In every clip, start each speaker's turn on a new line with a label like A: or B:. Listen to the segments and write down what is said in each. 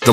A: The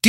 B: Do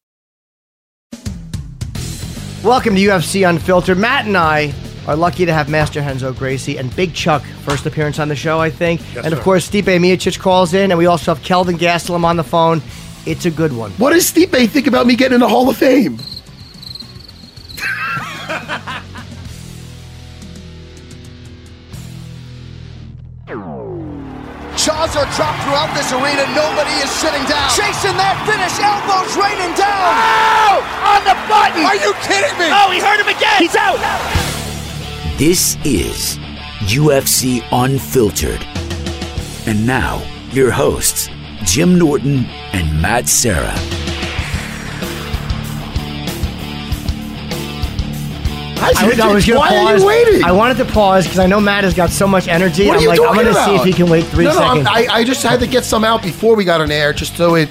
C: Welcome to UFC Unfiltered. Matt and I are lucky to have Master Henzo Gracie and Big Chuck first appearance on the show, I think. and of course, Stipe Miocic calls in, and we also have Kelvin Gastelum on the phone. It's a good one.
D: What does Stipe think about me getting in the Hall of Fame?
E: Jaws are dropped throughout this arena. Nobody is sitting down. Chasing that finish. Elbows raining down. Oh, On the button. Are you kidding me? Oh, he hurt him again. He's out.
F: This is UFC Unfiltered. And now, your hosts, Jim Norton and Matt Sarah.
D: I,
C: I, was- I was gonna
D: why
C: pause.
D: are you waiting?
C: I wanted to pause because I know Matt has got so much energy.
D: what are
C: I'm
D: you
C: like, I'm
D: talking
C: gonna
D: about?
C: see if he can wait three
D: no, no, I'm-
C: seconds.
D: I, I just had to get some out before we got on air, just so it,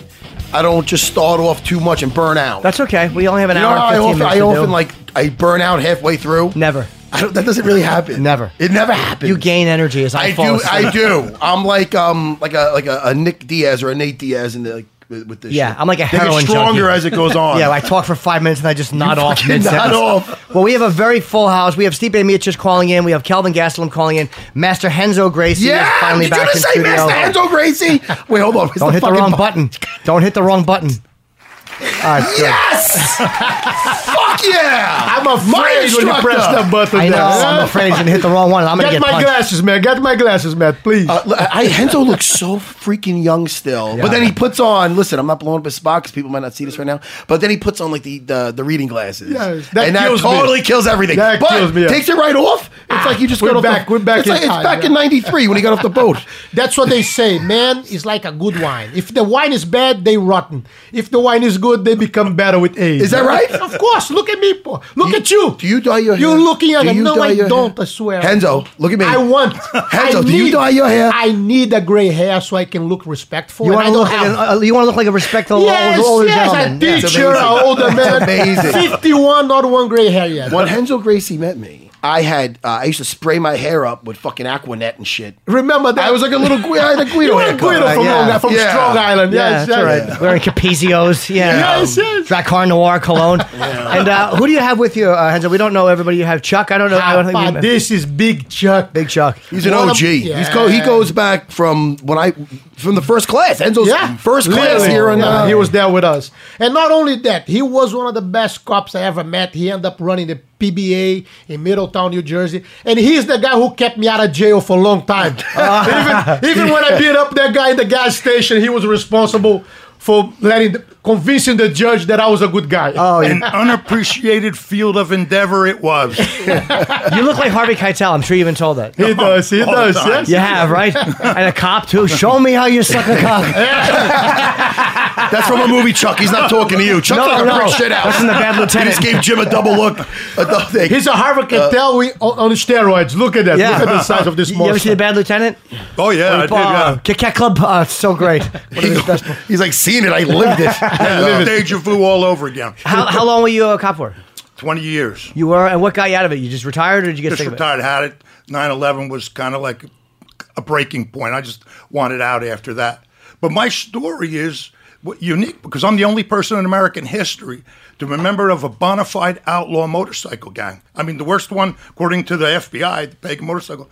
D: I don't just start off too much and burn out.
C: That's okay. We only have an
D: you know,
C: hour. and
D: how I
C: 15
D: often,
C: minutes
D: I
C: to
D: often
C: do.
D: like I burn out halfway through.
C: never.
D: I don't, that doesn't really happen.
C: Never.
D: It never happens.
C: You gain energy as I,
D: I
C: fall
D: do.
C: asleep.
D: I do. I'm like um like a like a, a Nick Diaz or a Nate Diaz in the like, with, with this.
C: Yeah,
D: shit.
C: I'm like a
D: They get
C: heroin
D: stronger
C: junkie.
D: as it goes on.
C: Yeah, I talk for five minutes and I just nod off.
D: fucking
C: mid-sentence.
D: nod off.
C: Well, we have a very full house. We have Stipe Miocic calling in. We have Calvin Gastelum calling in. Master Henzo Gracie
D: yeah.
C: is finally
D: did
C: back
D: you
C: in
D: just say
C: studio.
D: Master Enzo Gracie? Wait, hold on. Where's
C: Don't hit the
D: fucking
C: wrong
D: bu-
C: button. Don't hit the wrong button. All right, good.
D: Yes. Fuck yeah.
G: I'm afraid when you
D: instructor.
G: press that button.
C: I know.
G: there.
C: I'm afraid he's gonna hit the wrong one. I'm gonna
G: Get,
C: get
G: my
C: punched.
G: glasses, man. Get my glasses, man. Please.
D: Uh, l- I, Henzo looks so freaking young still. But then he puts on. Listen, I'm not blowing up his spot because people might not see this right now. But then he puts on like the the, the reading glasses.
G: Yes, that
D: and that
G: kills me.
D: totally kills everything.
G: That
D: but
G: kills me, yeah. Ah,
D: takes it right off. It's like you just
G: We're
D: got off
G: back-
D: The,
G: we're back
D: It's,
G: in
D: like, it's
G: time,
D: back
G: yeah.
D: in '93 when he got off the boat.
G: That's what they say. Man is like a good wine. If the wine is bad, they rotten. If the wine is good, they become better with age.
D: Is that right?
G: of course. Look at me. po- Look
D: You-
G: at you.
D: do you dye your
G: You're
D: hair?
G: looking at
D: Do
G: it.
D: you
G: No,
D: dye
G: I
D: your hair?
G: don't. I swear.
D: Henzo, look at me.
G: I want.
D: Henzo,
G: I
D: do you
G: need-
D: dye your hair?
G: I need a gray hair so I can look respectful.
C: You
G: and
C: want
G: I
C: to
G: don't
C: look like
G: have-
C: an, uh, you want to look like a respectable
G: Yes,
C: old, older
G: yes,
C: gentleman.
G: a
C: Yeah.
G: teacher, an older man.
D: amazing.
G: 51, not one gray hair yet.
D: When Henzo Gracie met me, I had uh, I used to spray my hair up with fucking Aquanet and shit.
G: Remember that?
D: I was like a little Gui- I had a Guido
G: You were a
D: haircut.
G: Guido from,
C: Yeah.
G: Long Island, from
D: Yeah.
G: Strong Island.
C: Yeah,
G: yes,
C: that's all
G: yes.
C: right. Wearing Capizios, yeah.
G: Yes, yes.
C: Dracar Noir cologne. And uh, who do you have with you, uh, Henzo? We don't know everybody. You have Chuck. I don't know. I don't think
G: Papa,
C: we-
G: Ah, this is Big Chuck.
C: Big Chuck.
D: He's an
G: What a-
D: OG. He's go, he
G: Yeah.
D: goes back from when I from the first class. Enzo's
G: Yeah,
D: first class
G: literally.
D: here on
G: Yeah,
D: uh,
G: he was there with us, and not only that, he was one of the best cops I ever met. He ended up running the PBA in Middletown, New Jersey, and he's the guy who kept me out of jail for a long time. even, even when I beat up that guy in the gas station, he was responsible for letting the, convincing the judge that I was a good guy.
C: Oh, you,
H: An unappreciated field of endeavor it was.
C: you look like Harvey Keitel. I'm sure you've been told that.
G: he does, he
H: all
G: does,
H: the time.
G: yes.
C: You have, right? And a cop too. Show me how you suck a cock.
D: That's from a movie, Chuck. He's not talking to you. Chuck's
C: No,
D: not gonna
C: no.
D: bring shit out.
C: That's in The Bad
D: He
C: Lieutenant.
D: just gave Jim a double look. A double thing.
G: He's a Harvard Cattell we on, on steroids. Look at that.
C: Yeah.
G: Look at the size of this
C: You
G: monster.
C: ever see the Bad Lieutenant?
H: Oh yeah, I did.
C: Uh,
H: Yeah.
C: Kit Kat Club. Uh, it's so great. One of his best-
D: He's like, seen it. I lived it.
H: Yeah,
D: Yeah.
H: deja vu all over again.
C: How, how long were you a cop for?
H: Twenty years.
C: You were, and what got you out of it? You just retired, or did you get
H: Just
C: sick of it?
H: retired. Had it. 9/11 was kind of like a breaking point. I just wanted out after that. But my story is w- unique because I'm the only person in American history to remember of a bona fide outlaw motorcycle gang. I mean, the worst one, according to the FBI, the Pagan Motorcycle.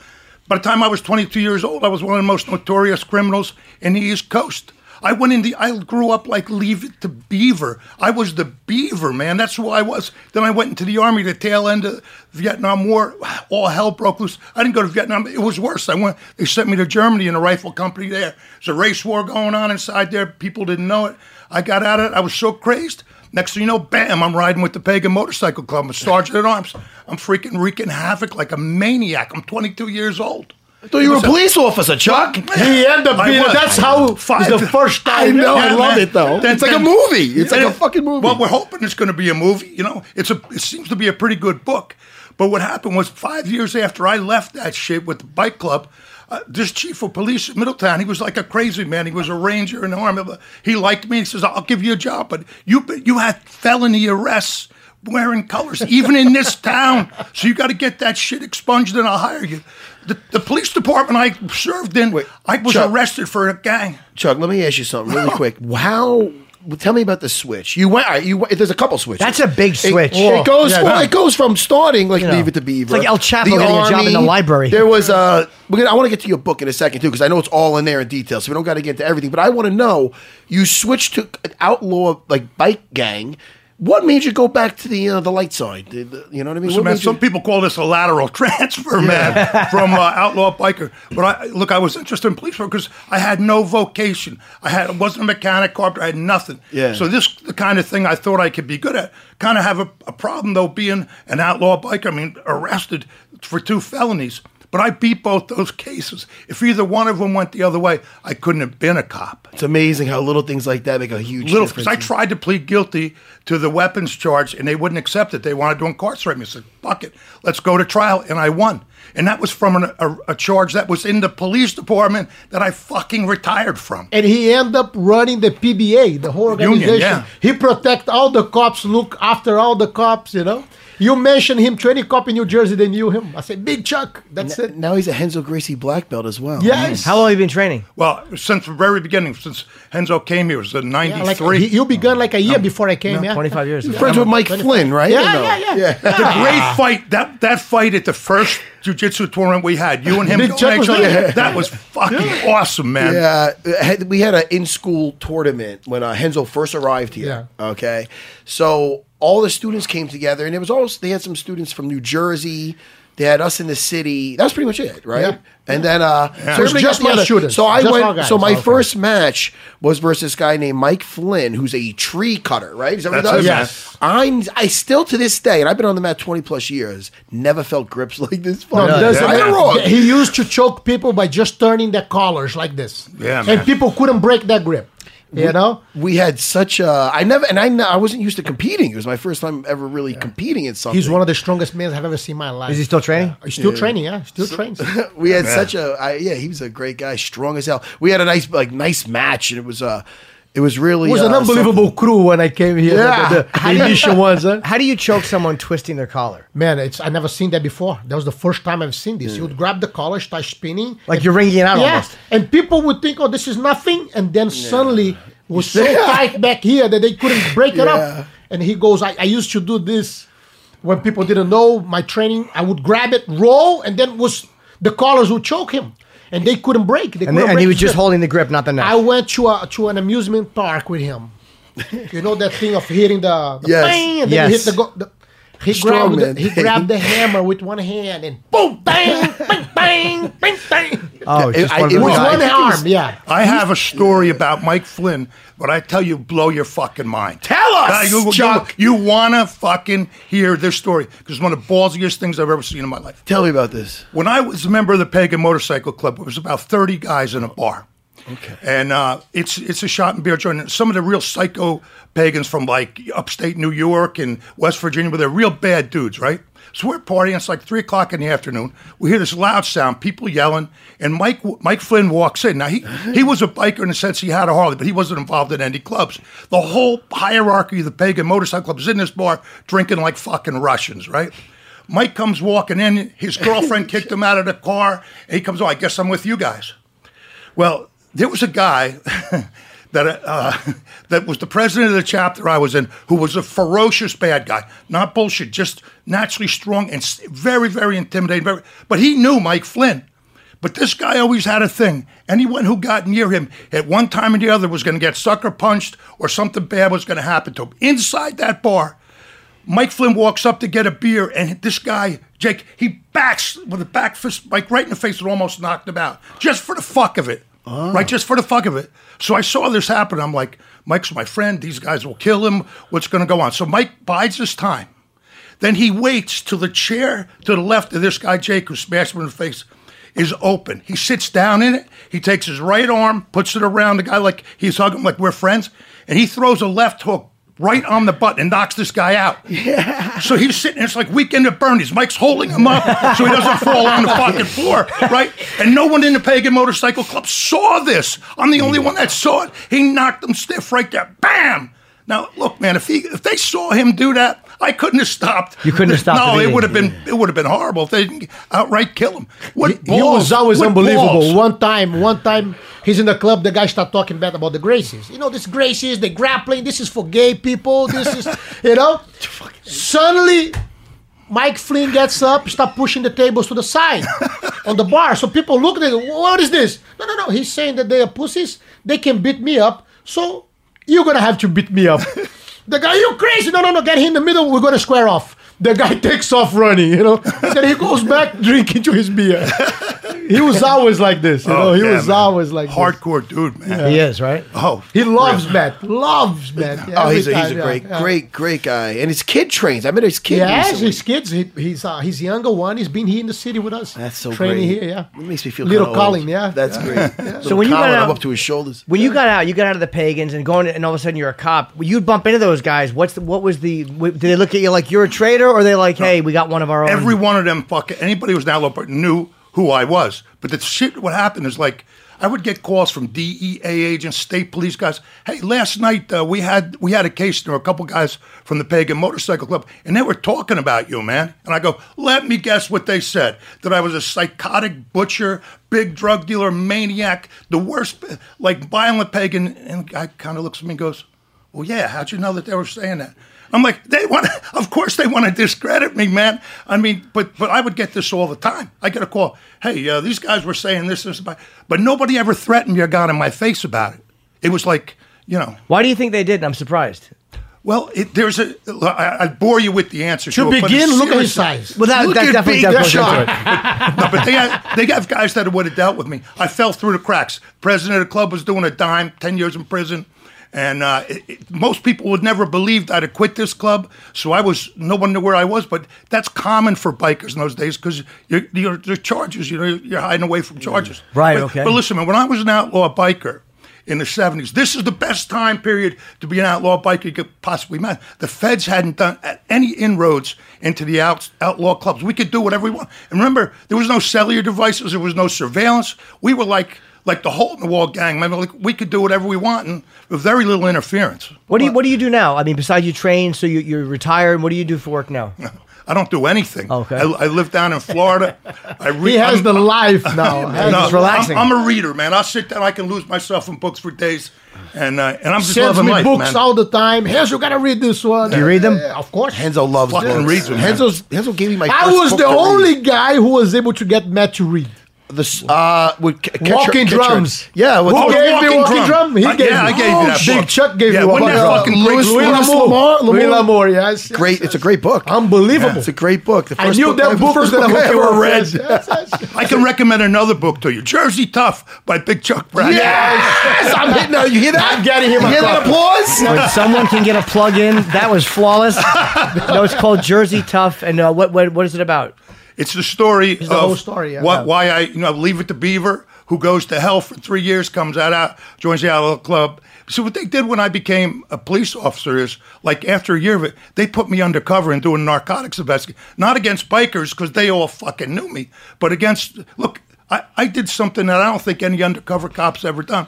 H: By the time I was 22 years old, I was one of the most notorious criminals in the East Coast. I went in the. I grew up like Leave It to Beaver. I was the Beaver man. That's who I was. Then I went into the army. The tail end of Vietnam War, all hell broke loose. I didn't go to Vietnam. It was worse. I went. They sent me to Germany in a rifle company. There, there's a race war going on inside there. People didn't know it. I got out of it. I was so crazed. Next thing you know, bam, I'm riding with the Pagan Motorcycle Club. I'm a sergeant at arms. I'm freaking wreaking havoc like a maniac. I'm 22 years old.
D: So you were a
H: It was
D: police officer, Chuck.
G: He ended up
H: I
G: being.
H: was.
G: That's how. It's
H: Five.
G: the first time.
D: I know, I love
H: man.
D: it, though. It's like a movie. It's like a fucking movie.
H: Well, we're hoping it's going to be a movie. You know, it's a. It seems to be a pretty good book. But what happened was five years after I left that shit with the bike club, uh, this chief of police at Middletown, he was like a crazy man. He was a ranger in the army. But He liked me. He says, "I'll give you a job, but you you had felony arrests." Wearing colors, even in this town. So you got to get that shit expunged, and I'll hire you. The, the police department I served in, I was
D: Chuck.
H: arrested for a gang.
D: Chuck, let me ask you something really quick. How? Tell me about the switch. You went. all right, You went, there's a couple switches.
C: That's a big switch.
D: It, it goes.
G: Yeah,
D: well,
G: yeah.
D: it goes from starting like
C: know,
D: Leave It to Beaver.
C: it's like El Chapo getting a job in the library.
D: There was a. We're gonna, I want to get to your book in a second too because I know it's all in there in detail, so we don't got to get to everything. But I want to know. You switched to an outlaw like bike gang. What made you go back to the uh, the light side? The- the- you know what I mean?
H: So,
D: What
H: man,
D: made you-
H: some people call this a lateral transfer, man, from uh, outlaw biker. But I look, I was interested in police work because I had no vocation. I had I wasn't a mechanic, carpenter. I had nothing.
D: Yeah.
H: So this the kind of thing I thought I could be good at. Kind of have a, a problem though being an outlaw biker. I mean, arrested for two felonies. But I beat both those cases. If either one of them went the other way, I couldn't have been a cop.
D: it's amazing how little things like that make a huge
H: Little, because
D: difference.
H: I tried to plead guilty to the weapons charge and they wouldn't accept it. They wanted to incarcerate me. I said, fuck it, let's go to trial. And I won. And that was from an, a, a charge that was in the police department that I fucking retired from.
G: and he ended up running the PBA, the whole
H: Union,
G: organization.
H: yeah.
G: He protect all the cops, look after all the cops, you know. You mentioned him to any cop in New Jersey, they knew him. I said, Big Chuck, that's it.
D: Now he's a Henzo Gracie black belt as well.
G: Yes.
C: How long have you been training?
H: Well, since the very beginning, since Henzo came here, it was in
G: Yeah, like
H: 93.
G: he, you begun like a year before I came, yeah.
C: 25 years. ago.
D: Friends with Mike Flynn, right?
G: Yeah,
D: Or no?
G: yeah, yeah,
H: the great fight, that, that fight at the first jiu-jitsu tournament we had, you and him,
G: Big
H: going
G: Chuck
H: at
G: was
H: each other,
G: there.
H: that was fucking awesome, man.
D: Yeah, uh, had- we had an in-school tournament when uh, Henzo first arrived here. Okay, so all the students came together, and it was almost they had some students from New Jersey. They had us in the city. That's pretty much it, right?
G: Yeah.
D: And then uh, so
G: It
D: everybody
G: was just
D: got together.
G: my students,
D: So I
G: just our
D: went.
G: guys,
D: so my
G: okay.
D: first match was versus this guy named Mike Flynn, who's a tree cutter, right? Is that what
H: That's
D: that is?
H: it, Yes.
D: I'm. I still to this day, and I've been on the mat twenty plus years. Never felt grips like this.
G: No,
D: fucking-
G: there's a-
D: right or wrong?
G: He used to choke people by just turning their collars like this.
H: Yeah,
G: and
H: man.
G: people couldn't break that grip. You know?
D: we had such a I never and I n- I wasn't used to competing. It was my first time ever really competing in something.
G: He's one of the strongest men I've ever seen in my life.
C: Is he still training?
G: He's still training, yeah. Still trains.
D: we had such a I, yeah. He was a great guy, strong as hell. We had a nice like nice match, and it was uh it was really
G: It was
D: uh,
G: an unbelievable crew when I came here.
D: Yeah.
G: The, the, the initial ones, huh?
C: How do you choke someone twisting their collar?
G: Man, it's I never seen that before. That was the first time I've seen this. You would grab the collar, start spinning.
C: Hmm. Like you're wringing it out
G: yeah,
C: almost.
G: and people would think, "Oh, this is nothing," and then suddenly it was so tight back here that they couldn't break it
D: Yeah.
G: up. And he goes, I, "I used to do this when people didn't know my training. I would grab it, roll, and then was the collars would choke him, and they couldn't break. They
C: And,
G: couldn't
C: they- and
G: break
C: he was
G: his
C: just
G: grip.
C: holding the grip, not the
G: I
C: knife.
G: went to a, to an amusement park with him. you know that thing of hitting the, the
D: Yes.
G: bang and then
C: Yes.
G: you hit the, go, the he
D: Strong
G: grabbed
D: man
G: the, he
D: thing.
G: grabbed the hammer with one hand and boom bang bang bang bang bang.
C: Oh, it's just
D: I-
C: one
D: it
C: of
G: With
D: was
C: those
D: I
G: one
C: guys.
D: think it
G: arm,
D: was-
G: yeah.
H: I have a story about Mike Flynn, but I tell you, blow your fucking mind.
D: Tell us,
H: Uh, you, you-
D: Chuck.
H: You, want to fucking hear this story because it's one of the ballsiest things I've ever seen in my life.
D: Tell me about this.
H: When I was a member of the Pagan Motorcycle Club, it was about 30 guys in a bar. Okay. And uh, it's it's a shot and beer joint. And Some of the real psycho pagans from like upstate New York and West Virginia, but they're real bad dudes, right? So we're partying. It's like three o'clock in the afternoon. We hear this loud sound, people yelling, and Mike Mike Flynn walks in. Now he he was a biker in the sense he had a Harley, but he wasn't involved in any clubs. The whole hierarchy of the pagan motorcycle club is in this bar drinking like fucking Russians, right? Mike comes walking in. His girlfriend kicked him out of the car. And he comes, oh, I guess I'm with you guys. Well, there was a guy that uh, that was the president of the chapter I was in, who was a ferocious bad guy. Not bullshit, just naturally strong and s- very, very intimidating. Very, but he knew Mike Flynn. But this guy always had a thing. Anyone who got near him at one time or the other was going to get sucker punched or something bad was going to happen to him. Inside that bar, Mike Flynn walks up to get a beer, and this guy, Jake, he backs with a back fist, like right in the face, and almost knocked him out just for the fuck of it. Right, just for the fuck of it. So I saw this happen. I'm like, Mike's my friend. These guys will kill him. What's going to go on? So Mike bides his time. Then he waits till the chair to the left of this guy, Jake, who smashed him in the face, is open. He sits down in it. He takes his right arm, puts it around the guy like he's hugging, him, like we're friends, and he throws a left hook right on the butt and knocks this guy out. Yeah. So he's sitting. It's like weekend at Bernie's. Mike's holding him up so he doesn't fall on the fucking floor, right? And no one in the Pagan Motorcycle Club saw this. I'm the only one that saw it. He knocked him stiff right there. Bam. Now look, man. If he if they saw him do that, I couldn't have stopped.
C: You couldn't have stopped
H: No, it
C: it either.
H: would have been it would have been horrible if they didn't outright kill him. What
G: He- he was
H: balls?
G: always
H: What
G: unbelievable.
H: balls?
G: One time, one time, he's in the club. The guy start talking bad about the Gracies. You know, this Gracies, they grappling. This is for gay people. This is, you know. Suddenly, Mike Flynn gets up, start pushing the tables to the side on the bar. So people look at it. What is this? No, no, no. He's saying that they are pussies. They can beat me up. So you're gonna have to beat me up. the guy, you crazy? No, no, no. Get him in the middle. We're gonna square off. The guy takes off running, you know. Then he goes back drinking to his beer. He was always like this, you know.
H: Oh,
G: He
H: yeah,
G: was
H: man.
G: always like this.
H: hardcore dude, man.
C: He is right.
H: Oh,
G: He loves Matt. Loves Matt.
D: Oh,
G: every
D: he's a, he's a
G: time, yeah,
D: great,
G: yeah.
D: great, great guy. And his kid trains. I met his kid.
G: Yes,
D: recently.
G: his kids. He, he's uh, he's younger one. He's been here in the city with us.
D: That's so
G: training
D: great.
G: here. Yeah,
D: It makes me feel
G: little
D: kinda old.
G: Colin. Yeah,
D: That's great. so
C: when
D: when
C: you
D: you
C: got
D: Colin,
C: out-
D: I'm up to his shoulders.
C: When you got out, you got out of the pagans and going, and all of a sudden you're a cop. You'd bump into those guys. What's the, what was the? w- Did they look at you like you're a traitor, or they like, hey, we got one of our own?
H: every one of them fucking anybody who was now Lopert knew who I was. But the shit what happened is like I would get calls from DEA agents, state police guys. Hey, last night uh, we had we had a case. There were a couple guys from the Pagan Motorcycle Club, and they were talking about you, man. And I go, let me guess what they said: that I was a psychotic butcher, big drug dealer, maniac, the worst, like violent pagan. And the guy kind of looks at me and goes, well, yeah, how'd you know that they were saying that? I'm like, they want to, of course they want to discredit me, man. I mean, but but I would get this all the time. I get a call, hey, uh, these guys were saying this, this, about, but nobody ever threatened me or got in my face about it. It was like, you know,
C: Why do you think they did? I'm surprised.
H: well, it, there's a, I, I bore you with the answer
G: To
H: it, but
G: begin,
H: it's
G: look at his
H: serious.
G: size.
C: Well, that,
H: Look
C: that
H: at
C: definitely
H: Big
C: does
H: Shot.
C: look into it.
H: no, but they have, they have guys that would have dealt with me. I fell through the cracks. President of the club was doing a dime, 10 years in prison. And uh, it, it- most people would never believe I'd have quit this club. So I was, no one knew where I was. But that's common for bikers in those days because you're, you're, there are charges, you know, you're hiding away from charges.
C: Right,
H: But-
C: okay.
H: But listen, man, when I was an outlaw biker, in the 70s. This is the best time period to be an outlaw biker you could possibly imagine. The feds hadn't done a- any inroads into the out, outlaw clubs. We could do whatever we want. And remember, there was no cellular devices, there was no surveillance. We were like like the hole in the wall gang, man. Like, we could do whatever we want and with very little interference.
C: What do you What do you do now? I mean, besides you train, so you, you're retired. What do you do for work now? Oh,
H: I don't do anything.
C: Okay.
H: I, I live down in Florida. I re-
G: he has
H: I'm-
G: the life now.
C: man,
G: He's
C: it's relaxing.
H: I'm, I'm a reader, man. I sit down, I can lose myself in books for days, and uh, and I'm just
G: sends
H: loving
G: me
H: life,
G: books
H: man.
G: all the time. Hens, you gotta read this one. Do
C: you read them?
G: of course.
D: Henzo loves
H: Fucking
D: books.
H: reads them, man.
D: Henzo's, Henzo gave me my.
G: I
D: first
G: was
D: book
G: the
D: to read.
G: only guy who was able to get Matt to read.
D: The s- uh, with K- Ketcher-
G: Walking
D: Ketcher.
G: drums.
D: Yeah, with
G: Who
H: Oh, the
D: the-
G: gave me
H: Walking
G: Walking Drum?
H: Drum.
G: He
H: Uh,
G: gave
H: yeah,
G: me. Oh,
H: I gave
D: Oh,
H: you that
G: Big
H: book.
G: Chuck gave
H: Yeah,
G: me
H: wasn't
G: Walking
H: that
G: Drum.
H: fucking great?
G: Louis
H: Louis
G: L'Amour.
D: L'Amour.
G: Louis
D: uh, Louis-
G: L'Amour, yes. yes,
D: great.
G: yes.
D: It's a great book.
G: Unbelievable.
D: It's a great book. The
G: I
D: first
G: knew
D: book I-
G: that
D: the
G: book was
D: first
G: gonna
D: book I
G: hook you
D: ever
G: up.
D: read.
G: Yes, yes, yes.
H: I can recommend another book to you. Jersey Tough by Big Chuck Brown.
D: Yes, I'm hitting. Now you hear that?
G: I'm getting him
D: You
G: a
D: hear that
G: copy.
D: applause?
C: when someone can get a plug in, that was flawless. no, it's called Jersey Tough. And uh, what, what what is it about?
H: It's the story
G: It's
H: of
G: the whole story, yeah.
H: why,
G: Yeah.
H: why I you know leave it to Beaver, who goes to hell for three years, comes out, out joins the Outlaw Club. So what they did when I became a police officer is like after a year of it, they put me undercover and doing narcotics investigation, not against bikers because they all fucking knew me, but against look, I, I did something that I don't think any undercover cops ever done.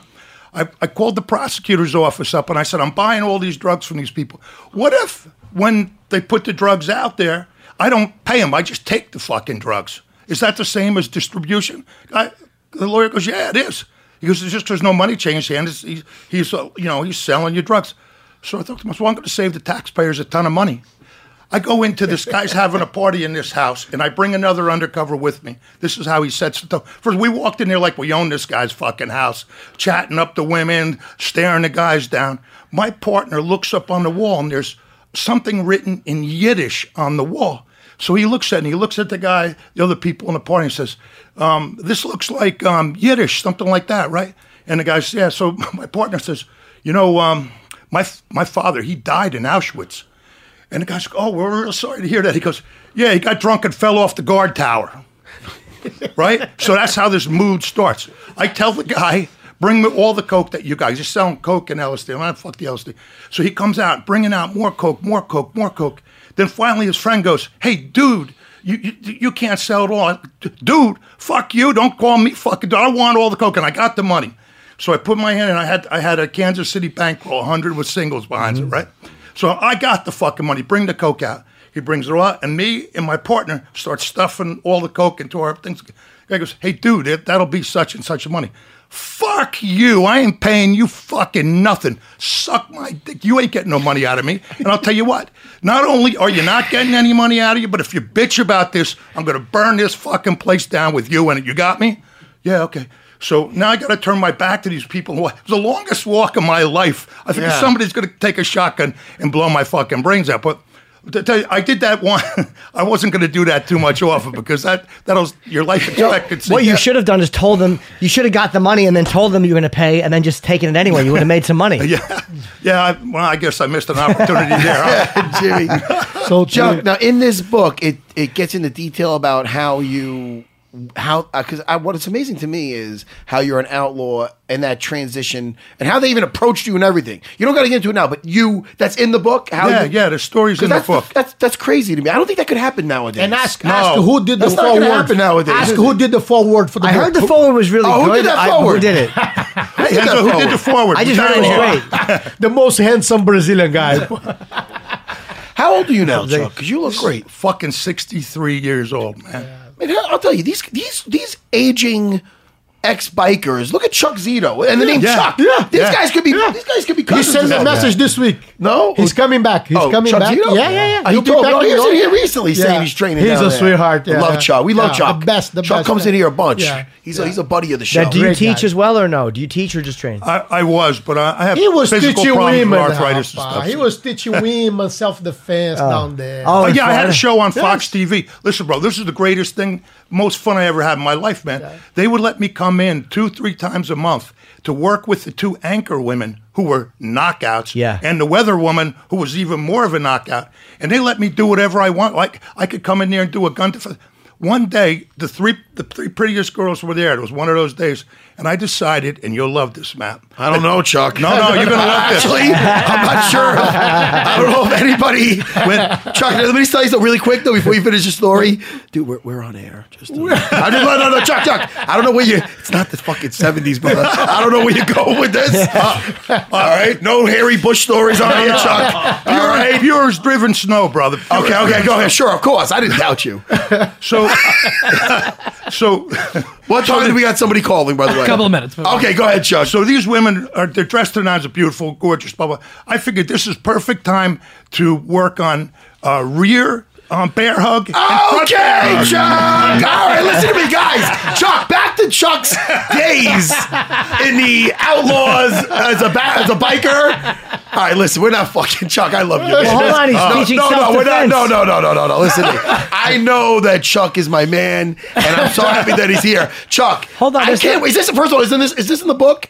H: I, I called the prosecutor's office up and I said, I'm buying all these drugs from these people. What if when they put the drugs out there, I don't pay them, I just take the fucking drugs? Is that the same as distribution? I, the lawyer goes, Yeah, it is. He goes, It's just there's no money change hands. He's, he's, uh, you know, he's selling you drugs. So I thought to myself, well, I'm going to save the taxpayers a ton of money. I go into this guy's having a party in this house, and I bring another undercover with me. This is how he sets it up. First, we walked in there like we own this guy's fucking house, chatting up the women, staring the guys down. My partner looks up on the wall, and there's something written in Yiddish on the wall. So he looks at it and he looks at the guy, the other people in the party, and says, um, "This looks like um, Yiddish, something like that, right?" And the guy says, "Yeah." So my partner says, "You know, um, my my father, he died in Auschwitz." And the guy's like, "Oh, we're real sorry to hear that." He goes, "Yeah, he got drunk and fell off the guard tower." right? So that's how this mood starts. I tell the guy, bring me all the coke that you guys are selling coke and LSD. I'm like, fuck the LSD. So he comes out, bringing out more coke, more coke, more coke. Then finally his friend goes, hey, dude, you, you, you can't sell it all. Dude, fuck you. Don't call me fucking. I want all the coke and I got the money. So I put my hand in. I had I had a Kansas City bankroll, hundred with singles behind it, right? So I got the fucking money. Bring the coke out. He brings it all out, and me and my partner start stuffing all the coke into our things. Guy goes, "Hey, dude, it, that'll be such and such money." Fuck you! I ain't paying you fucking nothing. Suck my dick. You ain't getting no money out of me. And I'll tell you what. Not only are you not getting any money out of you, but if you bitch about this, I'm gonna burn this fucking place down with you in it. You got me? Yeah, okay. So now I got to turn my back to these people. It was the longest walk of my life. I think somebody's going to take a shotgun and blow my fucking brains out. But to tell you, I did that one. I wasn't going to do that too much often because that that was your life expectancy.
C: What you
H: Yeah.
C: should have done is told them you should have got the money and then told them you were going to pay and then just taken it anyway. You would have made some money.
H: Yeah, yeah. I, well, I guess I missed an opportunity there. huh?
D: Jimmy.
G: So
D: Chuck, now in this book, it it gets into detail about how you how because I what it's amazing to me is how you're an outlaw and that transition and how they even approached you and everything. You don't got to get into it now, but you that's in the book. How
H: Yeah,
D: you,
H: yeah. The story's
D: 'cause
H: in the
D: that's
H: book.
D: that's that's crazy to me. I don't think that could happen nowadays.
G: And ask,
H: No.
G: ask who did the
D: That's not gonna
G: forward.
D: happen nowadays,
G: ask
D: is it?
G: who did the forward for the
C: I
G: book.
C: heard the forward was really
D: Oh, who
C: good.
D: did that
C: I-
D: forward?
C: who did it?
H: That's what- who did the forward?
C: I just heard
H: Down
C: it
H: here.
C: was great.
G: the most handsome Brazilian guy.
D: How old are you now, Chuck? Because you look great.
H: Fucking sixty-three years old, man.
D: I mean, I'll tell you these these these aging. Ex bikers, look at Chuck Zito and the name
H: Yeah.
D: Chuck.
H: Yeah.
D: These
H: Yeah.
D: guys could be.
G: Yeah.
D: These guys could be.
G: he
D: cousins or
G: sent a
D: something.
G: message this week.
D: No?
G: he's coming back. He's
D: Oh,
G: coming
D: Chuck
G: back.
D: Zito?
G: Yeah, yeah, yeah.
D: He
G: He'll be
D: told-
G: back
D: oh, he
G: in
D: was in
G: August.
D: here recently saying he's training
G: He's
D: down
G: a
D: there.
G: sweetheart. Yeah.
D: Love Chuck. We love
G: Yeah,
D: Chuck.
G: The best. The
D: Chuck
G: best.
D: comes in here a bunch.
G: Yeah.
D: He's a, he's a buddy of the show.
C: Now, do you
G: Great
C: teach
G: guy.
C: as well or no? Do you teach or just train?
H: I, I was, but I, I have
G: He was
H: physical
G: teaching
H: problems
G: women.
H: with arthritis and
G: Rafa.
H: stuff.
G: He was teaching women self-defense down there.
C: Oh,
D: Uh,
H: Oh, yeah, I had
C: Florida.
H: a show on Fox TV. Listen, bro, this is the greatest thing, most fun I ever had in my life, man. They would let me come in two, three times a month to work with the two anchor women who were knockouts,
C: Yeah.
H: and the weather woman who was even more of a knockout. And they let me do whatever I want. Like I could come in there and do a gun. Def- one day, the three the three prettiest girls were there. It was one of those days, and I decided, and you'll love this map.
D: I don't know, Chuck.
H: No, no, you're gonna love this.
D: Actually, I'm not sure. I don't know if anybody. Chuck, let me just tell you something really quick though before you finish your story, dude. We're, we're on air. Just uh, I just, no, no, no, Chuck, Chuck. I don't know where you. It's not the fucking seventies, but I don't know where you're going with this. Uh, all right, no Harry Bush stories on here, Chuck. All
H: You're,
D: right.
H: you're as driven snow, brother.
D: Okay, okay, go ahead. Sure, of course. I didn't doubt you.
H: So, so,
D: What time do we got somebody calling, by the way?
I: Couple of minutes, but-
D: Okay, go ahead, Chuck.
H: so these women are they're dressed in nines, beautiful, gorgeous, blah blah. I figured this is perfect time to work on uh, rear um, bear hug. and front bear
D: Okay,
H: hug.
D: Chuck. All right, listen to me, guys. Chuck, back to Chuck's days in the outlaws as a ba- as a biker. All right, listen, we're not fucking Chuck. I love you. man. Uh,
C: Well, hold on, he's teaching
D: no, no, we're not.
C: self-defense.
D: No, no, no, no, no, no. Listen, to me. I know that Chuck is my man, and I'm so happy that he's here. Chuck,
C: Hold on,
D: I
C: there's
D: can't.
C: no-
D: wait. Is this first of all? Is this is this in the book?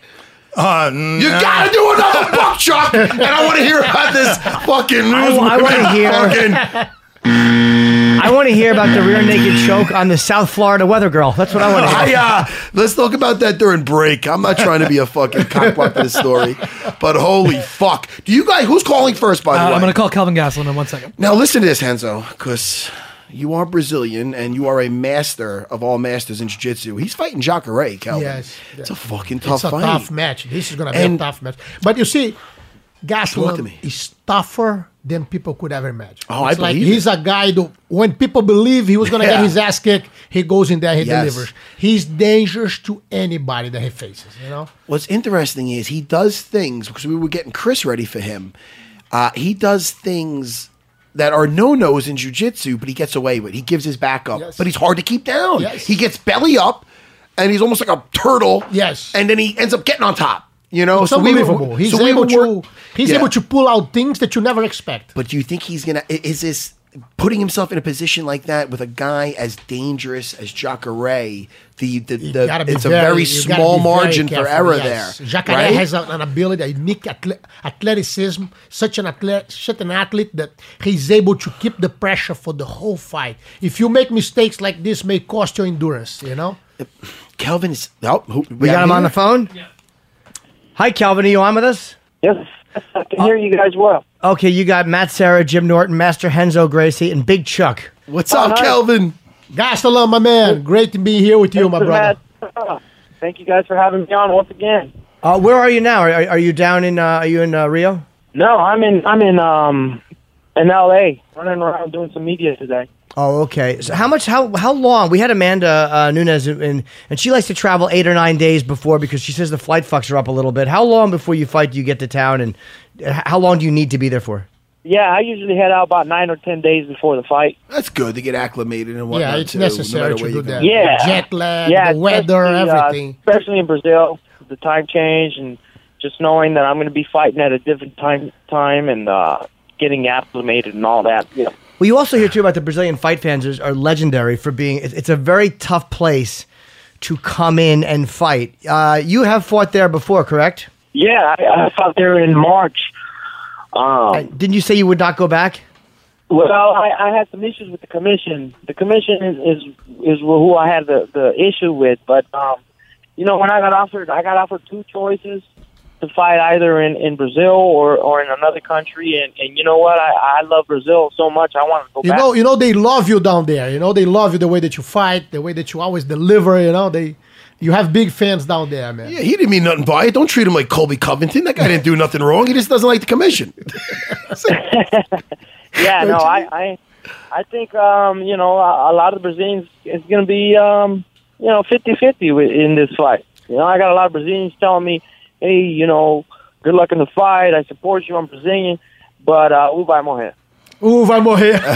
H: Uh,
D: You gotta do another book, Chuck, and I want to hear about this fucking.
C: I wa- I wanna hear-
D: Fucking,
C: I want to hear about the rear naked choke on the South Florida weather girl. That's what I want to hear.
D: I, uh, let's talk about that during break. I'm not trying to be a fucking cockblock to this story, but holy fuck. Do you guys, who's calling first, by the
I: Uh,
D: way?
I: I'm going to call Calvin Goslin in one second.
D: now, listen to this, Henzo, because you are Brazilian and you are a master of all masters in jiu jitsu. He's fighting Jacare, Calvin.
G: Yes.
D: It's a fucking tough
G: it's a
D: fight.
G: tough match. This is gonna be
D: And-
G: a tough match. But you see,
D: Talk to
G: Gaslam
D: me.
G: is tougher than people could ever imagine.
D: Oh, I
G: it's like
D: believe
G: he's a guy that when people believe he was gonna
D: Yeah.
G: get his ass kicked, he goes in there, he
D: Yes.
G: delivers. He's dangerous to anybody that he faces. You know.
D: What's interesting is he does things because we were getting Chris ready for him. Uh, he does things that are no nos in jujitsu, but he gets away with. it. He gives his back up,
G: Yes.
D: but he's hard to keep down.
G: Yes.
D: He gets belly up, and he's almost like a turtle.
G: Yes.
D: and then he ends up getting on top. You know,
G: It's
D: So we were-
G: unbelievable. he's
D: Oh, so we
G: able
D: were wor-
G: to he's
D: Yeah.
G: able to pull out things that you never expect.
D: But do you think he's gonna? i- Is this putting himself in a position like that with a guy as dangerous as Jacare? The the, the
G: gotta be
D: it's a very
G: you gotta
D: small
G: be very
D: margin for
G: careful,
D: error
G: yes.
D: there.
G: Jacare
D: right?
G: has a- an ability, a unique athle- athleticism, such an athlete, such an athlete that he's able to keep the pressure for the whole fight. If you make mistakes like this, may cost your endurance. You know.
D: Kelvin is. Oh, who,
C: We got him on the phone? Hi, Calvin. Are you on with us?
I: Yes, I can hear you guys well.
C: Okay, you got Matt Sarah, Jim Norton, Master Henzo Gracie, and Big Chuck.
D: What's up,
I: hi.
D: Kelvin?
G: Gastelum, my man, great to be here with you, my
I: Mr.
G: brother.
I: Matt, Thank you guys for having me on once again.
C: Uh, where are you now? Are, are you down in? Uh, are you in uh, Rio?
I: No, I'm in I'm in um in LA running around doing some media today.
C: Oh, okay. So how much? How how long? We had Amanda uh, Nunez, in, and she likes to travel eight or nine days before because she says the flight fucks her up a little bit. How long before you fight do you get to town, and h- how long do you need to be there for?
I: Yeah, I usually head out about nine or ten days before the fight.
D: That's good to get acclimated and whatnot.
G: Yeah, it's
D: too, no
G: necessary
D: matter
G: to
D: where
G: do
D: you go.
G: that.
I: Yeah.
G: Jet lag,
I: yeah,
G: the weather,
I: especially, uh,
G: everything.
I: especially in Brazil, the time change and just knowing that I'm going to be fighting at a different time time and uh, getting acclimated and all that. Yeah.
C: Well, you also hear too about the Brazilian fight fans is, are legendary for being. It's, it's a very tough place to come in and fight. Uh, you have fought there before, correct?
I: Yeah, I, I fought there in March. Um,
C: Didn't you say you would not go back?
I: Well, I, I had some issues with the commission. The commission is is, is who I had the, the issue with. But um, you know, when I got offered, I got offered two choices to fight either in, in Brazil or, or in another country. And, and you know what? I, I love Brazil so much. I want to go
G: You
I: back.
G: know, you know they love you down there. You know they love you the way that you fight, the way that you always deliver. You know they, you have big fans down there, man.
D: Yeah, he didn't mean nothing by it. Don't treat him like Colby Covington. That guy didn't do nothing wrong. He just doesn't like the commission.
I: yeah, no, I, I I think um, you know a, a lot of Brazilians is going to be um, you know fifty fifty in this fight. You know, I got a lot of Brazilians telling me, "Hey, you know, good luck in the fight. I support you. I'm Brazilian, but uh, who vai morrer?"
G: Ooh, vai morrer.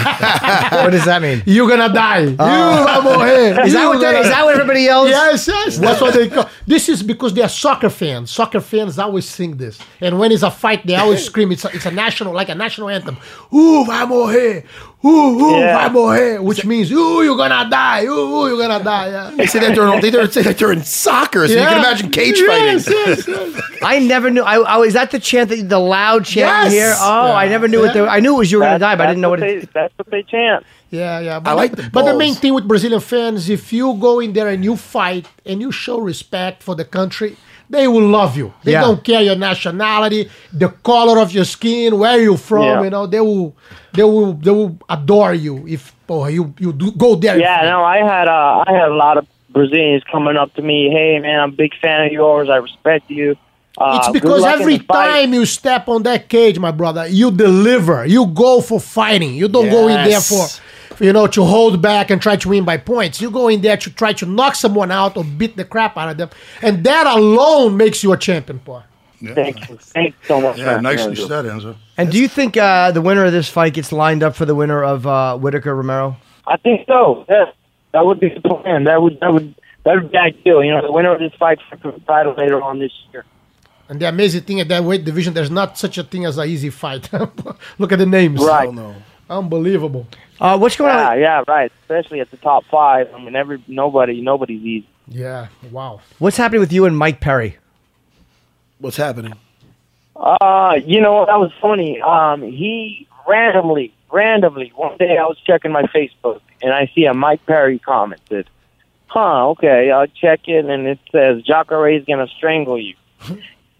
C: What does that mean? Ah.
G: You're gonna die. you vai morrer.
C: Is that
G: You
C: what that
G: gonna-
C: is? That what everybody yells?
G: Yes, yes. That's what they call. This is because they are soccer fans. Soccer fans always sing this, and when it's a fight, they always scream. It's a, it's a national, like a national anthem. Ooh, vai morrer. Ooh, ooh,
I: Yeah.
G: vai morrer, which means ooh, you're gonna die. Ooh, ooh, you're gonna die. Yeah.
D: They say that during they don't say that during soccer, so you
G: Yeah.
D: can imagine cage
G: Yes,
D: fighting.
G: yes, yes.
C: I never knew. I, I is that the chant that the loud chant
D: Yes!
C: you here? Oh, I never knew what they. I knew it was you were gonna
I: That-
C: die, but I didn't know what
I: that's
C: it.
I: They, that's what they chant.
G: Yeah, yeah. But
D: like the
G: but the main
D: balls.
G: thing with Brazilian fans, if you go in there and you fight and you show respect for the country, they will love you. They
C: Yeah.
G: don't care your nationality, the color of your skin, where you're from.
I: Yeah.
G: You know, they will, they will, they will adore you if oh, you you do go there. and
I: Yeah,
G: fight.
I: no, I had uh, I had a lot of Brazilians coming up to me. Hey, man, I'm a big fan of yours. I respect you. Uh,
G: It's
I: good
G: because
I: luck in
G: every
I: the fight."
G: time you step on that cage, my brother, you deliver. You go for fighting. You don't go in there for,
D: Yes.
G: you know, to hold back and try to win by points. You go in there to try to knock someone out or beat the crap out of them, and that alone makes you a champion, boy.
I: Thank you, thank you so much.
H: Yeah,
I: man.
H: nicely
I: Thank you.
H: said, Enzo.
C: And do you think uh, the winner of this fight gets lined up for the winner of uh, Whitaker Romero?
I: I think so. Yeah, that would be the plan. That would that would that would be ideal. You know, the winner of this fight for the title later on this year.
G: And the amazing thing at that weight division, there's not such a thing as an easy fight. Look at the names.
I: Right.
G: Unbelievable.
C: Uh, what's going
I: Yeah,
C: on?
I: yeah, right. Especially at the top five. I mean, every nobody nobody's easy.
G: Yeah. Wow.
C: What's happening with you and Mike Perry?
D: What's happening?
I: Uh, you know that was funny. Um, he randomly, randomly one day I was checking my Facebook and I see a Mike Perry commented. Huh? Okay, I'll check it and it says Jacare is gonna strangle you.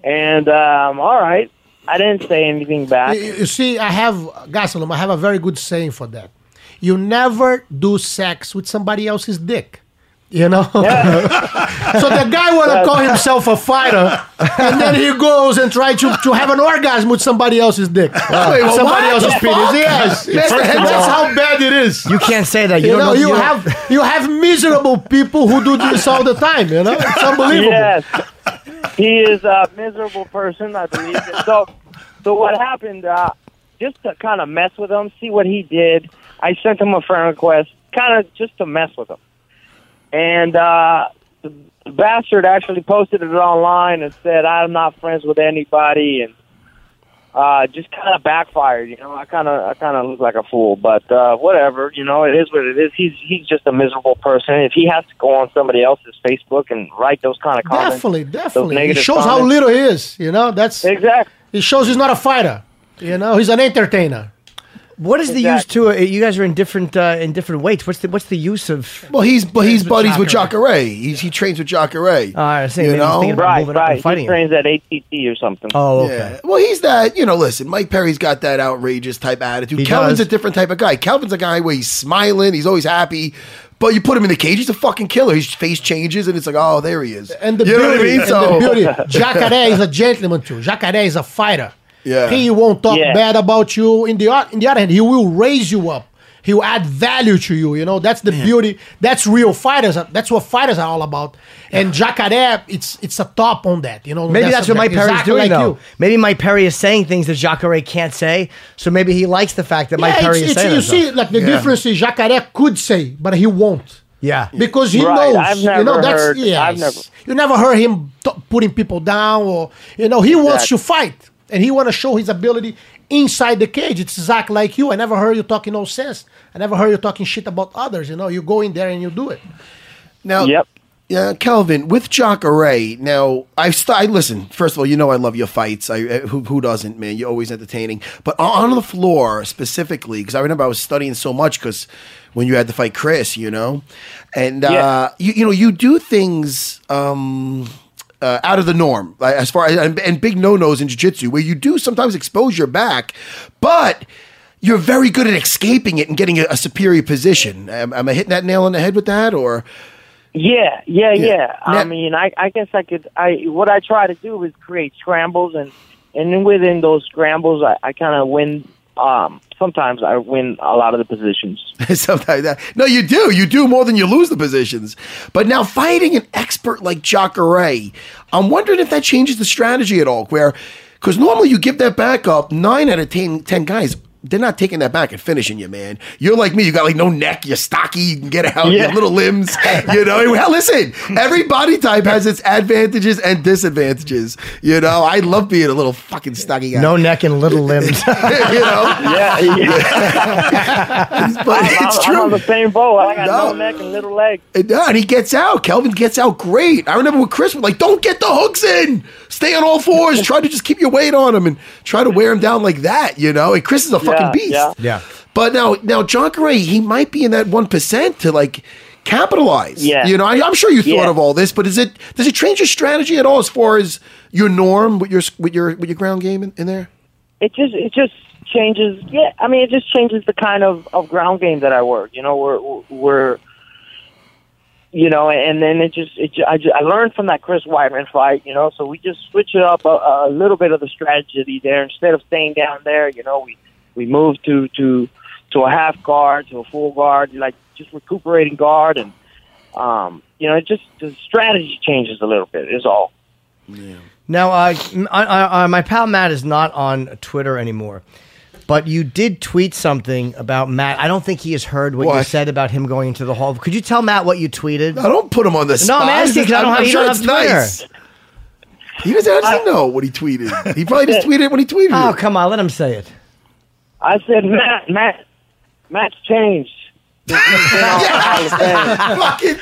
I: and um, all right, I didn't say anything back.
G: You- You see, I have Gasolum. I have a very good saying for that. You never do sex with somebody else's dick. You know, so the guy wanna call himself a fighter, and then he goes and try to, to have an orgasm with somebody else's dick,
D: well,
G: somebody
D: what
G: else's
D: the
G: penis.
D: fuck?
G: Yes,
D: That's the head
G: that's
D: job.
G: how bad it is.
C: You can't say that. You,
G: You,
C: don't
G: know, you,
C: don't-
G: have you have miserable people who do this all the time. You know, it's unbelievable.
I: Yes. he is a miserable person, I believe. so, so what happened? Uh, just to kind of mess with him, see what he did. I sent him a friend request, kind of just to mess with him. And uh, the, the bastard actually posted it online and said, "I'm not friends with anybody," and uh, just kind of backfired. You know, I kind of I kind of look like a fool, but uh, whatever. You know, it is what it is. He's he's just a miserable person. If he has to go on somebody else's Facebook and write those kind of comments,
G: Definitely,
I: those
G: definitely. It
I: negative
G: shows how
I: comments-
G: little he is. You know, that's
I: Exactly.
G: It shows he's not a fighter. You know, he's an entertainer.
C: What is the use
I: Exactly.
C: to it? You guys are in different uh, in different weights. What's the what's the use of?
D: Well, he's but he's
C: with
D: buddies with
C: Jacare.
D: Jacare. He's, he trains with Jacare.
C: Uh, I see.
D: you
C: Maybe he's
D: know,
C: thinking about
I: Right,
C: moving up and
I: right.
C: fighting
I: He
C: him.
I: trains at ATT or something.
C: Oh, okay.
D: Yeah. Well, he's that, you know, listen, Mike Perry's got that outrageous type of attitude.
C: He
D: Calvin's
C: does.
D: a different type of guy. Calvin's a guy where he's smiling, he's always happy, but you put him in the cage, he's a fucking killer. His face changes and it's like, oh, there he is.
G: And the
D: you know
G: beauty,
D: what I mean?
G: and
D: So,
G: the beauty. Jacare is a gentleman too. Jacare is a fighter.
D: Yeah.
G: He won't talk
I: Yeah.
G: bad about you. In the o- in the other hand, he will raise you up. He will add value to you. You know that's the beauty. That's real fighters. are- That's what fighters are all about. And Jacare, it's it's a top on that. You know.
C: Maybe that's, what
G: a-
C: Mike Perry's
G: exactly
C: doing
G: like
C: though.
G: you.
C: Maybe Mike Perry is saying things that Jacare can't say, so maybe he likes the fact that Mike
G: yeah,
C: Perry
G: it's,
C: is saying
G: it's,
C: that
G: you
C: stuff.
G: see, like the difference is Jacare could say, but he won't.
C: Yeah.
G: because he
I: Right,
G: knows.
I: I've
G: you know,
I: never
G: that's
I: heard-
G: yes.
I: I've never-
G: You never heard him t- putting people down, or you know, he wants to fight and he want to show his ability inside the cage. It's Zach like you. I never heard you talking no sense. I never heard you talking shit about others. You know, you go in there and you do it.
D: now,
I: Yep.
D: Yeah, Calvin, with Jacare, now, I've st- I listen, first of all, you know I love your fights. I, I- who, who doesn't, man? You're always entertaining. But on on the floor specifically, because I remember I was studying so much because when you had to fight Chris, you know? And, uh,
I: Yeah.
D: you, you know, you do things. Um, uh, out of the norm like, as far as and, and big no-nos in jiu-jitsu where you do sometimes expose your back but you're very good at escaping it and getting a, a superior position am, am i hitting that nail on the head with that or
I: Yeah, yeah, yeah. I
D: Now-
I: mean, I, I guess I could. I what I try to do is create scrambles, and and then within those scrambles, I, I kind of win. Um, sometimes I win a lot of the positions.
D: Something like that. No, you do. You do more than you lose the positions. But now fighting an expert like Jacare, I'm wondering if that changes the strategy at all. Where, because normally you give that back up, nine out of ten, 10 guys, they're not taking that back and finishing you, man. You're like me. You got like no neck. You're stocky. You can get out. Your
I: Yeah.
D: little limbs. You know. Well, listen. Every body type has its advantages and disadvantages. You know. I love being a little fucking stocky guy.
C: No neck and little limbs.
D: you know.
I: Yeah, yeah.
D: But
I: I'm,
D: it's
I: I'm
D: true.
I: on the same boat. I got
D: No.
I: no, neck and little legs.
D: And, uh, and he gets out. Kelvin gets out great. I remember when Chris was like, don't get the hooks in. Stay on all fours. try to just keep your weight on him and try to wear him down like that, you know? And Chris is a fucking
I: Yeah,
D: beast.
I: yeah.
C: Yeah.
D: But now, now John Gray, he might be in that 1% to like capitalize.
I: Yeah.
D: You know, I, I'm sure you thought
I: Yeah.
D: of all this, but is it, does it change your strategy at all as far as your norm with your, with your, with your ground game in, in there?
I: it just it just changes yeah i mean it just changes the kind of of ground game that i work you know we're we're you know and then it just it ju- I, ju- I learned from that chris whiteman fight you know so we just switch it up a, a little bit of the strategy there instead of staying down there you know we we move to to to a half guard to a full guard like just recuperating guard and um you know it just the strategy changes a little bit is all
C: Now, uh, m- I- I- I- my pal Matt is not on Twitter anymore, but you did tweet something about Matt. I don't think he has heard what, you
D: What?
C: said about him going into the hall. Could you tell Matt what you tweeted?
D: I don't put him on the spot.
C: I'm asking 'cause I don't have-
D: I'm
C: you
D: sure
C: don't
D: it's
C: have Twitter.
D: nice. He doesn't actually know what he tweeted. He probably just tweeted when he tweeted.
C: Oh,
D: it.
C: come on, let him say it.
I: I said, Matt, Matt, Matt's changed. He's been on the Hall of Fame.
D: fucking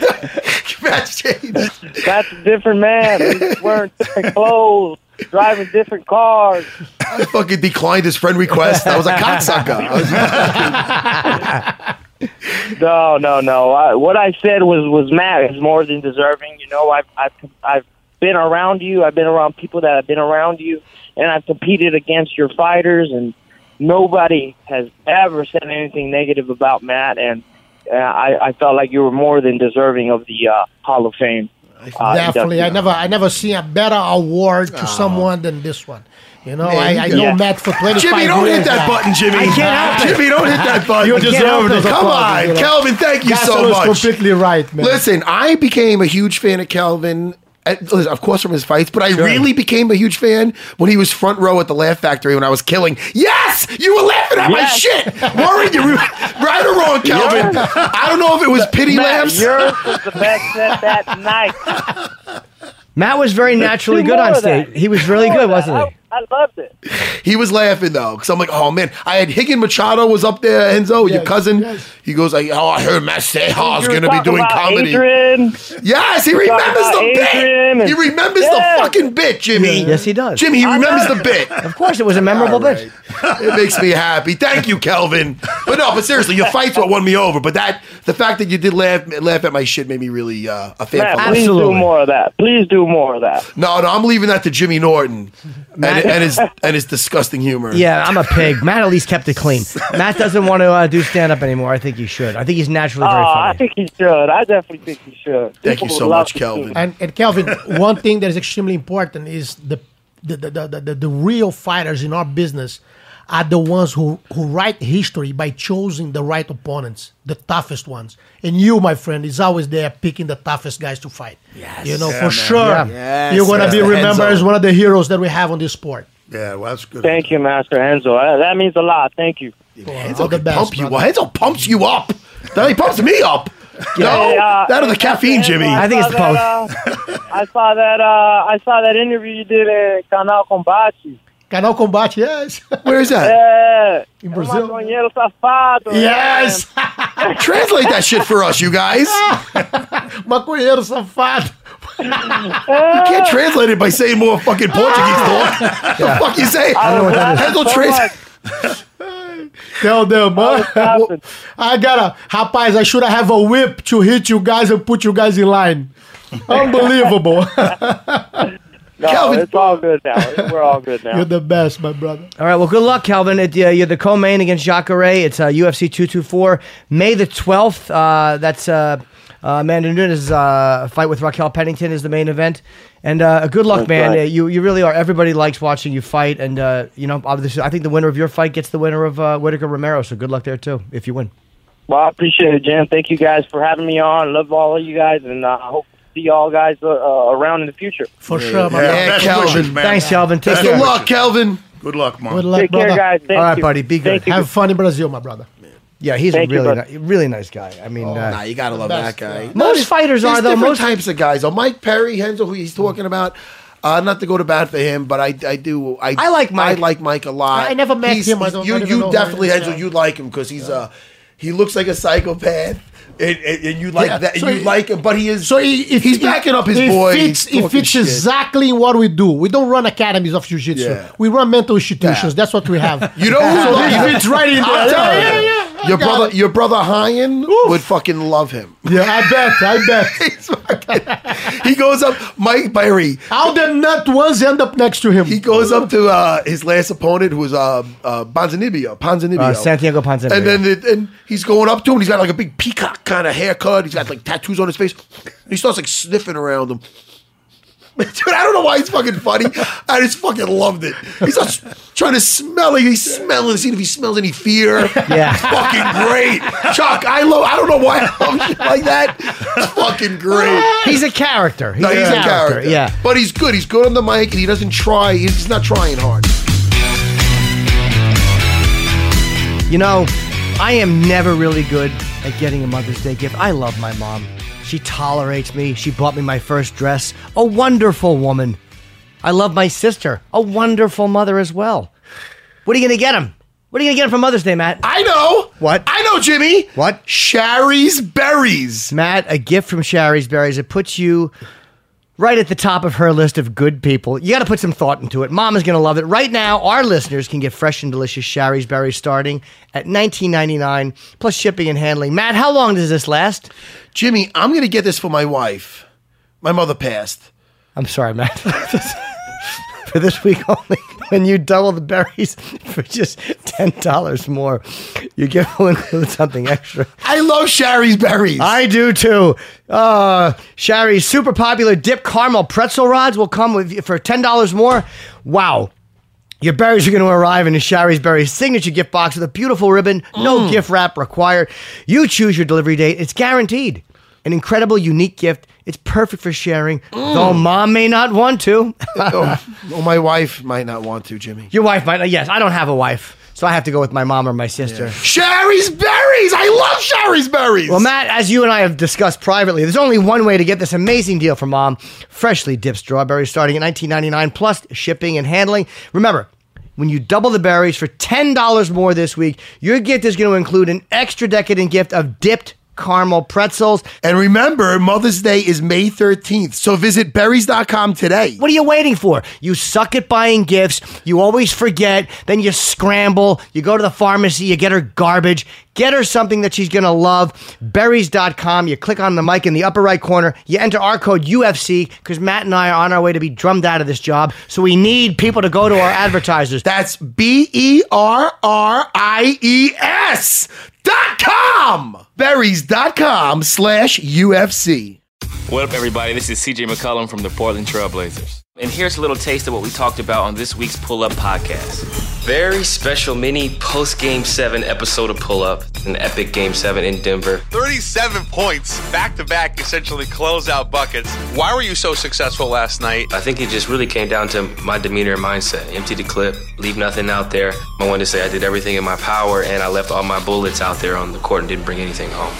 D: match changed.
I: That's a different man. He's wearing different clothes, driving different cars.
D: I fucking declined his friend request. I was a cocksucker. I was-
I: No, no, no. I, what I said was was Matt is more than deserving. You know, I've I've I've been around you. I've been around people that have been around you, and I've competed against your fighters, and nobody has ever said anything negative about Matt. And uh, I I felt like you were more than deserving of the uh, Hall of Fame. Uh,
G: Definitely, I
I: induction.
G: never, I never seen a better award to someone than this one. You know, I, I know
I: Yeah.
G: Matt for twenty five years.
D: Jimmy, don't hit that
G: now.
D: button, Jimmy.
C: I can't help it.
D: Jimmy, don't hit that button.
G: You deserve
D: Come
G: those
D: Come
G: applauses, you
D: on,
G: know.
D: Calvin. Thank you
G: Gasol
D: so
G: is
D: much.
G: completely right, man.
D: Listen, I became a huge fan of Calvin and, listen, of course, from his fights, but I really became a huge fan when he was front row at the Laugh Factory when I was killing. Yes, you were laughing at my
E: Yes.
D: shit. Warren, you were right or wrong, Calvin?
E: You're-
D: I don't know if it was pity
E: Matt,
D: laughs.
E: Yours was the best set that night.
C: Matt was very naturally
E: Do
C: good
E: more
C: on
E: of that.
C: stage. He was really
E: More of
C: good,
E: that.
C: wasn't he?
E: I, I loved it.
D: He was laughing though, because I'm like, oh man, I had Higgin Machado was up there, Enzo, your
G: Yes,
D: cousin.
G: yes.
D: He goes like, oh, I heard Matt Sehar's
E: You were
D: gonna be
E: talking
D: doing
E: about
D: comedy.
E: Adrian.
D: Yes, he
E: talking
D: remembers
E: about
D: the
E: Adrian and-
D: bit. He remembers
E: Yeah.
D: the fucking bit, Jimmy.
C: Yeah. Yes, he does.
D: Jimmy, he remembers the bit.
C: Of course, it was a memorable
D: All
C: bit.
D: right. It makes me happy. Thank you, Kelvin. But no, but seriously, your fight's what won me over. But that, the fact that you did laugh laugh at my shit made me really uh, a fan.
E: Matt,
D: for life.
E: please do
C: Absolutely.
E: more of that. Please do more of that.
D: No, no, I'm leaving that to Jimmy Norton and, and his and his disgusting humor.
C: Yeah, I'm a pig. Matt at least kept it clean. Matt doesn't want to uh, do stand up anymore. I think he should. I think he's naturally
E: Oh,
C: very
E: I
C: funny.
E: think he should. I definitely think he should.
D: Thank you
E: People
D: so
E: would love
D: much,
E: to see
D: Kelvin.
E: it.
G: And, and Kelvin, one thing that is extremely important is the the, the, the, the the real fighters in our business are the ones who, who write history by choosing the right opponents, the toughest ones. And you, my friend, is always there picking the toughest guys to fight. Yes. You know, for sure,
D: Yes,
G: you're going to
D: yes,
G: be
D: the
G: remembered
D: Henzo.
G: as one of the heroes that we have on this sport.
H: Yeah, well, that's good.
E: Thank you, Master Enzo. Uh, That means a lot. Thank you.
G: All
D: Henzo
G: the
D: can
G: best,
D: pump you.
G: brother.
D: Henzo pumps you up. No, he pumps me up. No,
E: Hey, uh,
D: that or the
E: Master
D: caffeine,
E: Enzo,
D: Jimmy.
C: I think it's
E: saw that, uh, I saw that. Uh, I saw that interview you did at Canal Combate.
G: Canal Combate, yes.
D: Where is that?
E: Yeah.
G: In Brazil.
E: Yes.
G: yes.
D: Translate that shit for us, you guys. You
G: Maconheiro safado. Ah.
D: can't translate it by saying more fucking Portuguese. Thor. the fuck you say?
E: I was laughing
D: Henzo
E: so
D: trans-
E: much.
G: Tell them, huh?
E: I was laughing.
G: I gotta, rapaz, I should have a whip to hit you guys and put you guys in line. Unbelievable.
E: No,
D: Kelvin-
E: it's all good now. We're all good now.
G: You're the best, my brother.
C: All right. Well, good luck, Calvin. It, uh, you're the co-main against Jacare. It's uh, UFC 224, May the 12th. Uh, that's uh, uh, Amanda Nunes' uh, fight with Raquel Pennington is the main event. And uh, good luck,
E: That's
C: man.
E: right.
C: Uh, You you really are. Everybody likes watching you fight, and uh, you know, obviously, I think the winner of your fight gets the winner of uh, Whitaker Romero. So good luck there too, if you win.
E: Well, I appreciate it, Jim. Thank you guys for having me on. Love all of you guys, and uh, I hope to see y'all guys uh, uh, around in the future.
G: For sure, my
H: Yeah,
G: brother.
H: best
D: Kelvin.
H: wishes, man.
C: Thanks, Calvin. Take
H: Best
D: Good
C: care.
H: of
D: luck, Kelvin.
H: Good luck, Mom.
G: Good luck,
E: Take
G: brother.
E: care, guys. Thank
C: All right,
E: you.
C: buddy. Be good.
E: Thank you.
G: Have fun in Brazil, my brother.
C: Yeah, he's a
E: Thank you,
C: really
E: bud.
C: ni- really nice guy. I mean, uh,
D: Oh, Nah, you gotta love
G: Best,
D: that guy.
G: yeah.
C: Most
D: there's-
C: fighters
D: there's
C: are, though.
D: Different
C: Most-
D: types of guys. Oh, Mike Perry, Henzel, who he's talking about. Uh, not to go to bat for him, but I, I do. I,
C: I like Mike.
D: I like Mike a lot.
G: I never met him. I don't-
D: you
G: I don't even
D: you
G: know who
D: definitely
G: he is,
D: Henzel.
G: yeah.
D: You like him because he's uh he looks like a psychopath, and, and, and you like
G: Yeah,
D: that.
G: so
D: you
G: he-
D: like him, but he is. So
G: he- if-
D: he's
G: if-
D: backing up his
G: it
D: boy.
G: Fits,
D: he's
G: it
D: talking
G: fits
D: shit.
G: exactly what we do. We don't run academies of jiu-jitsu.
D: Yeah.
G: We run mental institutions.
D: Yeah.
G: That's what we have.
D: You know who's
G: so
D: lucky?
G: it fits right in there.
D: I'll tell
G: yeah,
D: you.
G: yeah, yeah. I
D: Your
G: got
D: brother,
G: it.
D: your brother Hyan
G: Oof.
D: would fucking love him.
G: Yeah, I bet. I bet.
D: He goes up, Mike Perry.
G: How the nut ones end up next to him?
D: He goes up to uh, his last opponent, who was uh, uh, Bonzanibio, Ponzanibio.
C: Uh, Santiago Ponzinibbio.
D: And then it, and he's going up to him. He's got like a big peacock kind of haircut. He's got like tattoos on his face. He starts like sniffing around him. Dude, I don't know why he's fucking funny. I just fucking loved it. He's just trying to smell it. He's smelling, seeing if he smells any fear.
C: Yeah.
D: It's fucking great. Chuck, I love, I don't know why I love shit like that. It's fucking great.
C: he's a character. He's,
D: No, he's a character.
C: Yeah.
D: But he's good. He's good on the mic and he doesn't try. He's not trying hard.
C: You know, I am never really good at getting a Mother's Day gift. I love my mom. She tolerates me. She bought me my first dress. A wonderful woman. I love my sister. A wonderful mother as well. What are you going to get him? What are you going to get him for Mother's Day, Matt?
D: I know.
C: What?
D: I know, Jimmy.
C: What?
D: Sherry's berries.
C: Matt, a gift from Sherry's Berries. It puts you right at the top of her list of good people. You got to put some thought into it. Mom is going to love it. Right now, our listeners can get fresh and delicious Sherry's Berries starting at $19.99 plus shipping and handling. Matt, how long does this last?
D: Jimmy, I'm going to get this for my wife. My mother passed.
C: I'm sorry, Matt. for this week only, when you double the berries for just $10 more, your gift will include something extra.
D: I love Sherry's berries.
C: I do too. Uh, Shari's super popular dip caramel pretzel rods will come with for ten dollars more. Wow. Your berries are going to arrive in a Shari's Berries signature gift
D: Mm.
C: box with a beautiful ribbon. No gift wrap required. You choose your delivery date. It's guaranteed. an incredible, unique gift. It's perfect for sharing,
D: Mm.
C: though mom may not want to.
D: oh, well, my wife might not want to, Jimmy.
C: Your wife might. Yes, I don't have a wife, so I have to go with my mom or my sister.
D: Sherry's berries. I love Sherry's berries.
C: Well, Matt, as you and I have discussed privately, there's only one way to get this amazing deal from mom freshly dipped strawberries starting at $19.99 plus shipping and handling. Remember, when you double the berries for $10 more this week, your gift is going to include an extra decadent gift of dipped caramel pretzels.
D: and remember, Mother's Day is May 13th, so visit berries.com today.
C: What are you waiting for? You suck at buying gifts. You always forget. Then you scramble. You go to the pharmacy. You get her garbage. Get her something that she's going to love. Berries.com. You click on the mic in the upper right corner. You enter our code UFC because Matt and I are on our way to be drummed out of this job. So we need people to go to our advertisers.
D: That's B E R R I E S dot com. Berries.com slash UFC.
J: What up, everybody? This is CJ McCollum from the Portland Trailblazers. And here's a little taste of what we talked about on this week's Pull Up Podcast. Very special mini post Game 7 episode of Pull Up, an epic Game 7 in Denver.
K: 37 points, back to back, essentially closeout buckets. Why were you so successful last night?
J: I think it just really came down to my demeanor and mindset. Empty the clip, leave nothing out there. I wanted to say I did everything in my power and I left all my bullets out there on the court and didn't bring anything home.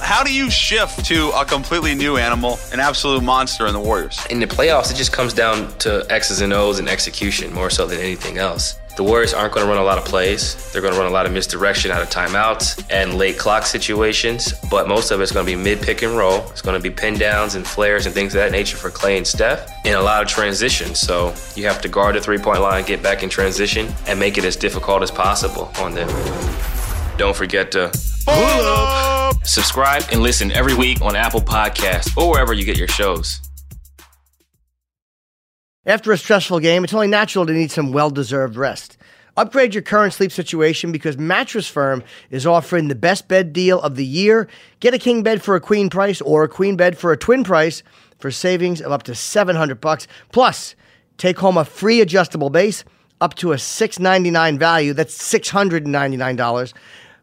K: How do you shift to a completely new animal, an absolute monster in the Warriors?
J: In the playoffs, it just comes down to X's and O's and execution more so than anything else. The Warriors aren't going to run a lot of plays. They're going to run a lot of misdirection out of timeouts and late clock situations, but most of it's going to be mid pick and roll. It's going to be pin downs and flares and things of that nature for Clay and Steph, and a lot of transition. So you have to guard the three point line, get back in transition, and make it as difficult as possible on them. Don't forget to subscribe and listen every week on Apple Podcasts or wherever you get your shows.
C: After a stressful game, it's only natural to need some well deserved rest. Upgrade your current sleep situation because Mattress Firm is offering the best bed deal of the year. Get a king bed for a queen price or a queen bed for a twin price for savings of up to 700 bucks. Plus, take home a free adjustable base up to a $699 value. That's $699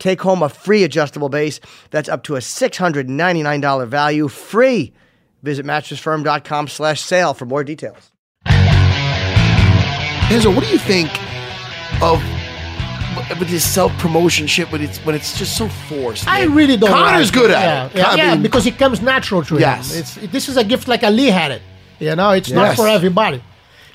C: Take home a free adjustable base that's up to a $699 value free. Visit mattressfirm.com slash sale for more details.
D: Enzo, what do you think of with this self promotion shit? But it's when it's just so forced.
G: I
D: man?
G: really don't.
D: Connor's
G: like
D: good
G: it.
D: at
G: yeah,
D: it.
G: Yeah,
D: I
G: yeah,
D: mean,
G: because it comes natural to
D: Yes.
G: him. It's, it, this is a gift like Ali had it. You know, it's
D: Yes.
G: not for everybody.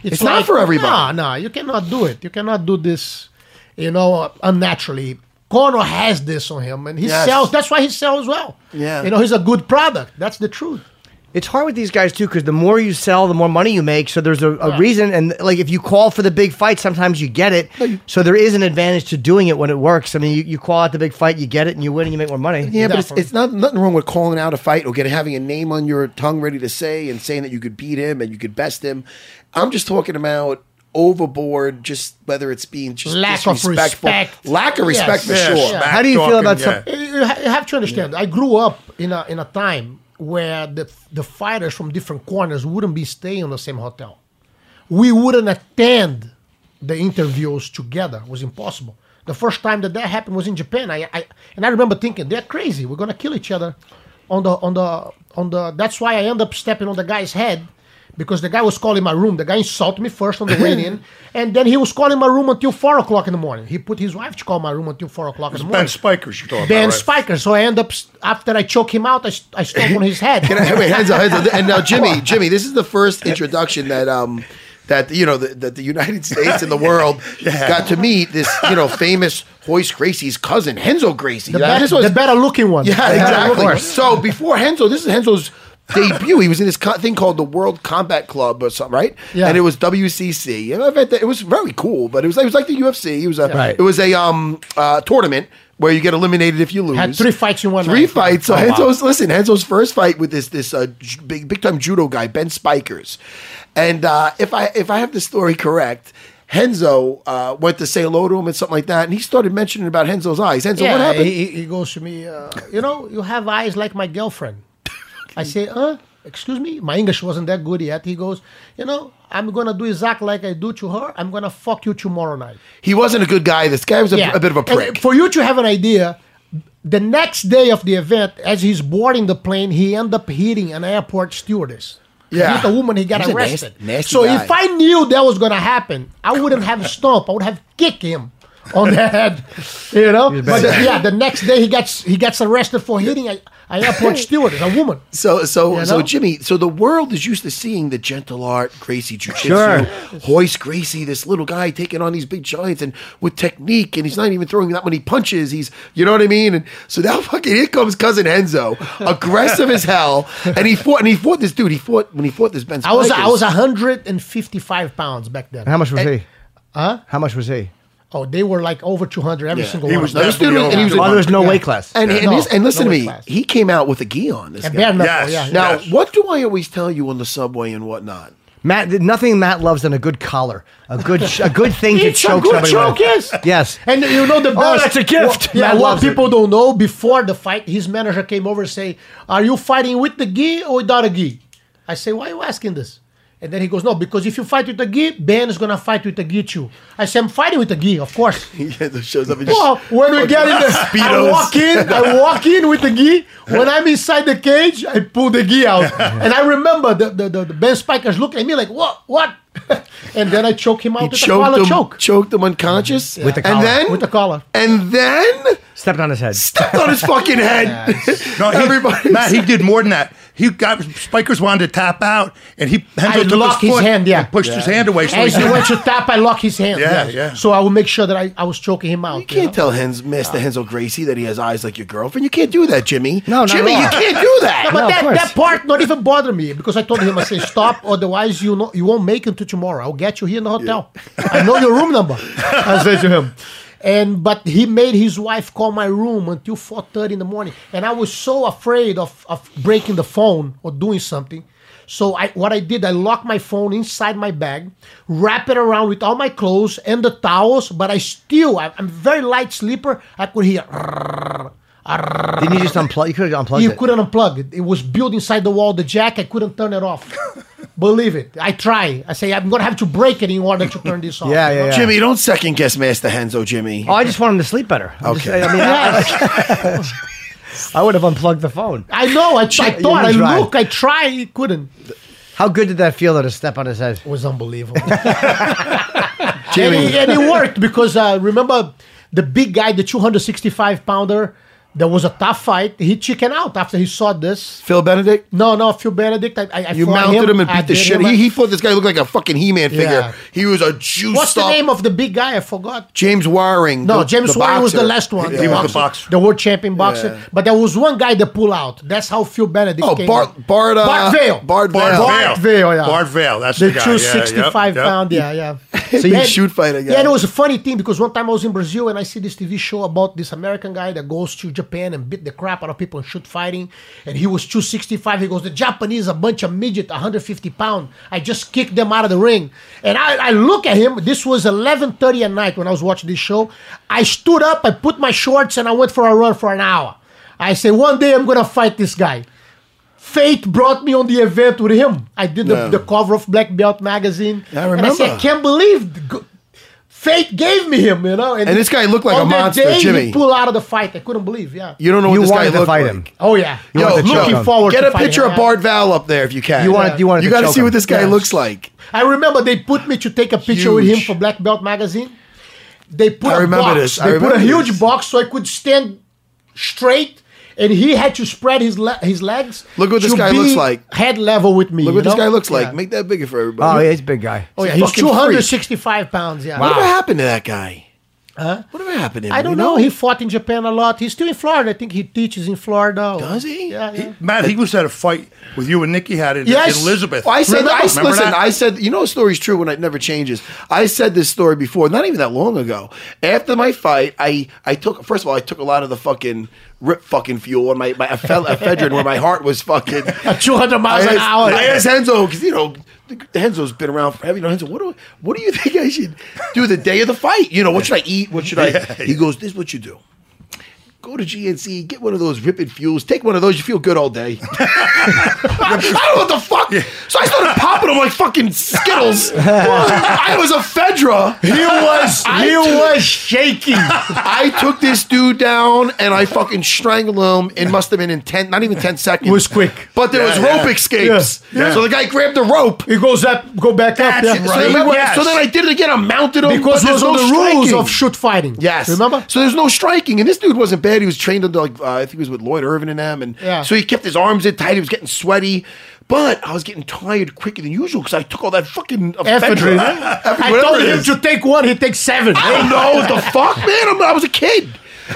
D: It's not for everybody.
G: No, no, you cannot do it. You cannot do this. You know, unnaturally. Connor has this on him, and he
D: Yes.
G: sells. That's why he sells well.
D: Yeah.
G: you know, he's a good product. That's the truth.
C: It's hard with these guys too because the more you sell, the more money you make. So there's a, a reason. And like if you call for the big fight, sometimes you get it. So there is an advantage to doing it when it works. I mean, you, you call out the big fight, you get it, and you win and you make more money.
D: yeah, but it's,
G: Definitely.
D: it's not nothing wrong with calling out a fight or getting having a name on your tongue ready to say and saying that you could beat him and you could best him. I'm just talking about overboard. Just whether it's being just
G: Lack of
D: disrespectful,
G: respect.
D: lack of
G: Yes.
D: respect
G: Yeah,
D: for sure.
G: yeah.
C: How do you feel about some-
G: You- you ha- you have to understand. I grew up in a in a time where the the fighters from different corners wouldn't be staying in the same hotel. We wouldn't attend the interviews together. It was impossible. The first time that that happened was in Japan. I, I and I remember thinking they're crazy. We're gonna kill each other on the on the on the. That's why I end up stepping on the guy's head. Because the guy was calling my room. The guy insulted me first on the way in, and then he was calling my room until four o'clock in the morning. He put his wife to call my room until four o'clock in the morning.
H: Ben Spiker's you're talking
G: Ben
H: about, right?
G: Spiker. So I end up s- after I choke him out, I, st- I stomp on his head.
D: Can I, wait, hands up, hands up. And now, Jimmy, Jimmy, this is the first introduction that um that you know that, that the United States and the world got to meet this you know famous Hoist Gracie's cousin Henzo Gracie.
G: the,
D: Yeah,
G: bet-
D: this was-
G: the better looking one.
D: yeah,
G: The better looking
D: exactly.
G: one.
D: So before Henzo, this is Henzo's debut. He was in this co- thing called the World Combat Club or something, right?
G: Yeah.
D: And it was WCC. And I bet that- It was very cool, but it was it was like the UFC. It was a
G: Right.
D: it was a um uh, tournament where you get eliminated if you lose.
G: Had three fights in one
D: Three
G: night.
D: fights. So
G: Oh, wow.
D: Henzo's listen. Henzo's first fight with this this uh, j- big big time judo guy Ben Spikers, and uh, if I if I have the story correct. Henzo uh, went to say hello to him and something like that, and he started mentioning about Henzo's eyes. Henzo, what happened?
G: He, he goes to me, uh, you know, you have eyes like my girlfriend. I say, huh? Excuse me? My English wasn't that good yet. He goes, you know, I'm going to do exactly like I do to her. I'm going to fuck you tomorrow night.
D: he wasn't a good guy. This guy was a, a bit of a
G: And
D: prick.
G: for you to have an idea, the next day of the event, as he's boarding the plane, he ended up hitting an airport stewardess. He
D: Yeah.
G: hit a woman. He got
D: He's a nasty-
G: arrested.
D: nasty
G: so
D: guy.
G: if I knew that was gonna happen, I wouldn't have stomped. I would have kicked him on the head. You know. But
D: bad.
G: yeah, the next day he gets he gets arrested for hitting a, an airport stewardess, a woman.
D: So so
G: You
D: so
G: know?
D: Jimmy, so the world is used to seeing the gentle art, Gracie Jiu-Jitsu,
C: Sure.
D: Hoist Gracie, this little guy taking on these big giants and with technique, and he's not even throwing that many punches. He's you know what I mean? And so now fucking here comes cousin Enzo, aggressive as hell. And he fought and he fought this dude. He fought when he fought this Ben
G: I was I
D: Spikers.
G: was 155 pounds back then.
C: How much was
G: And-
C: he? Huh? How much was he?
G: Oh, they were like over 200 every
D: Yeah.
G: single
H: He
G: one.
H: was
G: of them.
D: This dude
H: definitely
D: was- and he was
H: over
C: Oh, there was no
G: Yeah.
C: weight class.
D: and, and,
G: No,
D: his- and listen
G: no
D: to
G: weight
D: me,
G: class.
D: he came out with a gi on this
G: And
D: guy.
G: bare knuckle,
H: Yes.
G: yeah, yeah.
D: Now,
H: Yes.
D: what do I always tell you on the subway and whatnot?
C: Matt, nothing Matt loves than a good collar, a good, a good thing to
G: It's a
C: choke
G: good
C: somebody
G: choke,
C: with.
G: yes.
C: Yes. Oh,
G: And you know the best.
C: that's a gift.
G: What, yeah,
C: Man
G: what
C: loves it.
G: people don't know before the fight, his manager came over and say, "Are you fighting with the gi or without a gi?" I say, "Why are you asking this?" And then he goes, "No, because if you fight with the gi, Ben is gonna fight with the gi too." I say, "I'm fighting with the gi, of course."
D: Yeah, that shows up. and just-
G: Well, when we get in the I
D: Speedos.
G: walk in, I walk in with the gi. When I'm inside the cage, I pull the gi out. And I remember the, the, the, the Ben Spikers look at me like, what, what? and then I choke him out
D: He
G: with a collar
D: choked him,
G: choke.
D: choked him unconscious
C: With the
D: and
C: collar.
D: then
G: With the collar.
D: and then
C: Stepped on his head.
D: stepped on his fucking head.
H: No, he,
D: Everybody-
H: Matt, he did more than that. He got Spikers wanted to tap out, and he
G: I
H: Henzo took
G: locked his
H: foot
G: hand, yeah.
H: and pushed his hand away. So
G: As
H: he
G: he went to tap, I lock his hand.
H: Yeah,
G: yes.
H: yeah.
G: So I will make sure that I, I was choking him out.
D: You can't
G: know?
D: tell Hens, Master Hensel Gracie that he has eyes like your girlfriend. You can't do that, Jimmy.
C: No, not
D: Jimmy,
C: at all.
D: you can't do that.
G: No, but
C: No, of
G: that,
C: course.
G: that part not even bothered me because I told him I say stop, otherwise you know you won't make it to tomorrow. I'll get you here in the hotel. I know your room number. I said to him, and but he made his wife call my room until four thirty in the morning, and I was so afraid of of breaking the phone or doing something. So I, what I did, I locked my phone inside my bag, wrap it around with all my clothes and the towels. But I still, I, I'm a very light sleeper. I could hear.
C: Didn't you just unplug? You could have unplugged
G: You
C: it.
G: couldn't unplug it. It was built inside the wall. The jack, I couldn't turn it off. Believe it. I try. I say I'm gonna have to break it in order to turn this off.
C: Yeah,
G: you know?
C: yeah, yeah.
D: Jimmy, don't second guess Master Henzo, Jimmy.
C: Oh, I just want him to sleep better. I'm just-
D: Okay.
C: I mean, I, I would have unplugged the phone.
G: I know. I, I
C: You
G: thought. I
C: tried.
G: look. I try. It couldn't.
C: How good did that feel though to step on his head?
G: It was unbelievable. and, it, and it worked because uh, remember the big guy, the 265 pounder. There was a tough fight. He chickened out after he saw this.
D: Phil Benedict,
G: No, no, Phil Benedict. I, I, I
D: you
G: fought
D: mounted him, and
G: I
D: beat the
G: did
D: shit.
G: him.
D: He, he thought this guy looked like a fucking He-Man figure.
G: Yeah.
D: He was a juiced
G: What's the
D: up-
G: name of the big guy? I forgot.
D: James Waring.
G: No,
D: the-
G: James
D: the
G: Warren was the
D: boxer.
G: last one.
D: Yeah.
H: He was the boxer.
G: the world champion boxer.
D: Yeah.
G: But there was one guy that pulled out. That's how Phil Benedict.
D: Oh,
G: came
D: Bart,
G: in.
D: Bart, uh,
G: Bart Vale.
D: Bart Vale.
H: Bart
G: Bart Vale, yeah.
H: Bart Vale, that's
G: the
H: the, guy.
G: two
H: yeah, yep,
G: sixty-five
H: yep.
G: pound. Yeah, yeah.
D: So you shoot fighter, yeah.
G: Yeah, and it was a funny thing because one time I was in Brazil and I see this TV show about this American guy that goes to Japan and beat the crap out of people and shoot fighting. And he was two sixty-five. He goes, the Japanese a bunch of midget, one hundred fifty pound. I just kicked them out of the ring. And I, I look at him. This was eleven thirty at night when I was watching this show. I stood up, I put my shorts, and I went for a run for an hour. I say, one day I'm gonna fight this guy. Fate brought me on the event with him. I did
D: Yeah.
G: the, the cover of Black Belt magazine.
D: I
G: And I said, I
D: remember.
G: can't believe the go- Fate gave me him, you know.
D: And this guy looked like
G: on
D: a
G: that
D: monster,
G: day,
D: Jimmy.
G: He pulled out of the fight. I couldn't believe. Yeah.
D: You don't know what
C: You
D: this guy
C: wanted to
D: looked
C: fight
D: like.
C: him.
G: oh yeah.
C: You
D: Yo,
C: wanted to choke
D: looking
C: him.
D: forward. Get
G: to
D: a
G: fighting
D: picture
G: him,
D: of
G: yeah.
D: Bart Val up there if you can.
C: You wanted, you wanted
D: You
C: to
D: got to
C: choke
D: see
C: him.
D: what this guy
G: Yes.
D: looks like.
G: I remember they put me to take a picture with him
D: Huge.
G: for Black Belt magazine. They put
D: I
G: a
D: remember
G: box.
D: this. I
G: They put a
D: remember
G: huge
D: this.
G: box so I could stand straight. And he had to spread his le- his legs.
D: Look what this
G: to
D: guy
G: be
D: looks like.
G: Head level with me.
D: Look
G: you
D: what this
G: know?
D: guy looks like.
G: Yeah.
D: Make that bigger for
C: Oh,
D: everybody.
C: yeah, he's a big guy.
G: Oh yeah,
D: He's a
G: he's
D: fucking freak.
G: 265 pounds. Yeah.
D: Whatever happened to that guy?
G: Huh?
D: Whatever happened to him?
G: I don't
D: You
G: know. He fought in Japan a lot. He's still in Florida. I think he teaches in Florida. Does he? Yeah. yeah.
H: Matt, he was at a fight with you and Nikki had it.
D: Yes.
H: Elizabeth.
D: I said, I,
H: Remember
D: listen,
H: that?
D: I said, you know, the story's true when it never changes. I said this story before, not even that long ago. After my fight, I, I took, first of all, I took a lot of the fucking rip fucking fuel and my, my ephe- ephedrine where my heart was fucking.
G: At 200 miles
D: I
G: an
D: asked-
G: hour.
D: I asked Henzo, because, you know, Henzo's been around forever. You know, Henzo, what do, what do you think I should do the day of the fight? You know, what should I eat? What should I? He goes, this is what you do. Go to GNC, get one of those ripping fuels, take one of those, you feel good all day. I don't know what the fuck. So I started popping them like fucking Skittles. I was a Fedra. He
G: was- he was shaking.
D: I took this dude down and I fucking strangled him. It must have been in ten, not even ten seconds. It
G: was quick.
D: but there was
G: Yeah,
D: rope
G: yeah.
D: escapes.
G: Yeah, yeah.
D: So the guy grabbed the rope.
G: He goes up, go back up.
D: That's
G: Yeah,
D: it. so, then we went- so then I did it again. I mounted him
G: Because
D: but there's
G: those are
D: no
G: the rules
D: striking.
G: of shoot fighting.
D: Yes.
G: Remember?
D: So there's no striking, and this dude wasn't bad. He was trained under like uh, I think he was with Lloyd Irvin and them, and
G: Yeah.
D: so he kept his arms in tight. He was getting sweaty, but I was getting tired quicker than usual because I took all that fucking
G: Ephedrine.
D: ephedrine. Ephedrine,
G: I
D: whatever
G: told
D: it
G: him
D: is.
G: to take one, he takes seven.
D: I don't know what the fuck, man. I'm, I was a kid.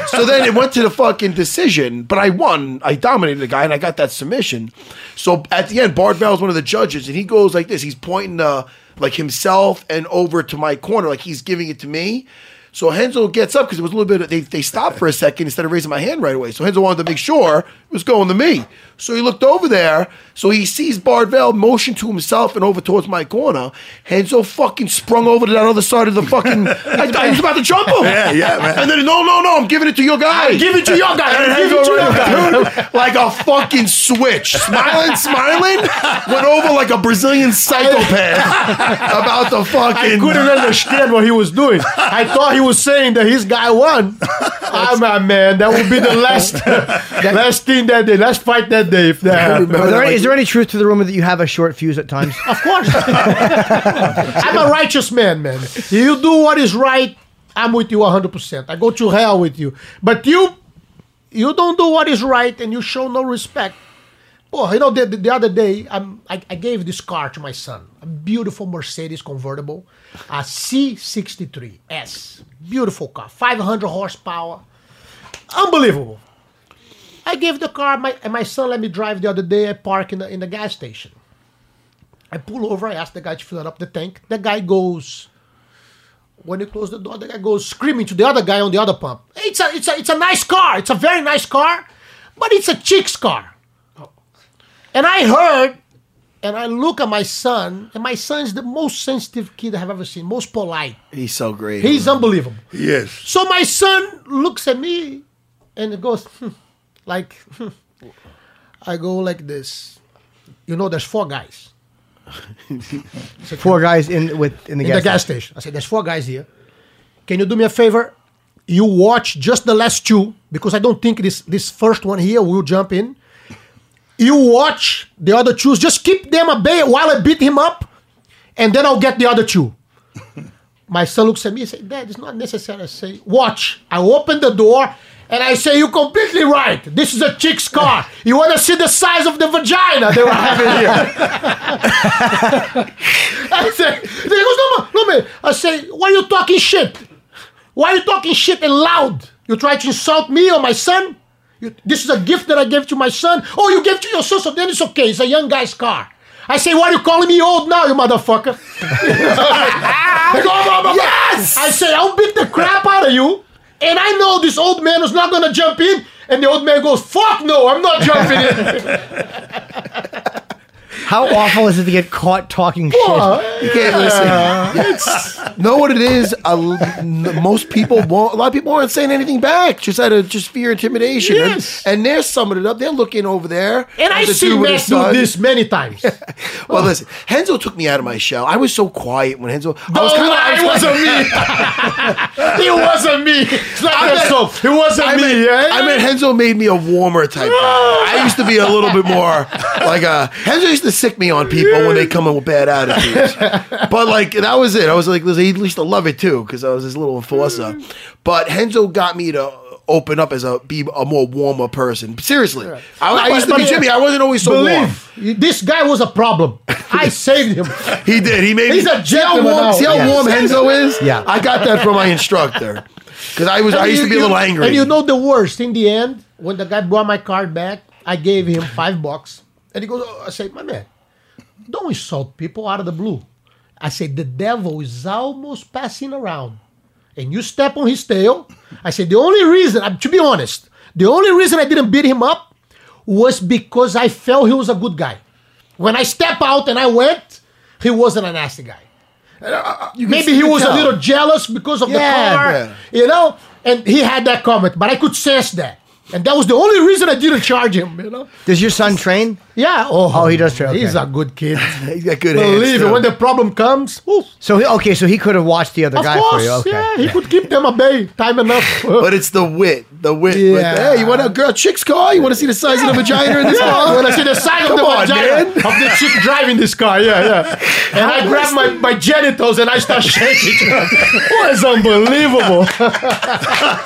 D: So then it went to the fucking decision, but I won. I dominated the guy, and I got that submission. So at the end, Bart Bell's one of the judges, and he goes like this: he's pointing uh, like himself and over to my corner, like he's giving it to me. So Henzo gets up because it was a little bit. They, they stopped for a second instead of raising my hand right away. So Henzo wanted to make sure it was going to me. So he looked over there. So he sees Bardvell motion to himself and over towards my corner. Henzo fucking sprung over to that other side of the fucking. I, I was about to jump him.
H: Yeah, yeah, man.
D: And then no, no, no, I'm giving it to your guy.
G: Give it to your guy.
D: And
G: Give
D: Henzo
G: it to your
D: ran
G: guy.
D: over, dude, like a fucking switch, smiling, smiling, went over like a Brazilian psychopath about the
G: I
D: fucking.
G: couldn't understand what he was doing. I thought he was saying that his guy won. I'm a man. That would be the last, last thing that day, last fight that day. If that happened.
C: Are there any, is there any truth to the rumor that you have a short fuse at times?
G: Of course. I'm a righteous man, man. You do what is right, I'm with you 100%. I go to hell with you. But you you don't do what is right and you show no respect. Oh, you know, the, the, the other day, I'm, I, I gave this car to my son. A beautiful Mercedes convertible, a C63 S. Beautiful car, 500 horsepower. Unbelievable. I gave the car, my, and my son let me drive the other day. I park in the, in the gas station. I pull over, I ask the guy to fill up the tank. The guy goes, when you close the door, the guy goes screaming to the other guy on the other pump. It's a, it's a, it's a nice car. It's a very nice car, but it's a chick's car. And I heard, and I look at my son, and my son is the most sensitive kid I have ever seen, most polite.
D: He's so great.
G: He's unbelievable.
H: Yes.
G: So my son looks at me and he goes, hmm, like, hmm. I go like this. You know, there's four guys.
C: Four guys in with in the,
G: in
C: gas,
G: the gas station. I said, "There's four guys here. Can you do me a favor? You watch just the last two because I don't think this this first one here will jump in. You watch the other two. Just keep them at bay while I beat him up, and then I'll get the other two." My son looks at me and says, "Dad, it's not necessary." I say, "Watch." I open the door. And I say, you're completely right. This is a chick's car. You want to see the size of the vagina they were having here. I say, he goes, no, man, no, man. I say, why you talking shit? Why you talking shit and loud? You try to insult me or my son? You, this is a gift that I gave to my son. Oh, you gave to your son, so then it's okay. It's a young guy's car. I say, why you calling me old now, you motherfucker?
D: Ah,
G: They go, "Blah, blah, blah." I say, I'll beat the crap out of you. And I know this old man is not gonna jump in. And the old man goes, fuck no, I'm not jumping in.
C: How awful is it to get caught talking shit?
D: You can't listen. It's, know what it is. A l- n- most people won't. A lot of people aren't saying anything back, just out of just fear, intimidation, And-
G: Yes.
D: and, they're summing it up. They're looking over there,
G: And I
D: The
G: see
D: dude with his
G: Matt do
D: son.
G: this many times.
D: Well, listen, Henzo took me out of my shell. I was so quiet when Henzo. I was
G: Don't
D: kinda-
G: lie,
D: I
G: it
D: was
G: Oh, wasn't
D: like-
G: me. it wasn't me. It's like
D: I
G: that
D: meant-
G: song. It wasn't
D: I
G: me.
D: meant,
G: yeah?
D: I meant Henzo made me a warmer type. guy. I used to be a little bit more like a Henzo used to sick me on people when they come in with bad attitudes. But like that was it. I was like, listen, he used to love it too because I was this little enforcer. But Henzo got me to open up as a be a more warmer person. Seriously, I, I
G: No,
D: used to
G: but-
D: be Jimmy. I wasn't always so warm.
G: Believe this guy was a problem. I saved him.
D: He did. He made
G: He's
D: me.
G: a
D: see how
G: gentleman
D: warm,
G: now.
D: see how
G: Yes.
D: warm Henzo is.
C: Yeah.
D: I got that from my instructor. Because I was,
G: And
D: I used
G: you-
D: to be a
G: you-
D: little angry.
G: And you know the worst? In the end, when the guy brought my card back, I gave him five bucks, and he goes, oh, "I say, my man, don't insult people out of the blue." I say, "The devil is almost passing around, and you step on his tail." I said, "The only reason, I- to be honest, the only reason I didn't beat him up was because I felt he was a good guy. When I step out and I went, he wasn't a nasty guy."
D: uh, You can
G: Maybe
D: see
G: he
D: the
G: was a
D: tell.
G: little jealous because of
D: Yeah,
G: the car,
D: yeah.
G: you know. And he had that comment, but I could sense that, and that was the only reason I didn't charge him, you know.
C: Does your son train?
G: Yeah. Oh,
C: Oh, he does train.
G: He's
C: okay.
G: a good kid.
D: He's got good hands,
G: Believe it.
D: too.
G: When the problem comes, oof,
C: So he, okay, so he could have watched the other
G: of
C: guy
G: course,
C: for you. Okay.
G: yeah, he could keep them at bay time enough.
D: but it's the wit, the wit. with,
G: Yeah.
D: hey, you want a girl chick's car? You want to see the size of the vagina in this
G: Yeah,
D: car?
G: when I see the side of
D: Come
G: the
D: on,
G: vagina
D: man.
G: of the chick driving this car, yeah, yeah. And I grab my, my genitals and I start shaking. what is unbelievable?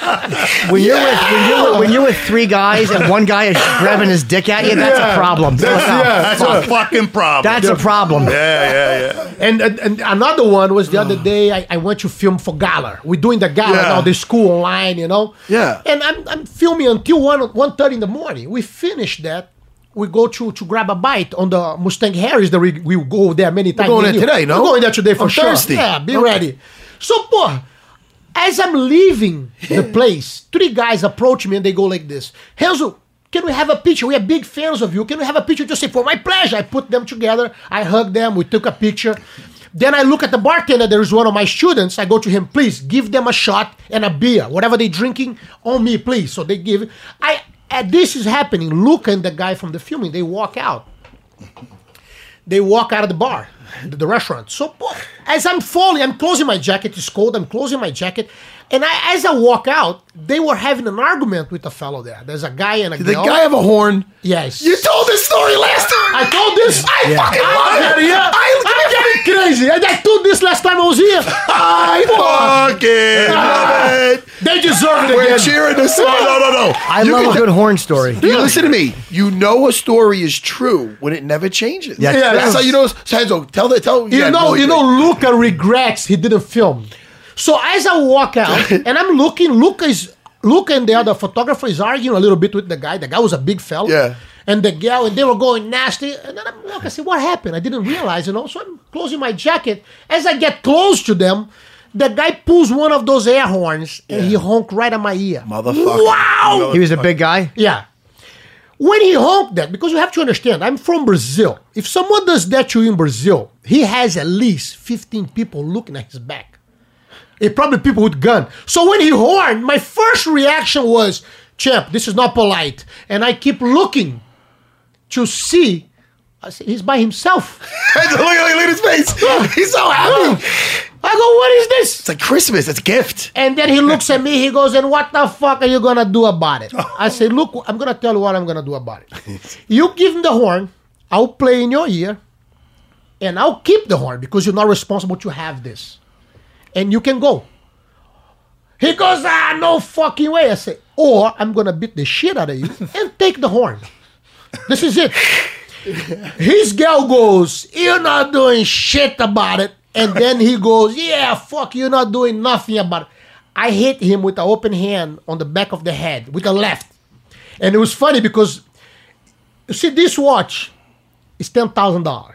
C: When you're with when you're with, when you're with three guys and one guy is grabbing his dick at you, that's a problem.
G: That's-
C: Look out.
G: yeah,
H: That's a fucking problem.
C: That's a problem.
H: yeah, yeah, yeah.
G: And, and and another one was the other
D: Ah.
G: day. I, I went to film for gala. We're doing the gala
H: Yeah.
G: now. The school online, you know.
D: Yeah.
G: And I'm, I'm filming until one one thirty in the morning. We finish that. We go to to grab a bite on the Mustang Harris. That we we go there many times.
D: going
G: me and
D: there
G: you.
D: today, no?
G: We're going there today for
D: On
G: sure.
D: Thursday.
G: Yeah. Be
D: Okay.
G: ready. So pô, as I'm leaving the place, three guys approach me and they go like this. Renzo, can we have a picture? We are big fans of you. Can we have a picture? Just say, for my pleasure. I put them together. I hugged them. We took a picture. Then I look at the bartender. There is one of my students. I go to him, please give them a shot and a beer, whatever they drinking, on me, please. So they give. I uh, this is happening. Luca and the guy from the filming, they walk out they walk out of the bar, the, the restaurant. So po- as I'm falling, I'm closing my jacket. It's cold. I'm closing my jacket, and I, as I walk out, they were having an argument with a fellow there. There's a guy and a
D: Did the
G: girl.
D: guy have a horn?
G: yes.
D: You told this story last time.
G: I told this. I fucking love
D: I-
G: it.
D: yeah.
G: I, am getting crazy. I, I told this last time I was here.
D: I fucking love it.
G: They deserve it
D: Ah. We're
G: again.
D: cheering this on. No, no, no.
C: I
D: You
C: love
D: can-
C: a good horn story.
D: You listen to me. You know a story is true when it never changes.
C: Yeah.
D: that's,
G: Yeah.
D: how you know. So Enzo, tell the tell.
G: You
D: Oh, yeah,
G: know,
D: really
G: you
D: good.
G: know, Luca regrets he didn't film. So as I walk out and I'm looking, Luca is Luca and the other photographer is arguing a little bit with the guy. The guy was a big fella.
D: Yeah.
G: And the girl and they were going nasty. And then I'm like, I said, what happened? I didn't realize, you know. So I'm closing my jacket. As I get close to them, the guy pulls one of those air horns and he honked right at my ear.
D: Motherfucker.
G: Wow!
C: He was a big guy.
G: Yeah. When he honked that, because you have to understand, I'm from Brazil. If someone does that to you in Brazil, he has at least 15 people looking at his back. And probably people with gun. So when he horned, my first reaction was, champ, this is not polite. And I keep looking to see. I said, he's by himself.
D: Enzo, look, at- look at his face. He's so
G: I
D: happy.
G: go, what is this?
D: It's like Christmas. It's a gift.
G: And then he looks at me, he goes, and what the fuck are you gonna do about it? I say, look, I'm gonna tell you what I'm gonna do about it. You give him the horn, I'll play in your ear, and I'll keep the horn because you're not responsible to have this. And you can go. He goes, ah, no fucking way. I say, or I'm gonna beat the shit out of you and take the horn. This is it. His girl goes, You're not doing shit about it. And then he goes, Yeah, fuck, you're not doing nothing about it. I hit him with an open hand on the back of the head, with the left. And it was funny because, you see, this watch is $10,000.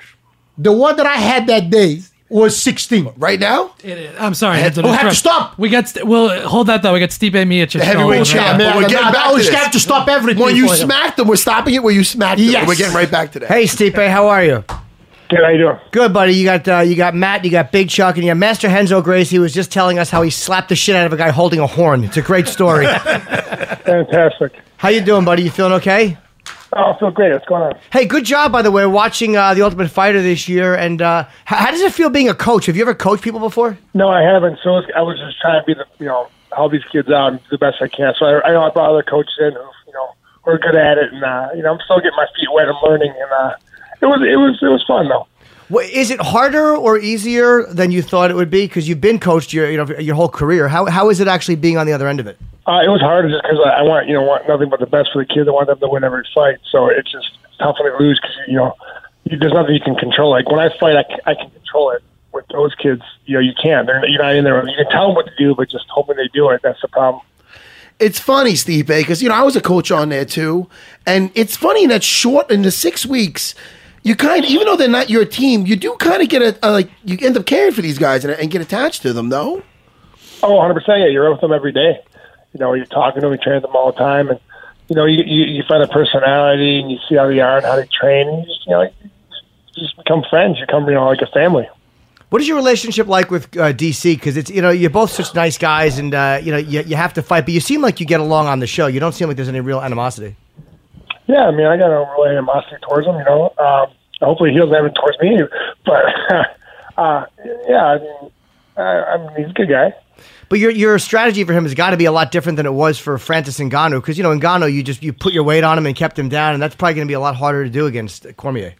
G: The one that I had that day was 16
D: Right now,
L: It is. I'm sorry. I had to
G: We'll have to
L: interrupt.
G: oh, stop.
L: We got. St- well, hold that though. We got Stipe Miocic. The
D: heavyweight champ.
G: man,
D: But we're
G: I-
D: getting
G: I-
L: Oh,
D: back
G: I
D: to
G: always
D: this.
G: have to stop everything.
D: when you
G: for him.
D: smacked them, we're stopping it. Where you smacked them.
G: Yes.
D: We're getting right back to that.
C: Hey, Stipe, how are you?
I: Good, how you doing?
C: Good, buddy. You got uh, you got Matt, you got Big Chuck, and you got Master Henzo Gracie was just telling us how he slapped the shit out of a guy holding a horn. It's a great story.
I: Fantastic.
C: how you doing, buddy? You feeling okay?
I: Oh, I feel great. What's going on?
C: Hey, good job, by the way, watching uh, The Ultimate Fighter this year. And uh, how, how does it feel being a coach? Have you ever coached people before?
I: No, I haven't. So it's- I was just trying to be the you know help these kids out and do the best I can. So I, I know I brought other coaches in who you know were good at it, and uh, you know I'm still getting my feet wet. I'm learning, and uh, it was it was it was fun though.
C: Wha- Is it harder or easier than you thought it would be? Because you've been coached your you know your whole career. How how is it actually being on the other end of it?
I: Uh, it was hard just because I, I want you know want nothing but the best for the kids. I want them to win every fight, so it's just tough when they lose because you know you, there's nothing you can control. Like when I fight, I, c- I can control it with
M: But those kids, you know, you can't. They're, you're not in there. You can tell them what to do, but just hoping they do it. That's the problem.
D: It's funny, Steve, because you know I was a coach on there too, and it's funny that short in the six weeks, you kind of even though they're not your team, you do kind of get a, a like you end up caring for these guys and, and get attached to them, though.
M: Oh, 100 percent. Yeah, you're with them every day. You know, you're talking to them, you train with them all the time, and you know, you you, you find a personality and you see how they are and how they train, and you just you know, you just become friends. You become you know like a family.
C: What is your relationship like with uh, DC? Because it's you know you're both such nice guys, and uh, you know you, you have to fight, but you seem like you get along on the show. You don't seem like there's any real animosity.
M: Yeah, I mean, I got no real animosity towards him. You know, um, hopefully he doesn't have it towards me, but uh, yeah, I mean, I, I mean, he's a good guy.
C: But your your strategy for him has got to be a lot different than it was for Francis Ngannou, because you know Ngannou, you just you put your weight on him and kept him down, and that's probably going to be a lot harder to do against Cormier.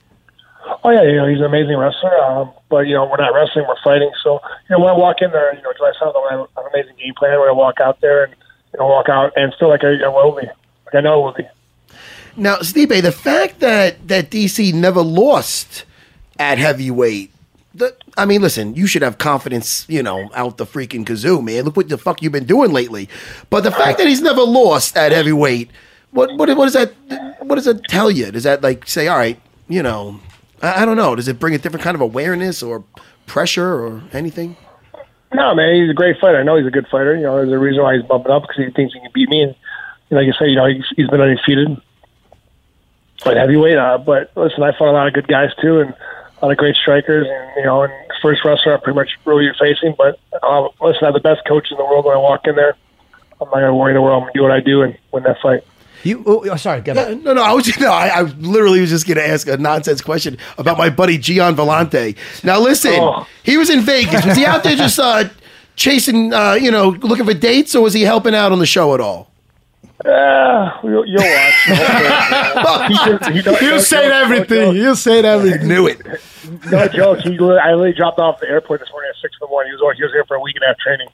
M: Oh yeah, you know he's an amazing wrestler. Um, but you know we're not wrestling, we're fighting. So you know when I walk in there, you know do I sound like I have an amazing game plan? When I walk out there and you know walk out and feel like I, I will be, like I know I will be.
D: Now, Steve, the fact that that DC never lost at heavyweight, the, I mean, listen, you should have confidence, you know, out the freaking kazoo, man. Look what the fuck you've been doing lately. But the fact that he's never lost at heavyweight, what what what does that what does that tell you? Does that like say, all right, you know, I, I don't know, does it bring a different kind of awareness or pressure or anything?
M: No, man, he's a great fighter. I know he's a good fighter. You know, there's a reason why he's bumping up because he thinks he can beat me. And like I say, you know, he's, he's been undefeated at heavyweight. Uh, but listen, I fought a lot of good guys too, and a lot of great strikers. And you know, and first wrestler I pretty much really you're facing. But uh, listen, I'm the best coach in the world when I walk in there. I'm not gonna worry the world. I'm gonna do what I do and win that fight.
C: You? Oh, sorry, get
D: Yeah, no, no, I was no, I, I literally was just going to ask a nonsense question about my buddy Gian Vellante. Now, listen,
E: Oh.
D: he was in Vegas. Was he out there just uh, chasing, uh, you know, looking for dates, or was he helping out on the show at all?
M: Ah, you'll, you'll watch.
G: You said everything. You said everything.
D: Knew it.
M: No joke. He, li- I literally dropped off the airport this morning at six in the morning. He was only- he was there for a week and a half training.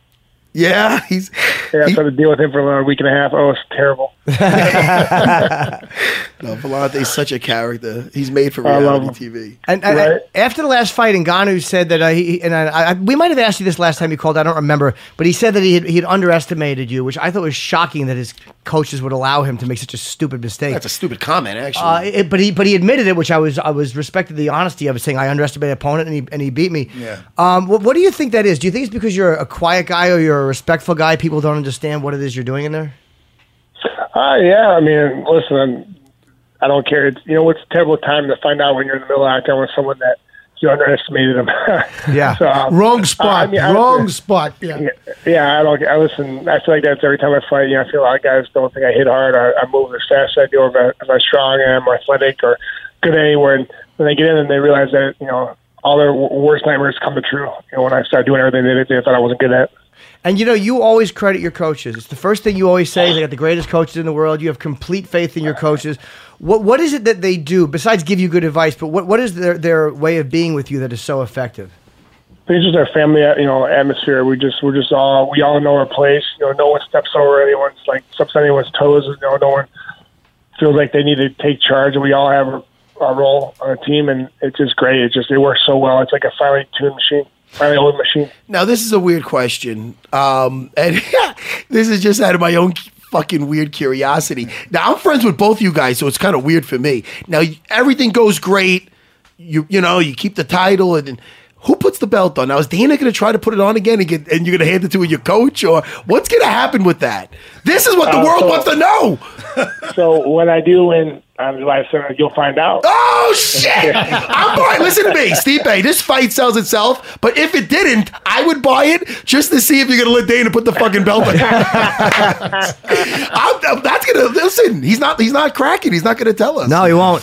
D: Yeah, he's.
M: Yeah, I had to deal with him for about a week and a half. Oh, it's terrible.
D: No, Vellante's such a character. He's made for
M: I love
D: reality TV.
C: And, and- and after the last fight, Ngannou said that uh, he and I, I, we might have asked you this last time you called. I don't remember, but he said that he had, he had underestimated you, which I thought was shocking that his coaches would allow him to make such a stupid mistake.
D: That's a stupid comment, actually.
C: Uh, it, but he but he admitted it, which I was I was respected the honesty of it, saying I underestimated opponent and he and he beat me.
D: Yeah.
C: Um, what, what do you think that is? Do you think it's because you're a quiet guy or you're a respectful guy? People don't understand what it is you're doing in there.
M: Ah, yeah. I mean, listen, I'm, I don't care. It's, you know, it's a terrible time to find out when you're in the middle of acting with someone that you underestimated them.
G: Yeah.
M: So, um,
G: Wrong spot.
M: I mean, I-
G: Wrong spot. Yeah.
M: Yeah, I don't. I listen. I feel like that's every time I fight. You know, I feel a lot of guys don't think I hit hard. Or I move as fast as I do, or if, I, if I'm strong, I am, or athletic, or good at anywhere. And then they get in and they realize that you know all their w- worst nightmares come to true. You know, when I start doing everything they, they thought I wasn't good at.
C: And you know, you always credit your coaches. It's the first thing you always say. They got the greatest coaches in the world. You have complete faith in your coaches. What what is it that they do besides give you good advice? But what, what is their their way of being with you that is so effective?
M: It's just our family, uh, you know, atmosphere. We just we're just all we all know our place. You know, no one steps over anyone's like steps on anyone's toes. You know, no one feels like they need to take charge. And we all have our, our role on a team, and it's just great. It just it works so well. It's like a finely tuned machine, finely oiled machine.
D: Now, this is a weird question. Um, and this is just out of my own fucking weird curiosity. Now, I'm friends with both you guys, so it's kind of weird for me. Now, y- everything goes great. You you know, you keep the title and then who puts the belt on? Now, is Dana going to try to put it on again and, get, and you're going to hand it to your coach or what's going to happen with that? This is what the
M: Uh,
D: world
M: so-
D: wants to know.
M: so when I do win on July seventh, you'll find out.
D: Oh shit! I'm buying. Listen to me, Steve. Bay, this fight sells itself, but if it didn't, I would buy it just to see if you're gonna let Dana put the fucking belt on. I'm, I'm- that's gonna listen. He's not. He's not cracking. He's not gonna tell us.
C: No, he won't.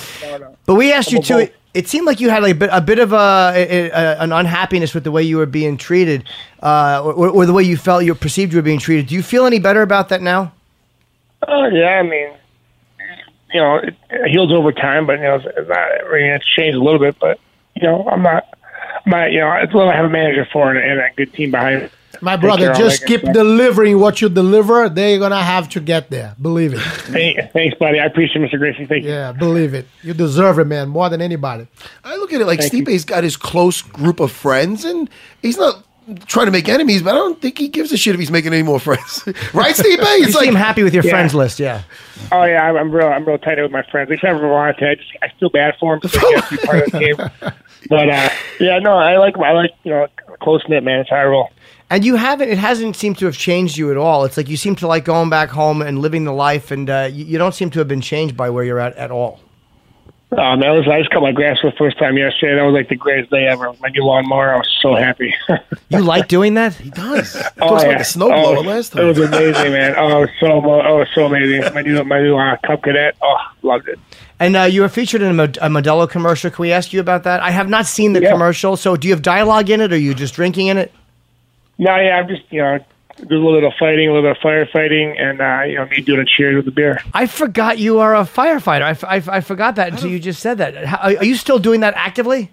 C: But we asked you too. It seemed like you had like a bit, a bit of a, a, a- an unhappiness with the way you were being treated, uh, or, or the way you felt you perceived you were being treated. Do you feel any better about that now?
M: Oh yeah, I mean, you know, it, it heals over time, but you know, it's, it's not. I mean, it's changed a little bit, but you know, I'm not. My, you know, it's what I have a manager for and, and a good team behind. me.
G: My
M: Take
G: brother,
M: care, I'll
G: just
M: make it
G: keep
M: back.
G: delivering what you deliver. They're gonna have to get there. Believe it.
M: Hey, thanks, buddy. I appreciate it, Mr. Gracie. Thank you.
G: Yeah, believe it. You deserve it, man, more than anybody.
D: I look at it like Stipe's got his close group of friends, and he's not trying to make enemies, but I don't think he gives a shit if he's making any more friends, right, Stipe?
C: You seem happy with your
M: Yeah.
C: friends list, yeah.
M: Oh yeah, I'm, I'm real. I'm real tight with my friends. Except for Morante, I just I feel bad for him. 'cause I guess he's part of the team. But uh, yeah, no, I like I like you know close knit man. It's how I roll.
C: And you haven't, it hasn't seemed to have changed you at all. It's like you seem to like going back home and living the life, and uh, you, you don't seem to have been changed by where you're at at all.
M: Oh man, listen, I just cut my grass for the first time yesterday. That was like the greatest day ever. My new lawnmower. I was so happy.
C: You like doing that? He
D: does. Looks like a snowblower last time.
M: Oh, It was amazing, man. Oh, it was so mo- oh, it was so amazing. My new my new uh, Cup Cadet. Oh, loved it.
C: And uh, you were featured in a, Mod- a Modelo commercial. Can we ask you about that? I have not seen the commercial. So, do you have dialogue in it, or are you just drinking in it?
M: No, yeah, I'm just you know do a little bit of fighting, a little bit of firefighting, and uh, you know me doing a cheers with the beer.
C: I forgot you are a firefighter. I, f- I f- I forgot that until you just said that. How, are are you still doing that actively?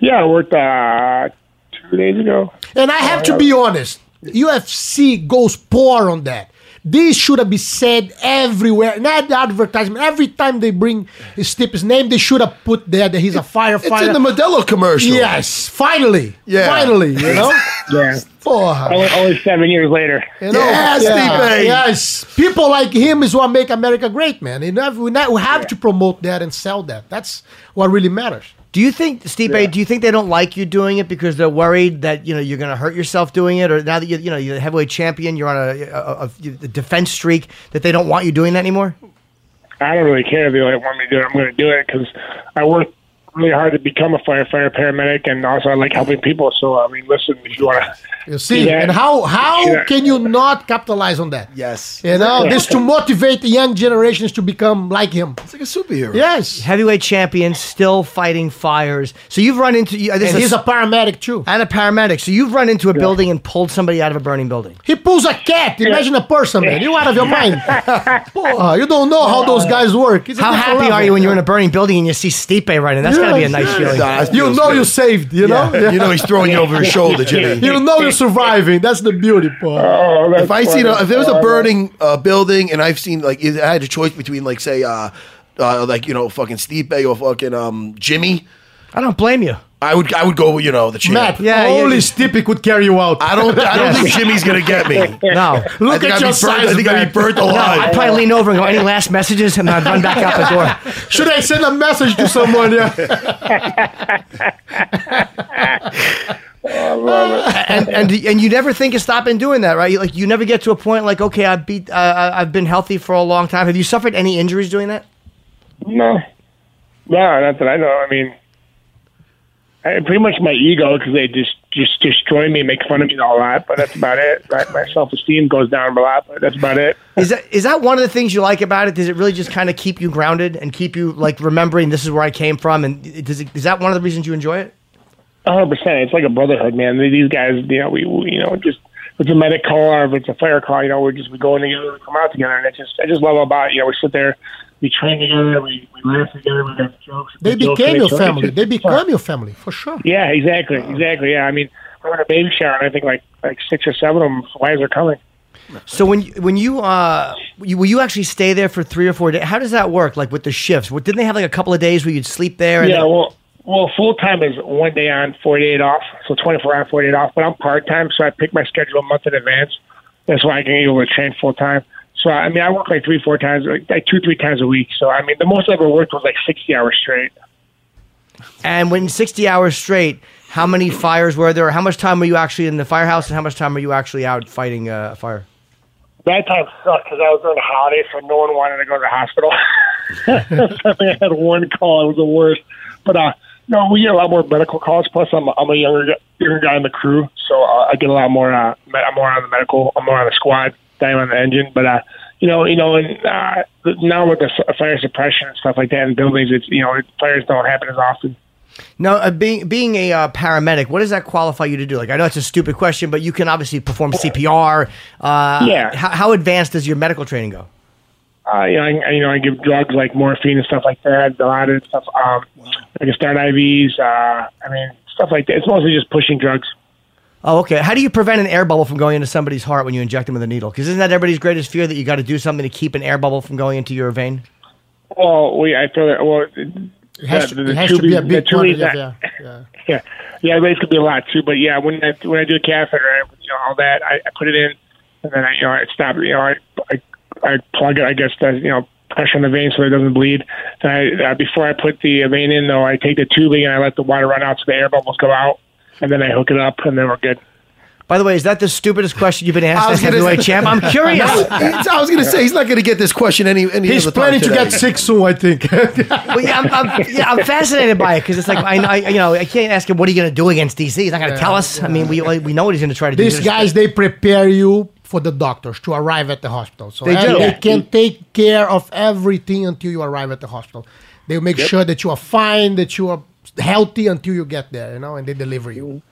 M: Yeah, I worked uh, two days ago.
G: And I have to be honest, UFC goes poor on that. This should have been said everywhere, not the advertisement. Every time they bring Stipe's name, they should have put there that he's a firefighter.
D: It's in the Modelo commercial.
G: Yes, finally.
D: Yeah.
G: Finally, you know?
M: yeah.
G: Porra.
M: Only, only seven years later.
G: You know? yeah, yes. People like him is what make America great, man. You know, we, not, we have to promote that and sell that. That's what really matters.
C: Do you think, Stipe? Do you think they don't like you doing it because they're worried that you know you're going to hurt yourself doing it, or now that you you know you're the heavyweight champion, you're on a, a, a, a defense streak that they don't want you doing that anymore?
M: I don't really care if they like, want me to do it. I'm going to do it because I worked really hard to become a firefighter paramedic, and also I like helping people. So I mean, listen, if you want to,
G: You see, and how how can you not capitalize on that?
D: Yes,
G: you know
M: Yeah.
G: this to motivate the young generations to become like him. It's
D: like a superhero.
G: Yes,
C: heavyweight champion, still fighting fires. So you've run into you- uh, this
G: And
C: is
G: he's a paramedic too,
C: and a paramedic. So you've run into a building and pulled somebody out of a burning building.
G: He pulls a cat. Imagine a person, man. You out of your mind. Porra, Oh, you don't know how those guys work. It's a
C: How
G: different
C: happy are
G: level.
C: you when you're in a burning building and you see Stipe running? That's got to be a
G: Yes,
C: nice
G: yes.
C: feeling.
G: You know you saved. You know.
D: Yeah. You know he's throwing you over his shoulder, Jimmy. Oh,
G: You know you're surviving. That's the beauty, part.
D: if I seen a, if there
G: Oh,
D: was a burning uh, building and I've seen like if I had a choice between like say uh, uh like you know fucking Stipe or fucking um Jimmy,
C: I don't blame you.
D: I would I would go you know the champ.
G: Matt, only Stippy could carry you out.
D: I don't I don't think Jimmy's gonna get me.
C: No,
D: I think I'd be burnt- I think I'd be burnt alive.
C: No, I'd probably lean over and go, "Any last messages?" And I'd run back out the door.
G: Should I send a message to someone? Yeah.
M: Oh,
C: and and and you never think of stopping doing that, right? You- Like you never get to a point like, okay, I beat, uh, I- I've been healthy for a long time. Have you suffered any injuries doing that?
M: No, no, not that I know. I mean, I, pretty much my ego because they just just destroy me, make fun of me a lot. But that's about it. Right? My self esteem goes down a lot, but that's about it.
C: Is that is that one of the things you like about it? Does it really just kind of keep you grounded and keep you like remembering this is where I came from? And it- does it, is that one of the reasons you enjoy it?
M: A hundred percent. It's like a brotherhood, man. These guys, you know, we, we you know, just if it's a medic call or if it's a fire call, you know, we're just we go in together, we come out together, and it's just I just love about it. you know we sit there, we train together, we, we laugh together, we got jokes.
G: They
M: we joke
G: became
M: with
G: your
M: each other. It's
G: family.
M: just
G: They
M: fun.
G: become your family for sure.
M: Yeah, exactly, exactly. Yeah, I mean, we're at a baby shower, and I think like like six or seven of them wives are coming.
C: So when you- when you uh, you, will you actually stay there for three or four days? How does that work? Like with the shifts? What, didn't they have like a couple of days where you'd sleep there? And
M: yeah,
C: then-
M: well, well, full time is one day on, forty eight off, so twenty four on, forty eight off. But I'm part time, so I pick my schedule a month in advance. That's why I can able to train full time. So I mean, I work like three, four times, like, like two, three times a week. So I mean, the most I ever worked was like sixty hours straight.
C: and when sixty hours straight, how many fires were there? How much time were you actually in the firehouse, and how much time were you actually out fighting uh, a fire?
M: That time sucked because I was during the holiday, so no one wanted to go to the hospital. I think I had one call; it was the worst. But uh, no, we get a lot more medical calls. Plus, I'm I'm a younger gu- younger guy in the crew, so uh, I get a lot more. Uh, me- I'm more on the medical. I'm more on the squad than I'm on the engine. But uh, you know, you know, and uh, th- now with the s- fire suppression and stuff like that in buildings, it's you know, it- fires don't happen as often.
C: Now, uh, being being a uh, paramedic, what does that qualify you to do? Like, I know it's a stupid question, but you can obviously perform CPR. Uh,
M: Yeah.
C: How, how advanced does your medical training go?
M: Uh, you know, I, I- you know, I give drugs like morphine and stuff like that. A lot of stuff. Um, I can start IVs. Uh, I mean, stuff like that. It's mostly just pushing drugs.
C: Oh, okay. How do you prevent an air bubble from going into somebody's heart when you inject them with a needle? Because isn't that everybody's greatest fear that you got to do something to keep an air bubble from going into your vein?
M: Well, we I feel that. Well, it
C: has to- it has to be a big quantity, yeah,
M: yeah, yeah. But it's gonna be a lot too. But yeah, when I when I do a catheter, I, you know, all that, I, I put it in, and then I you know I stop. You know, I I, I plug it. I guess that you know pressure on the vein so it doesn't bleed. And I uh, before I put the vein in though, I take the tubing and I let the water run out so the air bubbles go out, and then I hook it up, and then we're good.
C: By the way, is that the stupidest question you've been asked as heavyweight champ? I'm curious.
D: I was going to say he's not going to get this question any any.
G: He's
D: other
G: planning
D: time
G: to
D: today.
G: get sick soon, I think.
C: Well, yeah, I'm, I'm, yeah, I'm fascinated by it because it's like I, I, you know, I can't ask him what are you going to do against DC. He's not going to
G: Yeah,
C: tell us. I mean, we we know what he's going to try to do.
G: These guys, they prepare you for the doctors to arrive at the hospital. So
C: They
G: they,
C: do.
G: they can take care of everything until you arrive at the hospital. They make
C: Yep.
G: sure that you are fine, that you are healthy until you get there, you know, and they deliver you.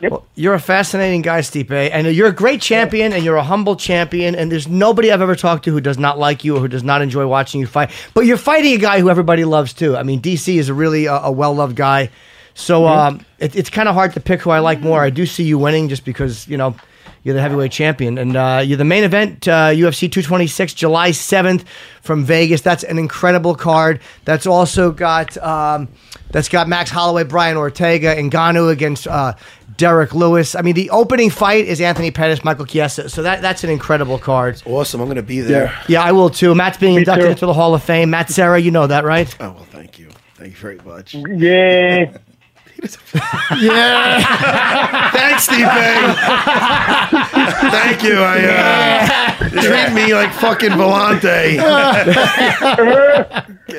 C: Well, you're a fascinating guy, Stipe, and you're a great champion, and you're a humble champion. And there's nobody I've ever talked to who does not like you or who does not enjoy watching you fight. But you're fighting a guy who everybody loves too. I mean, DC is a really uh, a, a well-loved guy. So
G: Mm-hmm.
C: um, it, it's kind of hard to pick who I like more. I do see you winning just because you know you're the heavyweight champion, and uh, you're the main event uh, UFC 226, July 7th from Vegas. That's an incredible card. That's also got um, that's got Max Holloway, Brian Ortega, and Ganu against uh, Derek Lewis. I mean, the opening fight is Anthony Pettis, Michael Chiesa. So that that's an incredible card.
D: awesome. I'm going to be there.
C: Yeah, I will too. Matt's being
D: Me
C: inducted
D: too.
C: into the Hall of Fame. Matt Sarah, you know that, right?
D: Oh well, thank you, thank you very much.
M: Yeah.
G: yeah.
D: Thanks, Steve. Thank you. I, uh, Treat me like fucking Volante.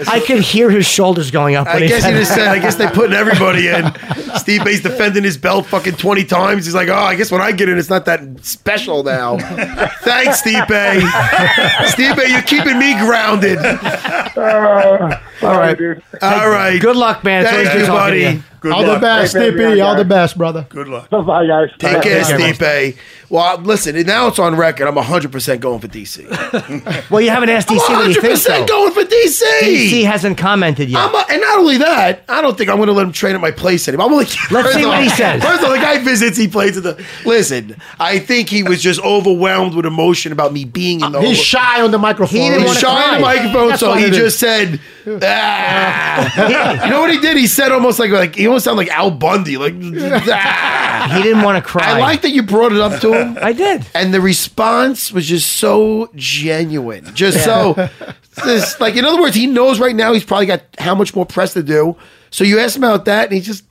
C: I could hear his shoulders going up. when
D: I guess
C: said
D: he just
C: that.
D: said. I guess they putting everybody in. Steve Bay's defending his belt fucking twenty times. He's like, oh, I guess when I get in, it's not that special now. Thanks, Steve Bay. Steve Bay, you're keeping me grounded.
M: Uh,
C: All right,
D: all right.
C: Good luck, man. It's
D: Thank
C: always
D: you,
C: good talking to
D: buddy.
C: you.
G: all the best, Stipe. All the best, brother.
H: Good luck.
M: Bye, guys.
D: Take care,
C: Take
D: Stipe. Well, listen, now it's on record. I'm 100% going for DC.
C: Well, you haven't asked DC what he thinks.
D: 100%
C: though.
D: going for DC.
C: DC hasn't commented yet.
D: I'm a, and not only that, I don't think I'm going to let him train at my place anymore. I'm only,
C: Let's see what he says.
D: First of all, the guy visits, he plays at the. Listen, I think he was just overwhelmed with emotion about me being in the.
G: He's shy on the microphone.
D: He
G: right?
D: was shy on the microphone,
G: That's
D: so
G: what
D: he
G: it is.
D: just said, "Ah." you know what he did? He said almost like like he almost sounded like Al Bundy, like "Ah."
C: he didn't want to cry.
D: I like that you brought it up to him.
C: I did,
D: and the response was just so genuine, just so this like in other words, he knows right now he's probably got how much more press to do. So you asked him about that, and he just.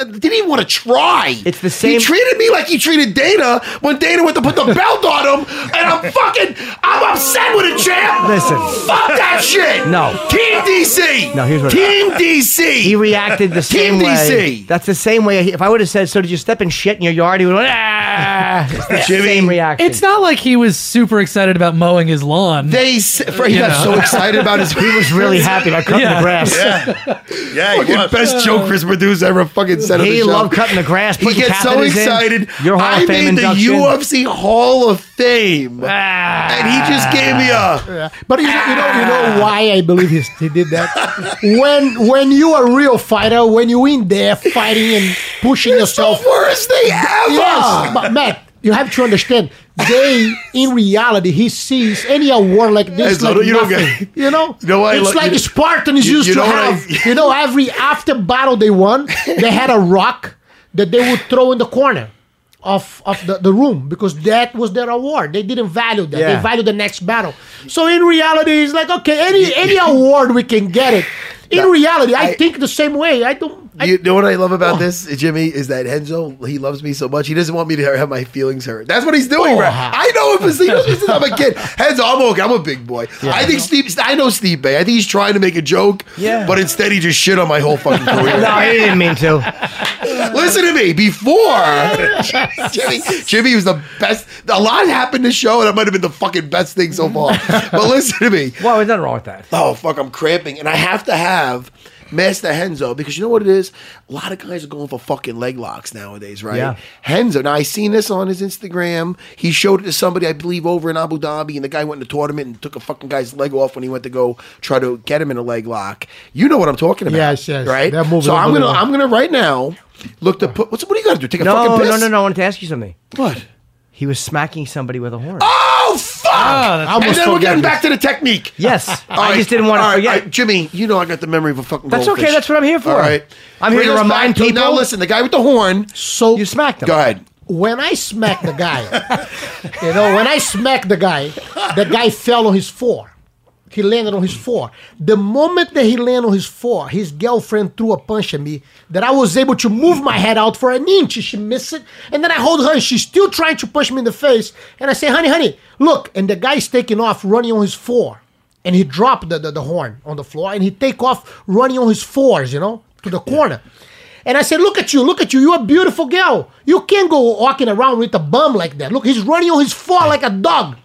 D: Didn't even want to try. It's the He
C: same-
D: treated me like he treated Dana when Dana went to put the belt on him, and I'm fucking, I'm upset with it, champ.
C: Listen.
D: fuck that shit.
C: No.
D: Team DC.
C: No, here's what
D: Team DC.
C: He reacted the same
D: Team
C: way.
D: DC.
C: That's the same way. If I would have said, "So did you step in shit in your yard?" He would have went, "Ah." It's the
D: Jimmy,
C: same reaction.
L: It's not like he was super excited about mowing his lawn.
D: They s- for- he got so excited about his.
C: He was really happy about cutting
L: Yeah.
C: the grass.
H: Yeah, he
D: fucking
H: was.
D: best joke Chris Medusa ever fucking said. on
C: He
D: the show.
C: loved cutting the grass,
D: He
C: putting
D: gets so
C: catheters in.
D: excited.
C: Your Hall of
D: I
C: Fame
D: made the
C: induction.
D: UFC Hall of Fame, and he
C: Ah.
D: just gave me a.
G: But you know, you know, you know why I believe he, he did that. when when you are a real fighter, when you in there fighting and pushing yourself,
D: worst thing ever.
G: Yes, but Matt, you have to understand. They, in reality, he sees any award like this
D: It's
G: like
D: not- you don't
G: nothing.
D: get-
G: you know,
D: You know what I
G: it's
D: lo-
G: like
D: you-
G: Spartans
D: you-
G: used
D: you
G: to
D: know what I-
G: have. you know, every after battle they won, they had a rock that they would throw in the corner. Of, of the, the room because that was their award. They didn't value that.
C: Yeah.
G: They valued the next battle. So in reality, it's like okay, any any award we can get it. In reality, I, think the same way. I don't. I,
D: You know what I love
C: Oh.
D: about this, Jimmy, is that Henzo he loves me so much he doesn't want me to have my feelings hurt. That's what he's doing.
G: Oh.
D: right? I know him he knows me since I'm a kid. Henzo, I'm okay. I'm a big boy. I think Steve. I know Steve Bay. I think he's trying to make a joke.
C: Yeah.
D: But instead, he just shit on my whole fucking career.
C: no, he didn't mean to.
D: Listen to me. Before Jimmy, Jimmy was the best. A lot happened to show, and I might have been the fucking best thing so far. But listen to me.
C: Well, there's nothing wrong with that.
D: Oh fuck, I'm cramping, and I have to have Master Henzo, because you know what it is? A lot of guys are going for fucking leg locks nowadays, right?
C: Yeah.
D: Henzo. Now I seen this on his Instagram. He showed it to somebody, I believe, over in Abu Dhabi, and the guy went in the tournament and took a fucking guy's leg off when he went to go try to get him in a leg lock. You know what I'm talking about?
G: Yes, yes.
D: Right.
G: That movie
D: so
G: was
D: I'm gonna,
G: really
D: I'm gonna right now look to put. What's, what do you gotta do? Take a
C: no,
D: fucking piss?
C: no, no, no. I wanted to ask you something.
D: What?
C: He was smacking somebody with a horn.
D: Oh fuck!
C: Ah, that's-
D: and
C: Almost
D: then we're getting
C: forgot
D: back to the technique.
C: Yes. I just didn't wanna
D: all right,
C: forget.
D: all right. Jimmy, you know I got the memory of a fucking.
C: That's
D: goldfish.
C: okay, that's what I'm here for.
D: All right,
C: I'm here
D: Bring
C: to
D: us
C: remind
D: back
C: people-
D: Now listen, the guy with the horn.
G: So
C: you smacked him.
D: Go ahead.
G: when I smacked the guy, you know, when I smacked the guy, the guy fell on his floor. He landed on his floor. The moment that he landed on his floor, his girlfriend threw a punch at me that I was able to move my head out for an inch. She missed it. And then I hold her and she's still trying to punch me in the face. And I say, honey, honey, look. And the guy's taking off running on his floor. And he dropped the, the, the horn on the floor and he take off running on his fours, you know, to the corner. And I said, look at you, look at you. You're a beautiful girl. You can't go walking around with a bum like that. Look, he's running on his floor like a dog.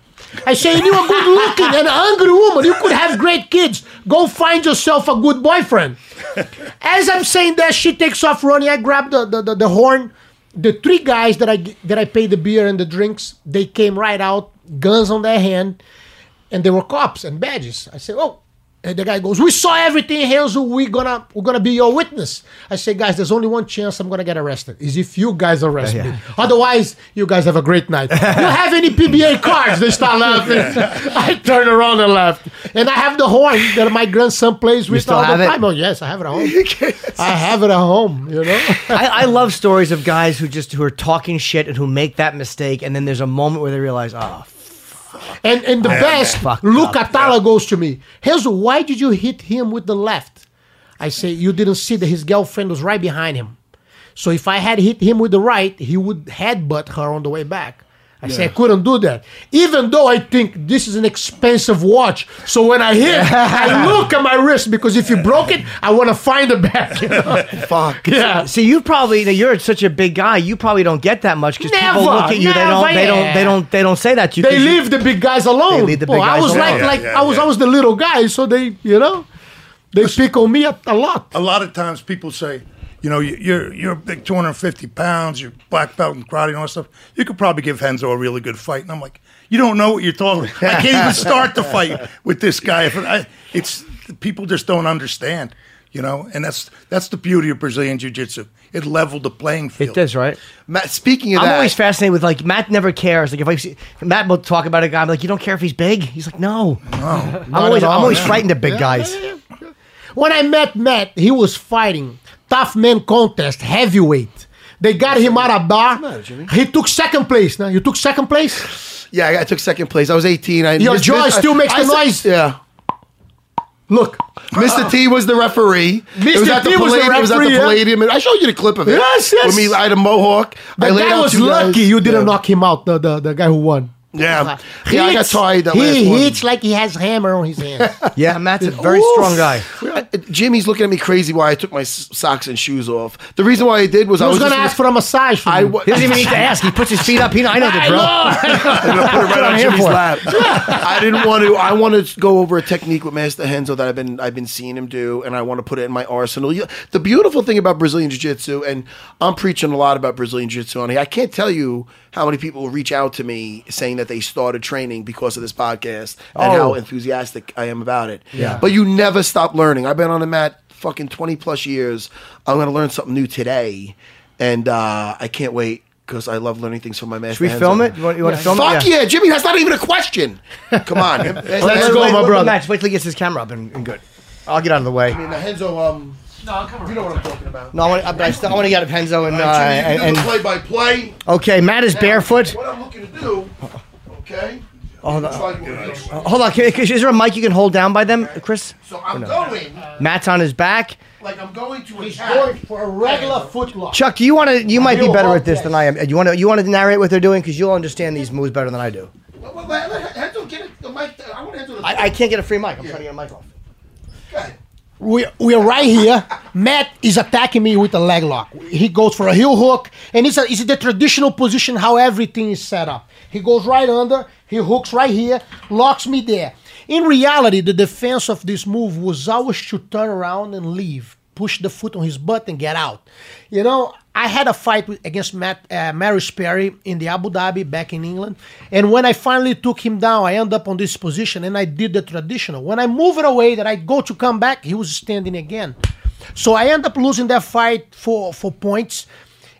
G: I say, you're a good looking and hungry woman. You could have great kids. Go find yourself a good boyfriend. As I'm saying that, she takes off running. I grab the, the, the, the horn. The three guys that I, that I paid the beer and the drinks, they came right out, guns on their hand and there were cops and badges. I said, "Oh," and the guy goes, "We saw everything, Hazel. We gonna we're gonna be your witness." I said, "Guys, there's only one chance I'm gonna get arrested is if you guys arrest
C: Yeah.
G: me. Otherwise, you guys have a great night. you have any PBA cards?" They start laughing. I turn around and laugh, and I have the horn that my grandson plays with
C: still
G: all
C: have
G: the
C: it?
G: time. Oh yes, I have it at home. I have it at home. You know.
C: I, I love stories of guys who just who are talking shit and who make that mistake, and then there's a moment where they realize, oh,
G: And and the
C: Yeah,
G: best,
C: man. Fucked
G: Luke
C: up,
G: Atala goes to me, Hazel, why did you hit him with the left? I say, you didn't see that his girlfriend was right behind him. So if I had hit him with the right, he would headbutt her on the way back. I say, I couldn't do that. Even though I think this is an expensive watch. So when I hit, I look at my wrist because if you broke it, I want to find it back. you know?
D: Fuck.
G: yeah.
C: See, you probably now you're such a big guy. You probably don't get that much because people
G: Never,
C: look at you. They don't.
G: never,
C: They don't. They
G: yeah.
C: don't. They don't say that to you.
G: They
C: 'cause you-
G: leave the big guys alone.
C: They leave the
G: Boy,
C: big
G: I
C: guys
G: was like,
C: alone.
G: like
H: Yeah, yeah,
G: I was
H: yeah.
G: always the little guy, so they, you know, they pick on me a, a lot.
H: a lot of times people say, you know, you- you're you're a big 250 pounds, you're black belt in karate and all that stuff. You could probably give Henzo a really good fight, and I'm like, you don't know what you're talking. I can't even start the fight with this guy. If I, it's people just don't understand, you know, and that's that's the beauty of Brazilian jiu-jitsu. It leveled the playing field.
C: It does right.
D: Matt, speaking of
C: I'm
D: that,
C: always fascinated with like Matt never cares. Like if I see Matt will talk about a guy, I'm like, you don't care if he's big. He's like, no.
H: Oh,
C: I'm always
G: at all,
C: I'm always
G: yeah.
C: frightened of big
G: Yeah,
C: guys.
G: yeah, yeah. When I met Matt, he was fighting tough man contest heavyweight. They got him out of bar. He took second place. Now you took second place.
D: yeah, I- I took second place. I was 18. I
G: Your
D: Miss-
G: jaw
D: Miss-
G: still makes
D: I
G: the
D: said-
G: noise.
D: Yeah.
G: Look,
D: Mr. T was the referee. It
G: Mr.
D: was at the
G: T was the
D: Palladium. It was at the
G: referee, yeah.
D: Palladium. and I showed you the clip of it.
G: Yes, yes.
D: With me, I had a mohawk.
G: the
D: I laid
G: guy
D: out
G: was
D: two guys.
G: lucky you didn't
D: Yeah.
G: knock him out. The the, the guy who won.
D: Yeah, yeah, I got
G: Hits.
D: tied that last
G: he
D: one.
G: hits like he has hammer on his hand.
C: Yeah, Matt's a very
D: Oof.
C: strong guy.
D: I- Jimmy's looking at me crazy why I took my s- socks and shoes off. The reason why I did was
G: I
D: I
G: was
D: was
G: gonna
D: just-
G: ask for a massage. From
D: I
G: you.
D: wa-
C: He doesn't even need to ask. He puts his feet up. He know, I know the drill.
D: I'm gonna put it right on
C: I'm here
D: Jimmy's
C: for it.
D: lap. I didn't want to. I want to go over a technique with Master Henzo that I've been I've been seeing him do, and I want to put it in my arsenal. You- The beautiful thing about Brazilian Jiu Jitsu, and I'm preaching a lot about Brazilian Jiu Jitsu on here. I can't tell you how many people reach out to me saying that they started training because of this podcast and
C: Oh.
D: how enthusiastic I am about it.
C: Yeah.
D: But you never stop learning. I've been on the mat fucking 20 plus years. I'm going to learn something new today. And uh, I can't wait because I love learning things from my master.
C: we
D: Hanzo.
C: film it? You want- you wanna film it?
D: Fuck
C: Yeah.
D: yeah, Jimmy, that's not even a question. Come on.
C: Wait,
D: Let's
C: wait, wait,
G: brother.
C: Matt, just wait till he gets his camera up and, and good. I'll get out of the way.
D: Now, Henzo, um, no, come on. you know what I'm talking about.
C: No, I want. to I, still, I want to get out of Henzo and, uh,
D: Jimmy, you do
C: and,
D: the
C: and
D: play by play.
C: okay. Matt is barefoot.
D: What I'm looking to do, okay?
C: Hold
D: It's
C: on.
D: like-
C: Uh, Hold on. Can, is there a mic you can hold down by them, Chris?
D: So I'm going,
C: Matt's on his back.
D: like I'm going to
G: He's
D: attack.
G: going for a regular footlock.
C: Chuck, you want to? You might be
G: Heel
C: better
G: hold,
C: at this than I am. You want to? You want to narrate what they're doing because you'll understand these moves better than I do.
D: Wait, wait, wait, let Henzo get it- the mic. I want Henzo to.
C: I, I can't get a free mic. I'm trying to get a mic off.
D: Okay.
G: we we are right here. Matt is attacking me with a leg lock. He goes for a heel hook, and it's a, it's the traditional position how everything is set up. He goes right under, he hooks right here, locks me there. In reality, the defense of this move was always to turn around and leave, push the foot on his butt and get out. You know, I had a fight with, against Matt uh, Maris Perry in the Abu Dhabi back in England, and when I finally took him down, I end up on this position, and I did the traditional. When I move it away, that I go to come back, he was standing again. So I end up losing that fight for for points.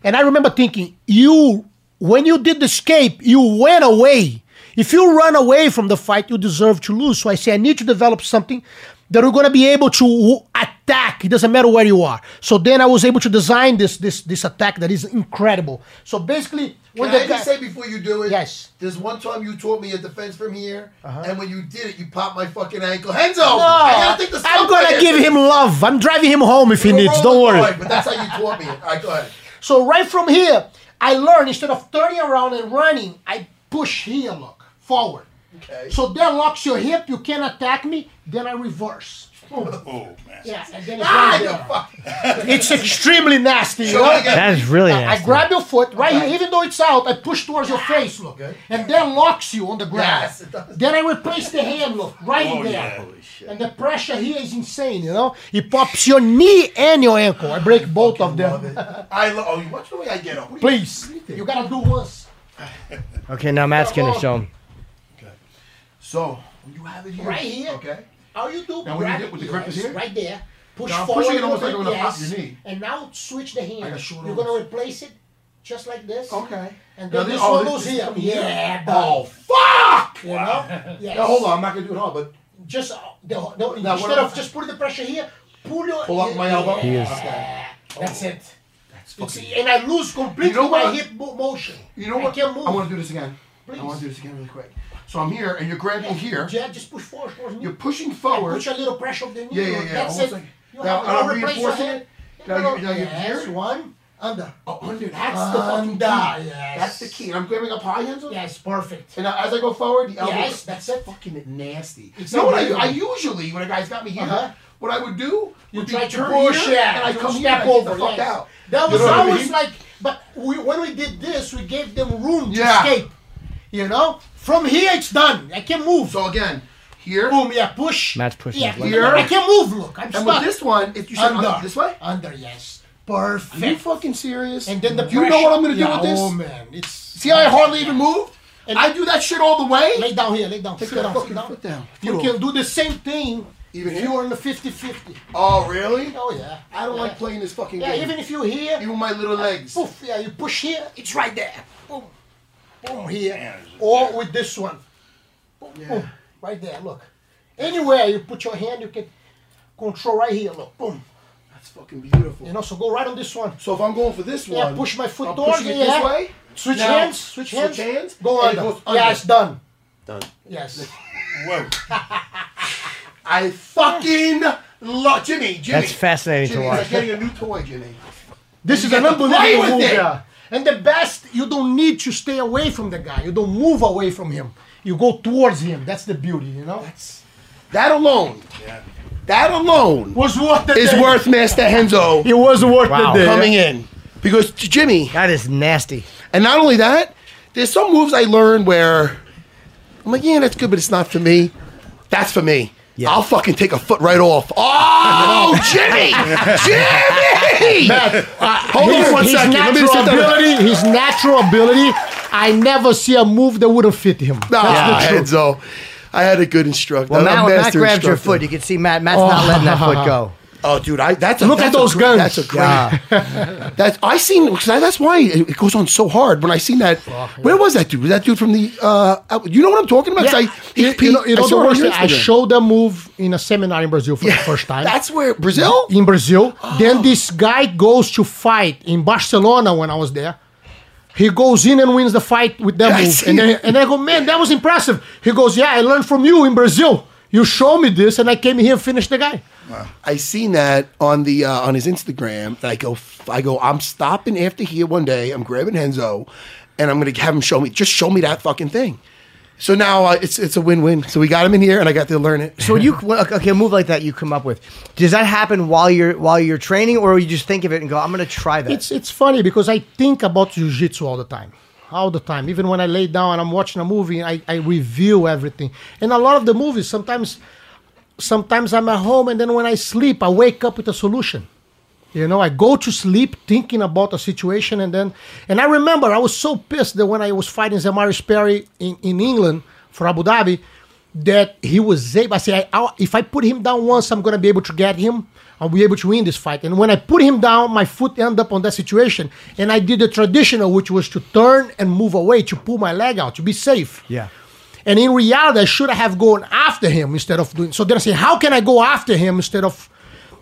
G: And I remember thinking, you when you did the escape, you went away. If you run away from the fight, you deserve to lose. So I say I need to develop something that we're gonna be able to attack. It doesn't matter where you are. So then I was able to design this this this attack that is incredible. So basically,
D: Can
G: when
D: I
G: the guy-
D: just say before you do it? Yes. There's one time you taught me a defense from here, and when you did it, you popped my fucking ankle. Henzo,
G: Uh-huh. No,
D: I gotta take the stuff
G: I'm gonna
D: with
G: give
D: you.
G: him love. I'm driving him home if he
D: You're a
G: needs. Don't
D: rolling
G: worry.
D: boy, but that's how you taught me it. All right, go ahead.
G: So right from here, I learned instead of turning around and running, I push here, look, forward. Okay. So that locks your hip, you can attack me, then I reverse.
N: Oh, man.
G: Yeah, and then it's
D: Ah,
G: right
D: you
G: there. It's extremely nasty. you
D: Show
G: know?
D: it again. That is really
G: I- I
D: nasty.
G: grab your foot right here, even though it's out, I push towards your face, look. And then locks you on the ground.
D: Yes, it does.
G: Then I replace the hand, look, right
D: Oh,
G: there.
D: yeah.
G: And the pressure here is insane, you know? It pops your knee and your ankle. I break both of them.
D: I lo- oh, you watch the way I get up. What do you-
G: Please, you gotta do once.
C: Okay, now Matt's gonna show him.
D: So you have it here,
G: Right here.
D: Okay.
G: How you do?
D: Now, what do you
G: grab
D: do with the
G: it
D: grip is here?
G: Right there. Push
D: Now, I'm
G: forward.
D: pushing it
G: a
D: almost
G: little
D: like I'm
G: bit,
D: gonna pop your
G: yes,
D: knee.
G: And now switch the hand.
D: got short
G: You're
D: arms.
G: gonna replace it just like this. Okay. And
D: Now,
G: then this
D: oh,
G: one goes
D: this
G: here.
D: is-
G: Yeah.
D: Oh,
G: dog.
D: fuck!
G: You know? Yes.
D: Now, hold on. I'm not gonna do it hard, but
G: Just uh, no,
D: Now,
G: no,
D: what
G: instead
D: am
G: of
D: I-
G: just putting the pressure here, pull your.
D: pull up my elbow.
G: Yeah.
D: Okay.
G: That's it.
D: fucking-
G: It's- and I lose completely
D: You know
G: my
D: what?
G: hip mo- motion.
D: You know what?
G: I can't move.
D: I want to do this again. I want
G: Please.
D: to do this again really quick. So I'm here, and you're grabbing here.
G: Yeah, just push forward. towards me.
D: You're pushing
G: And
D: forward.
G: Put a little pressure of the knee.
D: Yeah, yeah, yeah.
G: That's
D: Almost
G: it.
D: like-
G: You
D: now,
G: have
D: and I'm
G: to replace your
D: reinforcing
G: hand.
D: it. Now, you- now you're
G: Yes,
D: here.
G: one under.
D: Oh, under. That's
G: That's
D: the
G: the
D: fucking key.
G: under, yes.
D: That's the key. And I'm grabbing up high hands. on-
G: Yes, perfect.
D: And now as I go forward, the elbow.
G: Yes, that's it.
D: fucking nasty.
G: It's
D: you know what I,
G: unbelievable.
D: I usually when a guy's got me here,
G: Uh-huh.
D: what I would do?
G: You
D: would be
G: try to
D: turn
G: push
D: here,
G: yeah,
D: and I
G: you
D: come here
G: step
D: and I get
G: over,
D: the fuck
G: yes.
D: out.
G: That
D: You
G: was
D: know what I
G: always
D: mean?
G: like, but we, when we did this, we gave them room to
D: Yeah.
G: escape. You know, from here it's done. I can't move.
D: So again, here.
G: Boom, yeah, push.
C: Matt's pushing
G: Yeah,
C: his leg.
D: Here.
G: I can't move. Look, I'm
D: and
G: stuck.
D: with this one, if you said
G: Under.
D: under, this way,
G: Under, yes,
D: are you
G: perfect.
D: fucking serious?
G: And then the
D: you know what I'm gonna do
G: pressure-
D: with
G: Yeah,
D: this?
G: Oh man, it's
D: See, how I hardly even moved. I do that shit all the way.
G: Lay down here, lay down.
D: Take
G: Sit
D: your
G: down,
D: fucking
G: sit down.
D: foot down.
G: You
D: Foot
G: can do the same thing
D: Even
G: if
D: here?
G: you are in the 50 50.
D: Oh, really?
G: Oh, yeah.
D: I don't
G: yeah.
D: like playing this fucking
G: Yeah,
D: game.
G: even if you're here, uh,
D: Even with my little legs.
G: poof, yeah, you push here, it's right there. Boom,
H: Oh,
D: Oh,
G: boom, here. Or with this one. Boom, boom, right there, look. Anywhere you put your hand, you can control right here, look, boom.
D: That's fucking beautiful.
G: You know, so go right on this one.
D: So if I'm going for this one,
G: Yeah, push my foot
D: I'm
G: towards
D: pushing it
G: me,
D: this
G: yeah.
D: way.
G: Switch
D: Now,
G: hands, switch
D: switch
G: hands.
D: hands,
G: Go
D: and it
G: under.
D: goes under.
G: Yeah, it's done.
O: Done.
G: Yes.
N: Whoa.
D: I fucking love Jimmy. Jimmy.
C: That's fascinating to
D: Jimmy's
C: watch.
D: Like getting a new toy, Jimmy.
G: This
D: You
G: is an
D: get to play with
G: unbelievable move.
D: it.
G: yeah. And the best, you don't need to stay away from the guy. You don't move away from him. You go towards him. That's the beauty, you know.
D: That alone.
N: Yeah.
D: That alone
G: was worth the
D: is
G: day.
D: worth Master Henzo
G: It was worth
C: Wow.
G: the day.
D: coming in because J- Jimmy.
C: That is nasty.
D: And not only that, there's some moves I learned where I'm like, yeah, that's good, but it's not for me. That's for me. I'll fucking take a foot right off. Oh, Jimmy! Jimmy! Uh, Hold on
G: His-
D: one
G: his
D: second. Let me
G: natural
D: sit down.
G: ability, his natural ability. I never see a move that wouldn't fit him.
D: Nah,
G: That's the truth.
D: Henzo. I had a good instructor.
C: Well,
D: I'm a
C: Matt, when Matt
D: master
C: grabbed your
D: instructor.
C: foot, you can see Matt. Matt's not letting that foot go.
D: Oh, dude, I that's a,
G: Look
D: that's
G: at those
D: a, great-
G: guns.
D: That's a great. that's I seen. 'cause I- That's why it it goes on so hard. When I seen that, where was that dude? Was that dude from the? Uh, uh, you know what I'm talking about? 'Cause
G: Yeah.
D: I, he-
G: you, you know, you
D: I
G: know the
D: saw it on
G: worst
D: your
G: thing, I
D: Instagram.
G: showed the move in a seminar in Brazil for the first time.
D: That's where Brazil. Oh.
G: in Brazil. Then this guy goes to fight in Barcelona when I was there. He goes in and wins the fight with that
D: I
G: move.
D: see
G: And then,
D: it.
G: and I go, man, that was impressive. He goes, yeah, I learned from you in Brazil. You show me this, and I came here and finished the guy.
D: I seen that on the uh, on his Instagram. And I go, I go. I'm stopping after here one day. I'm grabbing Henzo, and I'm gonna have him show me. Just show me that fucking thing. So now uh, it's it's a win win. So we got him in here, and I got to learn it.
C: So when you well, okay, a move like that you come up with, does that happen while you're while you're training, or you just think of it and go, "I'm going to try that"?
G: It's it's funny because I think about jiu-jitsu all the time. all the time. Even when I lay down and I'm watching a movie, I, I review everything. And a lot of the movies, sometimes, sometimes I'm at home, and then when I sleep, I wake up with a solution. You know, I go to sleep thinking about a situation, and then, and I remember I was so pissed that when I was fighting Zamaris Perry in, in England for Abu Dhabi, that he was able. I say, I, I, if I put him down once, I'm gonna be able to get him. I'll be able to win this fight. And when I put him down, my foot ended up on that situation, and I did the traditional, which was to turn and move away, to pull my leg out, to be safe.
P: Yeah.
G: And in reality, I should have gone after him instead of doing. So then I say, how can I go after him instead of,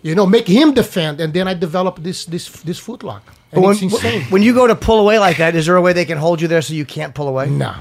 G: you know, make him defend? And then I developed this this this foot lock.
C: But
G: And
C: when,
G: it's insane.
C: when you go to pull away like that, is there a way they can hold you there so you can't pull away?
G: No.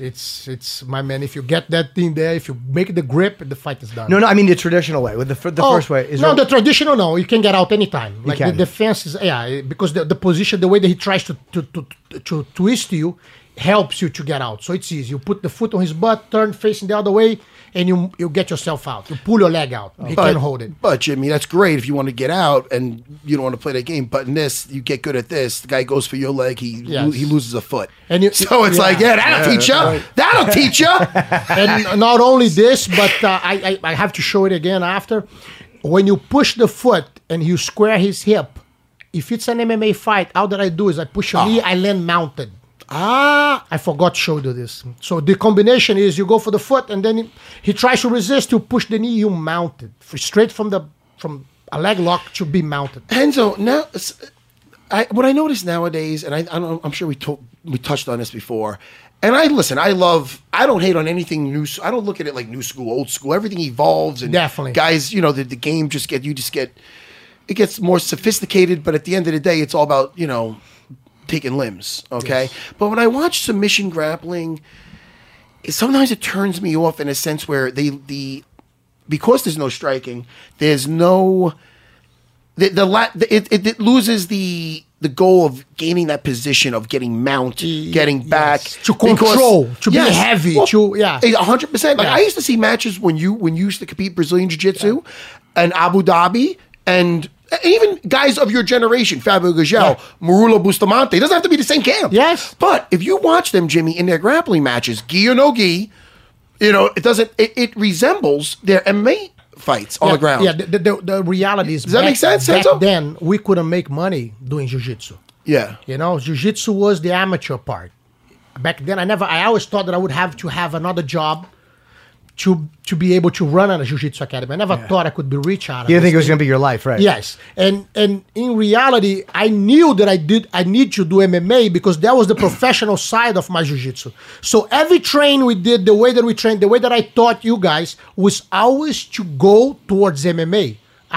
G: It's it's my man. If you get that thing there, if you make the grip, the fight is done.
C: No, no, I mean the traditional way, with the, fir- the
G: Oh,
C: first way. Is
G: no,
C: there-
G: the traditional no. You can get out anytime.
C: You
G: Like
C: can.
G: the defense is yeah, eh, because the, the position, the way that he tries to to, to to twist you, helps you to get out. So it's easy. You put the foot on his butt, turn facing the other way, and you you get yourself out. You pull your leg out. He
D: But-
G: can hold it.
D: But Jimmy, that's great if you want to get out and you don't want to play that game. But in this, you get good at this. The guy goes for your leg. He lo-
G: Yes.
D: he loses a foot.
G: And you-
D: so it's
G: yeah.
D: like, yeah, that'll
G: Yeah,
D: teach you.
G: right.
D: That'll teach you.
G: and not only this, but uh, I, I I have to show it again after. When you push the foot and you square his hip, if it's an MMA fight, all that I do is I push
D: Ah.
G: your knee, I land mounted. Ah, I forgot to show you this. So the combination is you go for the foot and then he, he tries to resist. You push the knee, you mount it F- straight from the from a leg lock to be mounted.
D: Enzo, now s- I, what I notice nowadays, and I, I don't, I'm sure we to, we touched on this before. And I listen. I love. I don't hate on anything new. s- I don't look at it like new school, old school. Everything evolves, and
G: Definitely.
D: guys, you know, the, the game just get you just get it gets more sophisticated. But at the end of the day, it's all about you know taking limbs. Okay. But when I watch submission grappling, it, sometimes it turns me off in a sense where they the because there's no striking, there's no the the, la- the it, it, it loses the the goal of gaining that position of getting mount, getting back
G: To control, to be heavy, to- yeah.
D: Oh, hundred percent. Like
G: Yeah.
D: I used to see matches when you when you used to compete Brazilian Jiu Jitsu and Abu Dhabi and. and Even guys of your generation, Fabio Gugel, Marula Bustamante, it doesn't have to be the same camp. Yes. But if you watch them, Jimmy, in their grappling matches, gi or no gi, you know, it doesn't, it, it resembles their MMA fights on
G: yeah,
D: the ground.
G: Yeah, the, the, the reality is
D: Does that
G: back-
D: make sense,
G: Back
D: Enzo?
G: then we couldn't make money doing jujitsu.
D: Yeah.
G: You know, jujitsu was the amateur part. Back then, I never, I always thought that I would have to have another job to to be able to run a jujitsu academy. I never thought I could be rich out of
C: you
G: this
C: didn't think it was
G: thing.
C: going to be your life, right?
G: Yes, and and in reality, I knew that I did. I need to do MMA because that was the professional side of my jujitsu. So every train we did, the way that we trained, the way that I taught you guys was always to go towards MMA.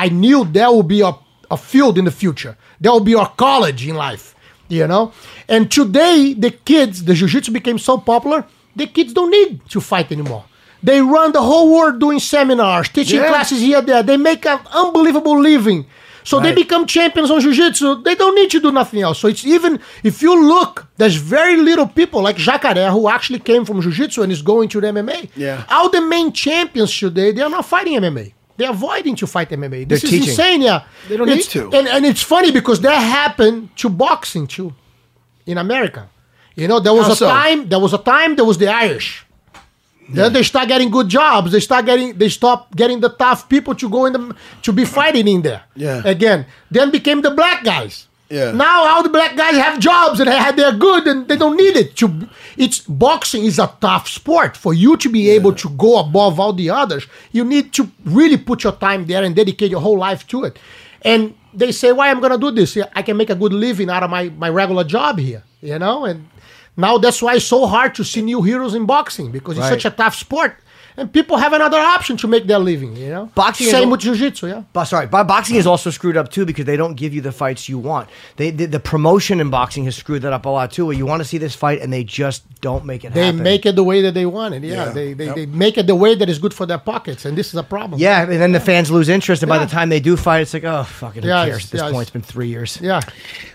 G: I knew that would be a, a field in the future. That would be our college in life, you know. And today, the kids, the jujitsu became so popular. The kids don't need to fight anymore. They run the whole world doing seminars, teaching
D: Yeah.
G: classes here, there. They make an unbelievable living. So they become champions on jiu-jitsu. They don't need to do nothing else. So it's even if you look, there's very little people like Jacaré who actually came from jiu-jitsu and is going to the MMA.
D: Yeah.
G: All the main champions today, they are not fighting MMA. They're avoiding to fight MMA. This
D: They're
G: is
D: teaching.
G: insane, yeah.
D: They don't
G: It's-
D: need to.
G: And, and it's funny because that happened to boxing too in America. You know, there was
D: How
G: a
D: so?
G: time, there was a time, there was the Irish. Then they start getting good jobs. They start getting they stop getting the tough people to go in the to be fighting in there.
D: Yeah.
G: Again, then became the black guys.
D: Yeah.
G: Now all the black guys have jobs and they have- they're good and they don't need it to. It's boxing is a tough sport for you to be able to go above all the others. You need to really put your time there and dedicate your whole life to it. And they say, "Why I'm gonna do this? Yeah, I can make a good living out of my my regular job here." You know, and now that's why it's so hard to see new heroes in boxing because it's
C: Right.
G: such a tough sport. And people have another option to make their living, you know.
C: Boxing is
G: same
C: al-
G: with jiu-jitsu, yeah.
C: But sorry, but boxing is also screwed up too because they don't give you the fights you want. They the, the promotion in boxing has screwed that up a lot too. Where you want to see this fight and they just don't make it
G: They
C: happen.
G: make it the way that they want it. Yeah, they they, they make it the way that is good for their pockets, and this is a problem.
C: yeah, and then the fans lose interest, and by the time they do fight, it's like, oh, fucking who
G: Yeah,
C: cares at this
G: yeah,
C: point? It's been three years.
G: yeah.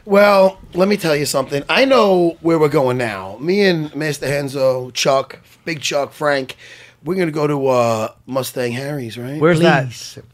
D: Well, let me tell you something. I know where we're going now. Me and Mr. Henzo, Chuck, Big Chuck, Frank, We're gonna go to uh, Mustang Harry's, right?
G: Where's that?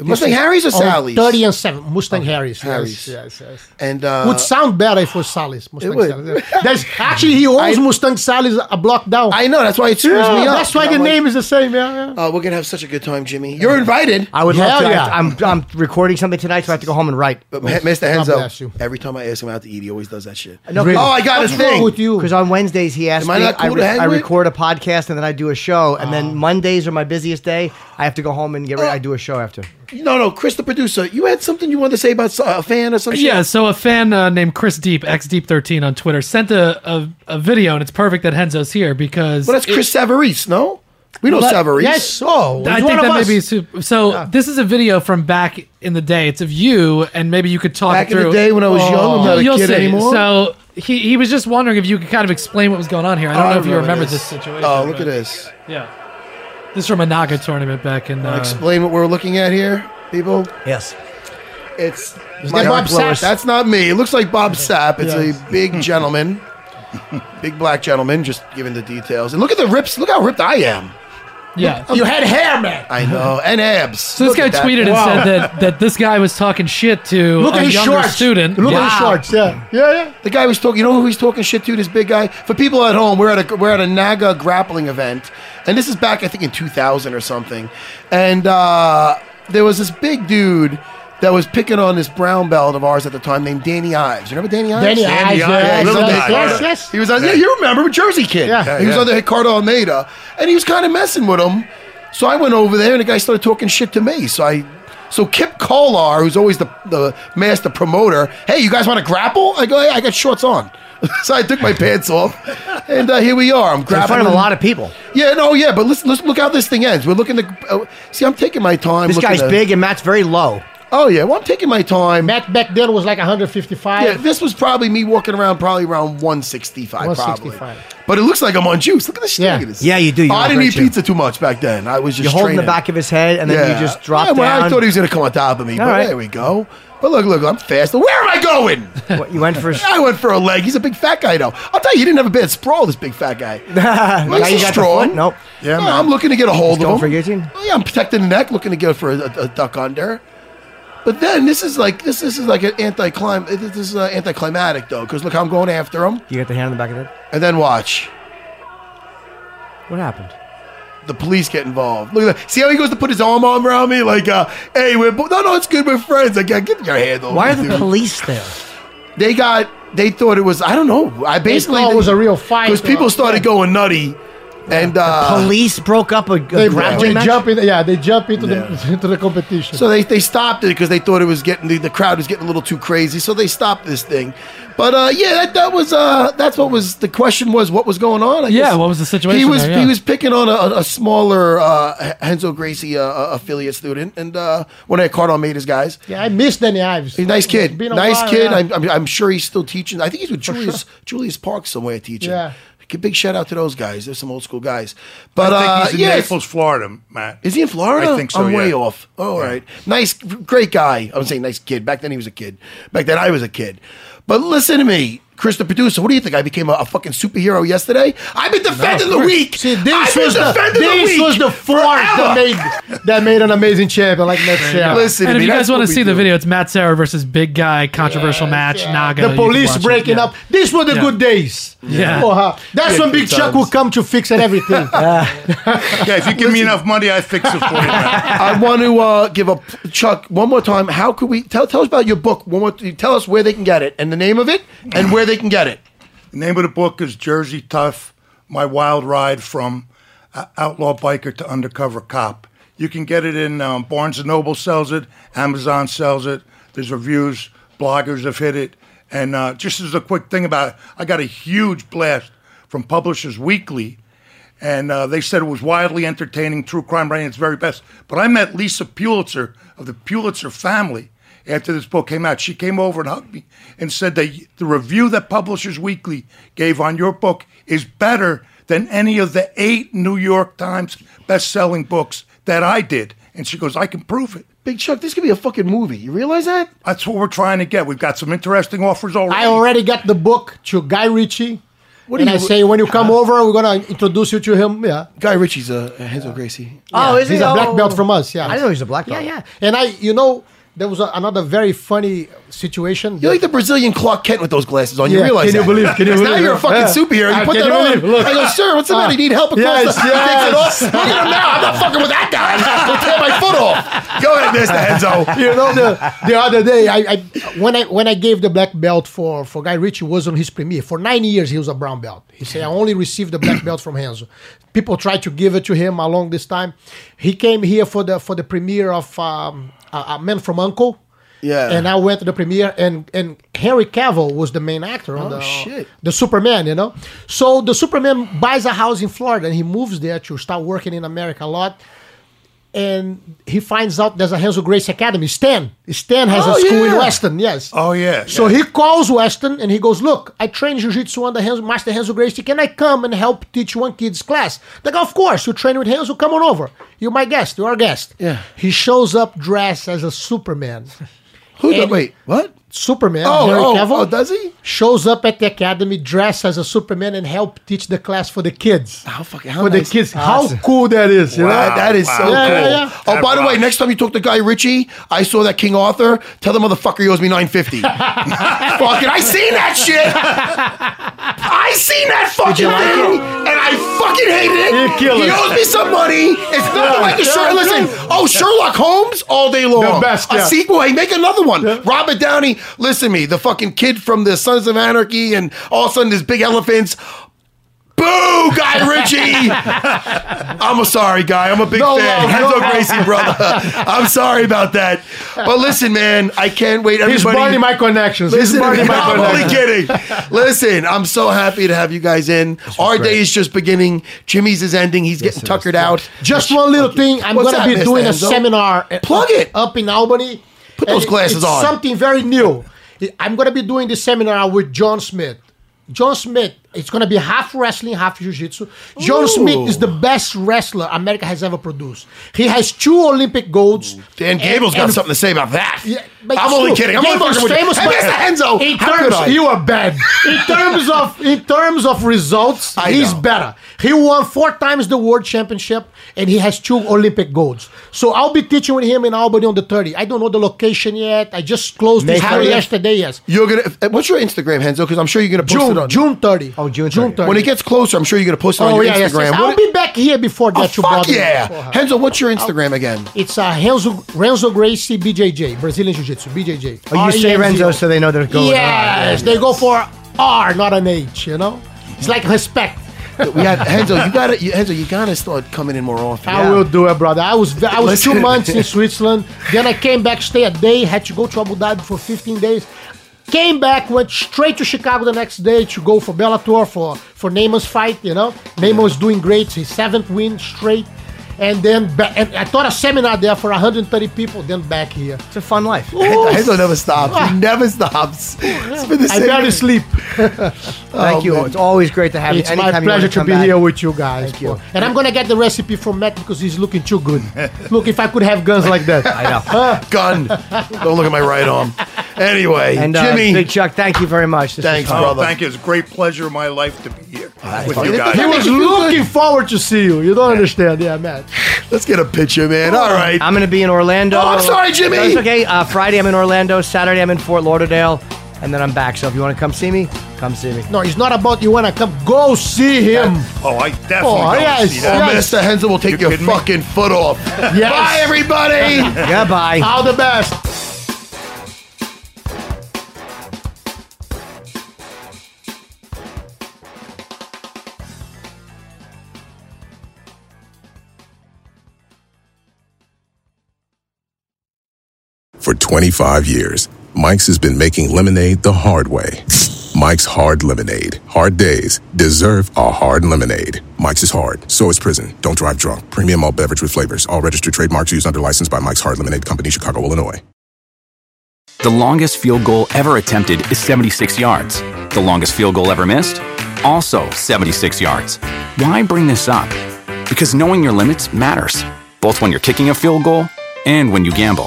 D: Mustang Harry's or Sally's?
G: Thirty and seven. Mustang Harry's.
D: Harry's.
G: Harry's. Yes, yes.
D: And uh,
G: would sound better if it was Sally's. Mustang
D: would.
G: Sally's. There's, actually, he owns Mustang Sally's a block down.
D: I know that's why it screws me up.
G: That's why
D: And
G: the
D: I'm like,
G: name is the same. Yeah,
D: Uh, we're gonna have such a good time, Jimmy. You're invited.
C: I would
G: Hell
C: love to.
G: yeah.
C: I'm, I'm recording something tonight, so I have to go home and write.
D: But Ma- Mr.
G: God
D: Henzo,
G: bless you.
D: every time I ask him out to eat, he always does that shit.
C: No,
D: Oh, I got his
G: What's wrong
D: thing.
G: with you?
C: Because on Wednesdays he asks
D: Am I
C: me,
D: not cool
C: I,
D: to hang
C: I
D: with? Oh.
C: record a podcast and then I do a show, and then Mondays are my busiest day. I have to go home and get ready. I do a show after.
D: No, no, Chris, the producer. You had something you wanted to say about so- a fan or some shit.
L: Yeah, so a fan uh, named Chris Deep, xdeep13 on Twitter, sent a, a, a video, and it's perfect that Henzo's here because
D: Well, that's Chris Savarese. No, we know
G: But-
D: Savarese.
G: Yes. Oh,
L: I
G: he's
L: think
G: one
L: that
G: of
L: may
G: us.
L: be su- so. This is a video from back in the day. It's of you, and maybe you could talk
D: Back in
L: through. Oh,
D: the day when I was young, I'm not a
L: You'll
D: kid
L: see.
D: anymore.
L: So he, he was just wondering if you could kind of explain what was going on here. I don't
D: Oh, I
L: know if you remember
D: this.
L: this situation.
D: Oh, look
L: but-
D: at this.
L: Yeah, this is from a Naga tournament back in. Uh,
D: Explain what we're looking at here, people.
C: Yes.
D: It's
G: that
D: Mark
G: Bob
D: Lewis.
G: Sapp?
D: That's not me. It looks like Bob Sapp. It's a big gentleman, big black gentleman. Just giving the details. And look at the rips. Look how ripped I am.
L: yeah.
G: You had hair, man.
D: I know, and abs.
L: So this guy tweeted and said that, that this guy was talking shit to
G: Look
L: a
G: at his
L: younger
G: shorts.
L: student.
G: Look
L: Yeah.
G: at his shorts. Yeah, yeah, yeah.
D: The guy was talking. You know who he's talking shit to? This big guy. For people at home, we're at a we're at a Naga grappling event, and this is back I think in 2000 or something. And uh, there was this big dude that was picking on this brown belt of ours at the time named Danny Ives. You remember Danny Ives?
G: Danny
H: Sandy
G: eyes.
H: eyes,
G: yeah,
H: little
G: yeah,
H: guy,
G: Yes,
H: yeah.
G: yes.
D: He was on. Yeah, you remember Jersey Kid?
G: Yeah.
D: he was
H: yeah.
D: under Ricardo Almeida, and he was kind of messing with him. So I went over there, and the guy started talking shit to me. So I. So Kip Kolar, who's always the, the master promoter, hey, you guys want to grapple? I go, hey, I got shorts on. so I took my pants off, and uh, here we are. I'm grappling.
C: In front of a lot of people.
D: Yeah, no, yeah, but let's, let's look how this thing ends. We're looking to uh, see. I'm taking my time.
C: This
D: looking
C: guy's
D: to-
C: big and Matt's very low.
D: Oh yeah, well I'm taking my time.
G: Matt back then was like
D: Yeah,
G: 155.
D: this was probably me walking around probably around 165,
G: 165.
D: probably. But it looks like I'm on juice. Look at this.
G: Yeah.
D: look at this.
C: Yeah, you do. You
D: I
C: look
D: didn't
C: great
D: eat
C: too.
D: pizza too much back then. I was just
C: You're holding the
D: training.
C: back of his head, and then you just drop
D: yeah, well,
C: down.
D: I thought he was going to come on top of me. but
C: All right.
D: There we go. But look, look, I'm fast. Where am I going?
C: What, you went for.
D: I went for a leg. He's a big fat guy, though. I'll tell you, he didn't have a bad sprawl. This big fat guy.
C: Now
D: Nice
C: you
D: and
C: got the
D: strong.
C: foot? Nope.
H: Yeah,
D: No,
H: man.
D: I'm looking to get a hold
C: going
D: of
C: for
D: him.
C: a guillotine?
D: Oh, yeah, I'm protecting the neck, looking to go for a, a, a duck under. But then this is like this. This is like an anti-clim. This is uh, anticlimactic though, because look how I'm going after him.
C: You got the hand on the back of the head.
D: And then watch
C: What happened?
D: the police get involved. Look at that. See how he goes to put his arm arm around me, like, uh, "Hey, we're bo- no, no, it's good. We're friends." Like, uh, get your hand over.
C: Why are
D: me,
C: the
D: dude.
C: police there?
D: They got. They thought it was. I don't know. I basically
G: thought it was a real fight,
D: because people
G: uh,
D: started
G: yeah.
D: going nutty, and uh,
C: police broke up a, a
G: They,
C: grappling
G: they
C: match.
G: jump in. Yeah, they jump into
D: Yeah.
G: the into the competition.
D: So they, they stopped it because they thought it was getting the, the crowd was getting a little too crazy. So they stopped this thing. But uh, yeah, that, that was uh, that's what was the question was what was going on. I
L: Yeah, what was the situation
D: He was
L: there, yeah.
D: he was picking on a, a- a smaller uh, Henzo Gracie uh, uh, affiliate student and uh, one of Cardinal made his guys.
G: yeah, I miss Danny Ives.
D: He's a nice
G: It's
D: kid,
G: been a
D: nice
G: while,
D: kid.
G: yeah.
D: I'm, I'm I'm sure he's still teaching. I think he's with Julius Julius Park somewhere teaching.
G: Yeah.
D: G- Big shout out to those guys. There's some old school guys. But
H: I
D: uh,
H: think he's in
D: yeah, it's-
H: Naples, Florida, Matt.
D: is he in Florida?
H: I think so.
D: I'm
H: yeah.
D: way off. All right, Nice, great guy. I would say nice kid. Back then he was a kid. Back then I was a kid. But listen to me, Chris, the producer. What do you think? I became a, a fucking superhero yesterday. I've been defending the weak.
G: See,
D: I've
G: this
D: been
G: was the,
D: defending
G: this
D: weak
G: was the force
D: forever.
G: that made that made an amazing champion like Matt Serra.
D: Listen, to
L: and if
D: me,
L: you
D: that's
L: guys want
D: what
L: to
D: we
L: see the
D: do.
L: video, it's Matt Sarah versus Big Guy controversial match Naga. You
G: The
L: can
G: police
L: watch it,
G: breaking
L: yeah.
G: up. These were the
L: Yeah.
G: good days.
L: Yeah.
G: Oh, huh. that's
D: Good
G: when Big Chuck
D: times.
G: will come to fix and everything.
H: Yeah, if you give me enough money, I fix it for you. Matt.
D: I want to uh, give up Chuck one more time. How could we tell? Tell us about your book. One more. Tell us where they can get it and the name of it and where they can get it.
H: The name of the book is Jersey Tough My Wild Ride from uh, Outlaw Biker to Undercover Cop. You can get it in um, Barnes & Noble sells it, Amazon sells it. There's reviews, bloggers have hit it. And uh, just as a quick thing about it, I got a huge blast from Publishers Weekly. And uh, they said it was wildly entertaining, true crime writing at its very best. But I met Lisa Pulitzer of the Pulitzer family after this book came out, she came over and hugged me and said that the review that Publishers Weekly gave on your book is better than any of the eight New York Times best-selling books that I did. And she goes, I can prove it.
D: Big Chuck, this could be a fucking movie. You realize that?
H: That's what we're trying to get. We've got some interesting offers already.
G: I already got the book to Guy Ritchie, What and I say, when you come over, we're gonna introduce you to him. Yeah,
D: Guy Ritchie's a, a Hazel Gracie.
C: Oh,
G: Yeah,
C: is he?
G: he's a black belt
C: Oh.
G: from us. Yeah,
C: I know he's a black belt.
G: Yeah, yeah. And I, you know, there was a, another very funny situation.
D: You're like the Brazilian Clark Kent with those glasses on. You
G: Yeah,
D: realize
G: can you
D: that.
G: believe- can you
D: 'Cause Now
G: believe?
D: you're a fucking
G: Yeah.
D: superhero. You
G: Ah,
D: put that
G: can you
D: on.
G: believe? Look.
D: I go, sir, what's the matter? You need help across
G: Yes,
D: the... He takes it off.
G: yes.
D: Look at him now. I'm not fucking with that guy. I'll tear my foot off. Go ahead, Mr. Henzo.
G: you know the the other day I, I when I when I gave the black belt for for Guy Ritchie was on his premiere for nine years he was a brown belt he said I only received the black belt from Hanzo people tried to give it to him along this time he came here for the for the premiere of um, a, a Man from Uncle
D: Yeah.
G: and I went to the premiere and and Henry Cavill was the main actor on the
D: Oh, shit.
G: the Superman, you know. So the Superman buys a house in Florida and he moves there to start working in America a lot. And he finds out there's a Hansel Grace Academy. Stan, Stan has
D: Oh,
G: a school
D: yeah.
G: in Weston. Yes.
H: Oh, yeah,
G: So
H: yeah.
G: he calls Weston and he goes, "Look, I train jiu-jitsu under Hansel, Master Hansel Gracie. Can I come and help teach one kid's class?" They go, "Of course. You train with Hansel. Come on over. You're my guest. You're our guest."
D: Yeah.
G: He shows up dressed as a Superman.
D: Who the...
G: And-
D: Wait, what?
G: Superman.
D: Oh,
G: Henry
D: oh,
G: Cavill
D: oh, does he?
G: shows up at the academy dressed as a Superman and help teach the class for the kids.
D: How fucking... How
G: for
D: nice.
G: the kids, how cool that is! You
H: Wow.
G: know?
D: That is so
G: Yeah,
D: cool.
G: yeah, yeah.
D: Oh, by the way, next time you talk to Guy Ritchie, I saw that King Arthur. Tell the motherfucker he owes me nine fifty. fucking, I seen that shit. I seen that fucking thing, and I fucking hated it.
G: You kill
D: he
G: it.
D: owes me some money. It's not like a Sherlock. Listen, oh Sherlock Holmes all day long.
G: best,
D: a
G: yeah.
D: sequel. Hey, make another one. Robert Downey. Listen to me, the fucking kid from the Sons of Anarchy, and all of a sudden there's big elephants. Boo, Guy Ritchie! I'm a sorry guy. I'm a big
G: No
D: fan.
G: love,
D: Henzo Gracie, brother. I'm sorry about that. But listen, man, I can't wait.
G: He's
D: Everybody,
G: burning my connections. He's
D: Listen,
G: burning
D: no,
G: my
D: I'm only
G: connections.
D: kidding. Listen, I'm so happy to have you guys in. Our day is just beginning. Jimmy's is ending. He's getting tuckered out.
G: Just one little thing. I'm
D: What's
G: gonna
D: that,
G: be
D: Mr.
G: doing a
D: Enzo?
G: seminar. uh,
D: Plug
G: up-
D: it.
G: up in Albany.
D: Put
G: And
D: those
G: it-
D: glasses
G: it's
D: on.
G: Something very new. I- I'm gonna be doing this seminar with John Smith. John Smith. It's gonna be half wrestling, half jiu-jitsu. John Smith is the best wrestler America has ever produced. He has two Olympic golds.
D: Dan
G: And-
D: Gable's got
G: and-
D: something to say about that.
G: Yeah, but
D: I'm
G: it's
D: only
G: true.
D: kidding. I'm
G: Gable's
D: only fucking with you.
G: famous,
D: Hey,
G: but-
D: Mr. Henzo,
G: In
D: how could
G: terms,
D: I?
G: you are bad. In terms of in terms of results,
D: I
G: he's
D: know.
G: better. He won four times the world championship, and he has two Olympic golds. So I'll be teaching with him in Albany on the 30. I don't know the location yet. I just closed
C: May
G: this this
C: 30th?
G: yesterday. Yes,
D: You're gonna. uh, What's your Instagram, Henzo? Because I'm sure you're gonna post it
G: June
D: on.
G: June 30.
C: Oh, June 30th.
D: When it gets closer, I'm sure you're gonna post it on
G: Oh
D: your
G: yeah, yes,
D: Instagram.
G: yes.
D: What-
G: I'll be back here before
D: Oh,
G: that. to
D: fuck
G: bother you.
D: yeah. Henzo, what's your Instagram again?
G: It's uh, Renzo, Renzo Gracie BJJ, Brazilian Jiu-Jitsu, BJJ.
C: Oh, you say
G: R-E-N-Z-O.
C: Renzo so they know they're going.
G: Yes, they go for R, not an H. You know, it's like respect.
D: We had Henzo. You gotta, you, Henzo. You gotta start coming in more often.
G: I will do it, brother. I was ve- I was two
D: Listen.
G: months in Switzerland. Then I came back, stay a day, had to go to Abu Dhabi for 15 days. Came back, went straight to Chicago the next day to go for Bellator for for Neymar's fight. You know, Neymar was doing great, his seventh win straight. And then ba- and I taught a seminar there for 130 people. Then back here.
C: It's a fun life.
D: Henzo, Henzo never stops. He never stops. It's been the
G: I
D: same.
G: barely sleep.
C: Thank you.
D: man.
C: It's always great to have
G: Oh, It's
C: you.
G: my
C: Anytime you
G: pleasure
C: want
G: to
C: come
G: be
C: back.
G: here with you guys.
C: Thank you.
G: boy. And I'm gonna get the recipe from Matt because he's looking too good. Look, if I could have guns like that. I know.
D: Gun. Don't look at my right arm. Anyway,
C: And uh,
D: Jimmy.
C: Big Chuck, thank you very much. This was
D: thanks,
H: Oh,
C: fun.
D: brother.
H: thank you. It's a great pleasure of my life to be here with
D: fucking-
H: you guys.
G: he was looking forward to see you. You don't understand, yeah, Matt.
D: Let's get a picture, man. All right.
C: I'm going to be in Orlando.
D: Oh, I'm sorry, Jimmy.
C: That's okay. Uh, Friday I'm in Orlando. Saturday I'm in Fort Lauderdale, and then I'm back. So if you want to come see me, come see me.
G: No, it's not about you wanna come. Go see him.
H: Oh, I definitely go
G: Oh, yes.
H: see
D: Oh,
H: that.
G: Yes.
D: Mr. Henzo will take
H: You
D: your
H: kidding me?
D: fucking foot off.
G: Yes.
D: Bye, everybody.
C: Goodbye.
G: All the best.
P: For 25 years, Mike's has been making lemonade the hard way. Mike's Hard Lemonade. Hard days deserve a hard lemonade. Mike's is hard, so is prison. Don't drive drunk. Premium all beverage with flavors. All registered trademarks used under license by Mike's Hard Lemonade Company, Chicago, Illinois.
A: The longest field goal ever attempted is 76 yards. The longest field goal ever missed? Also 76 yards. Why bring this up? Because knowing your limits matters, both when you're kicking a field goal and when you gamble.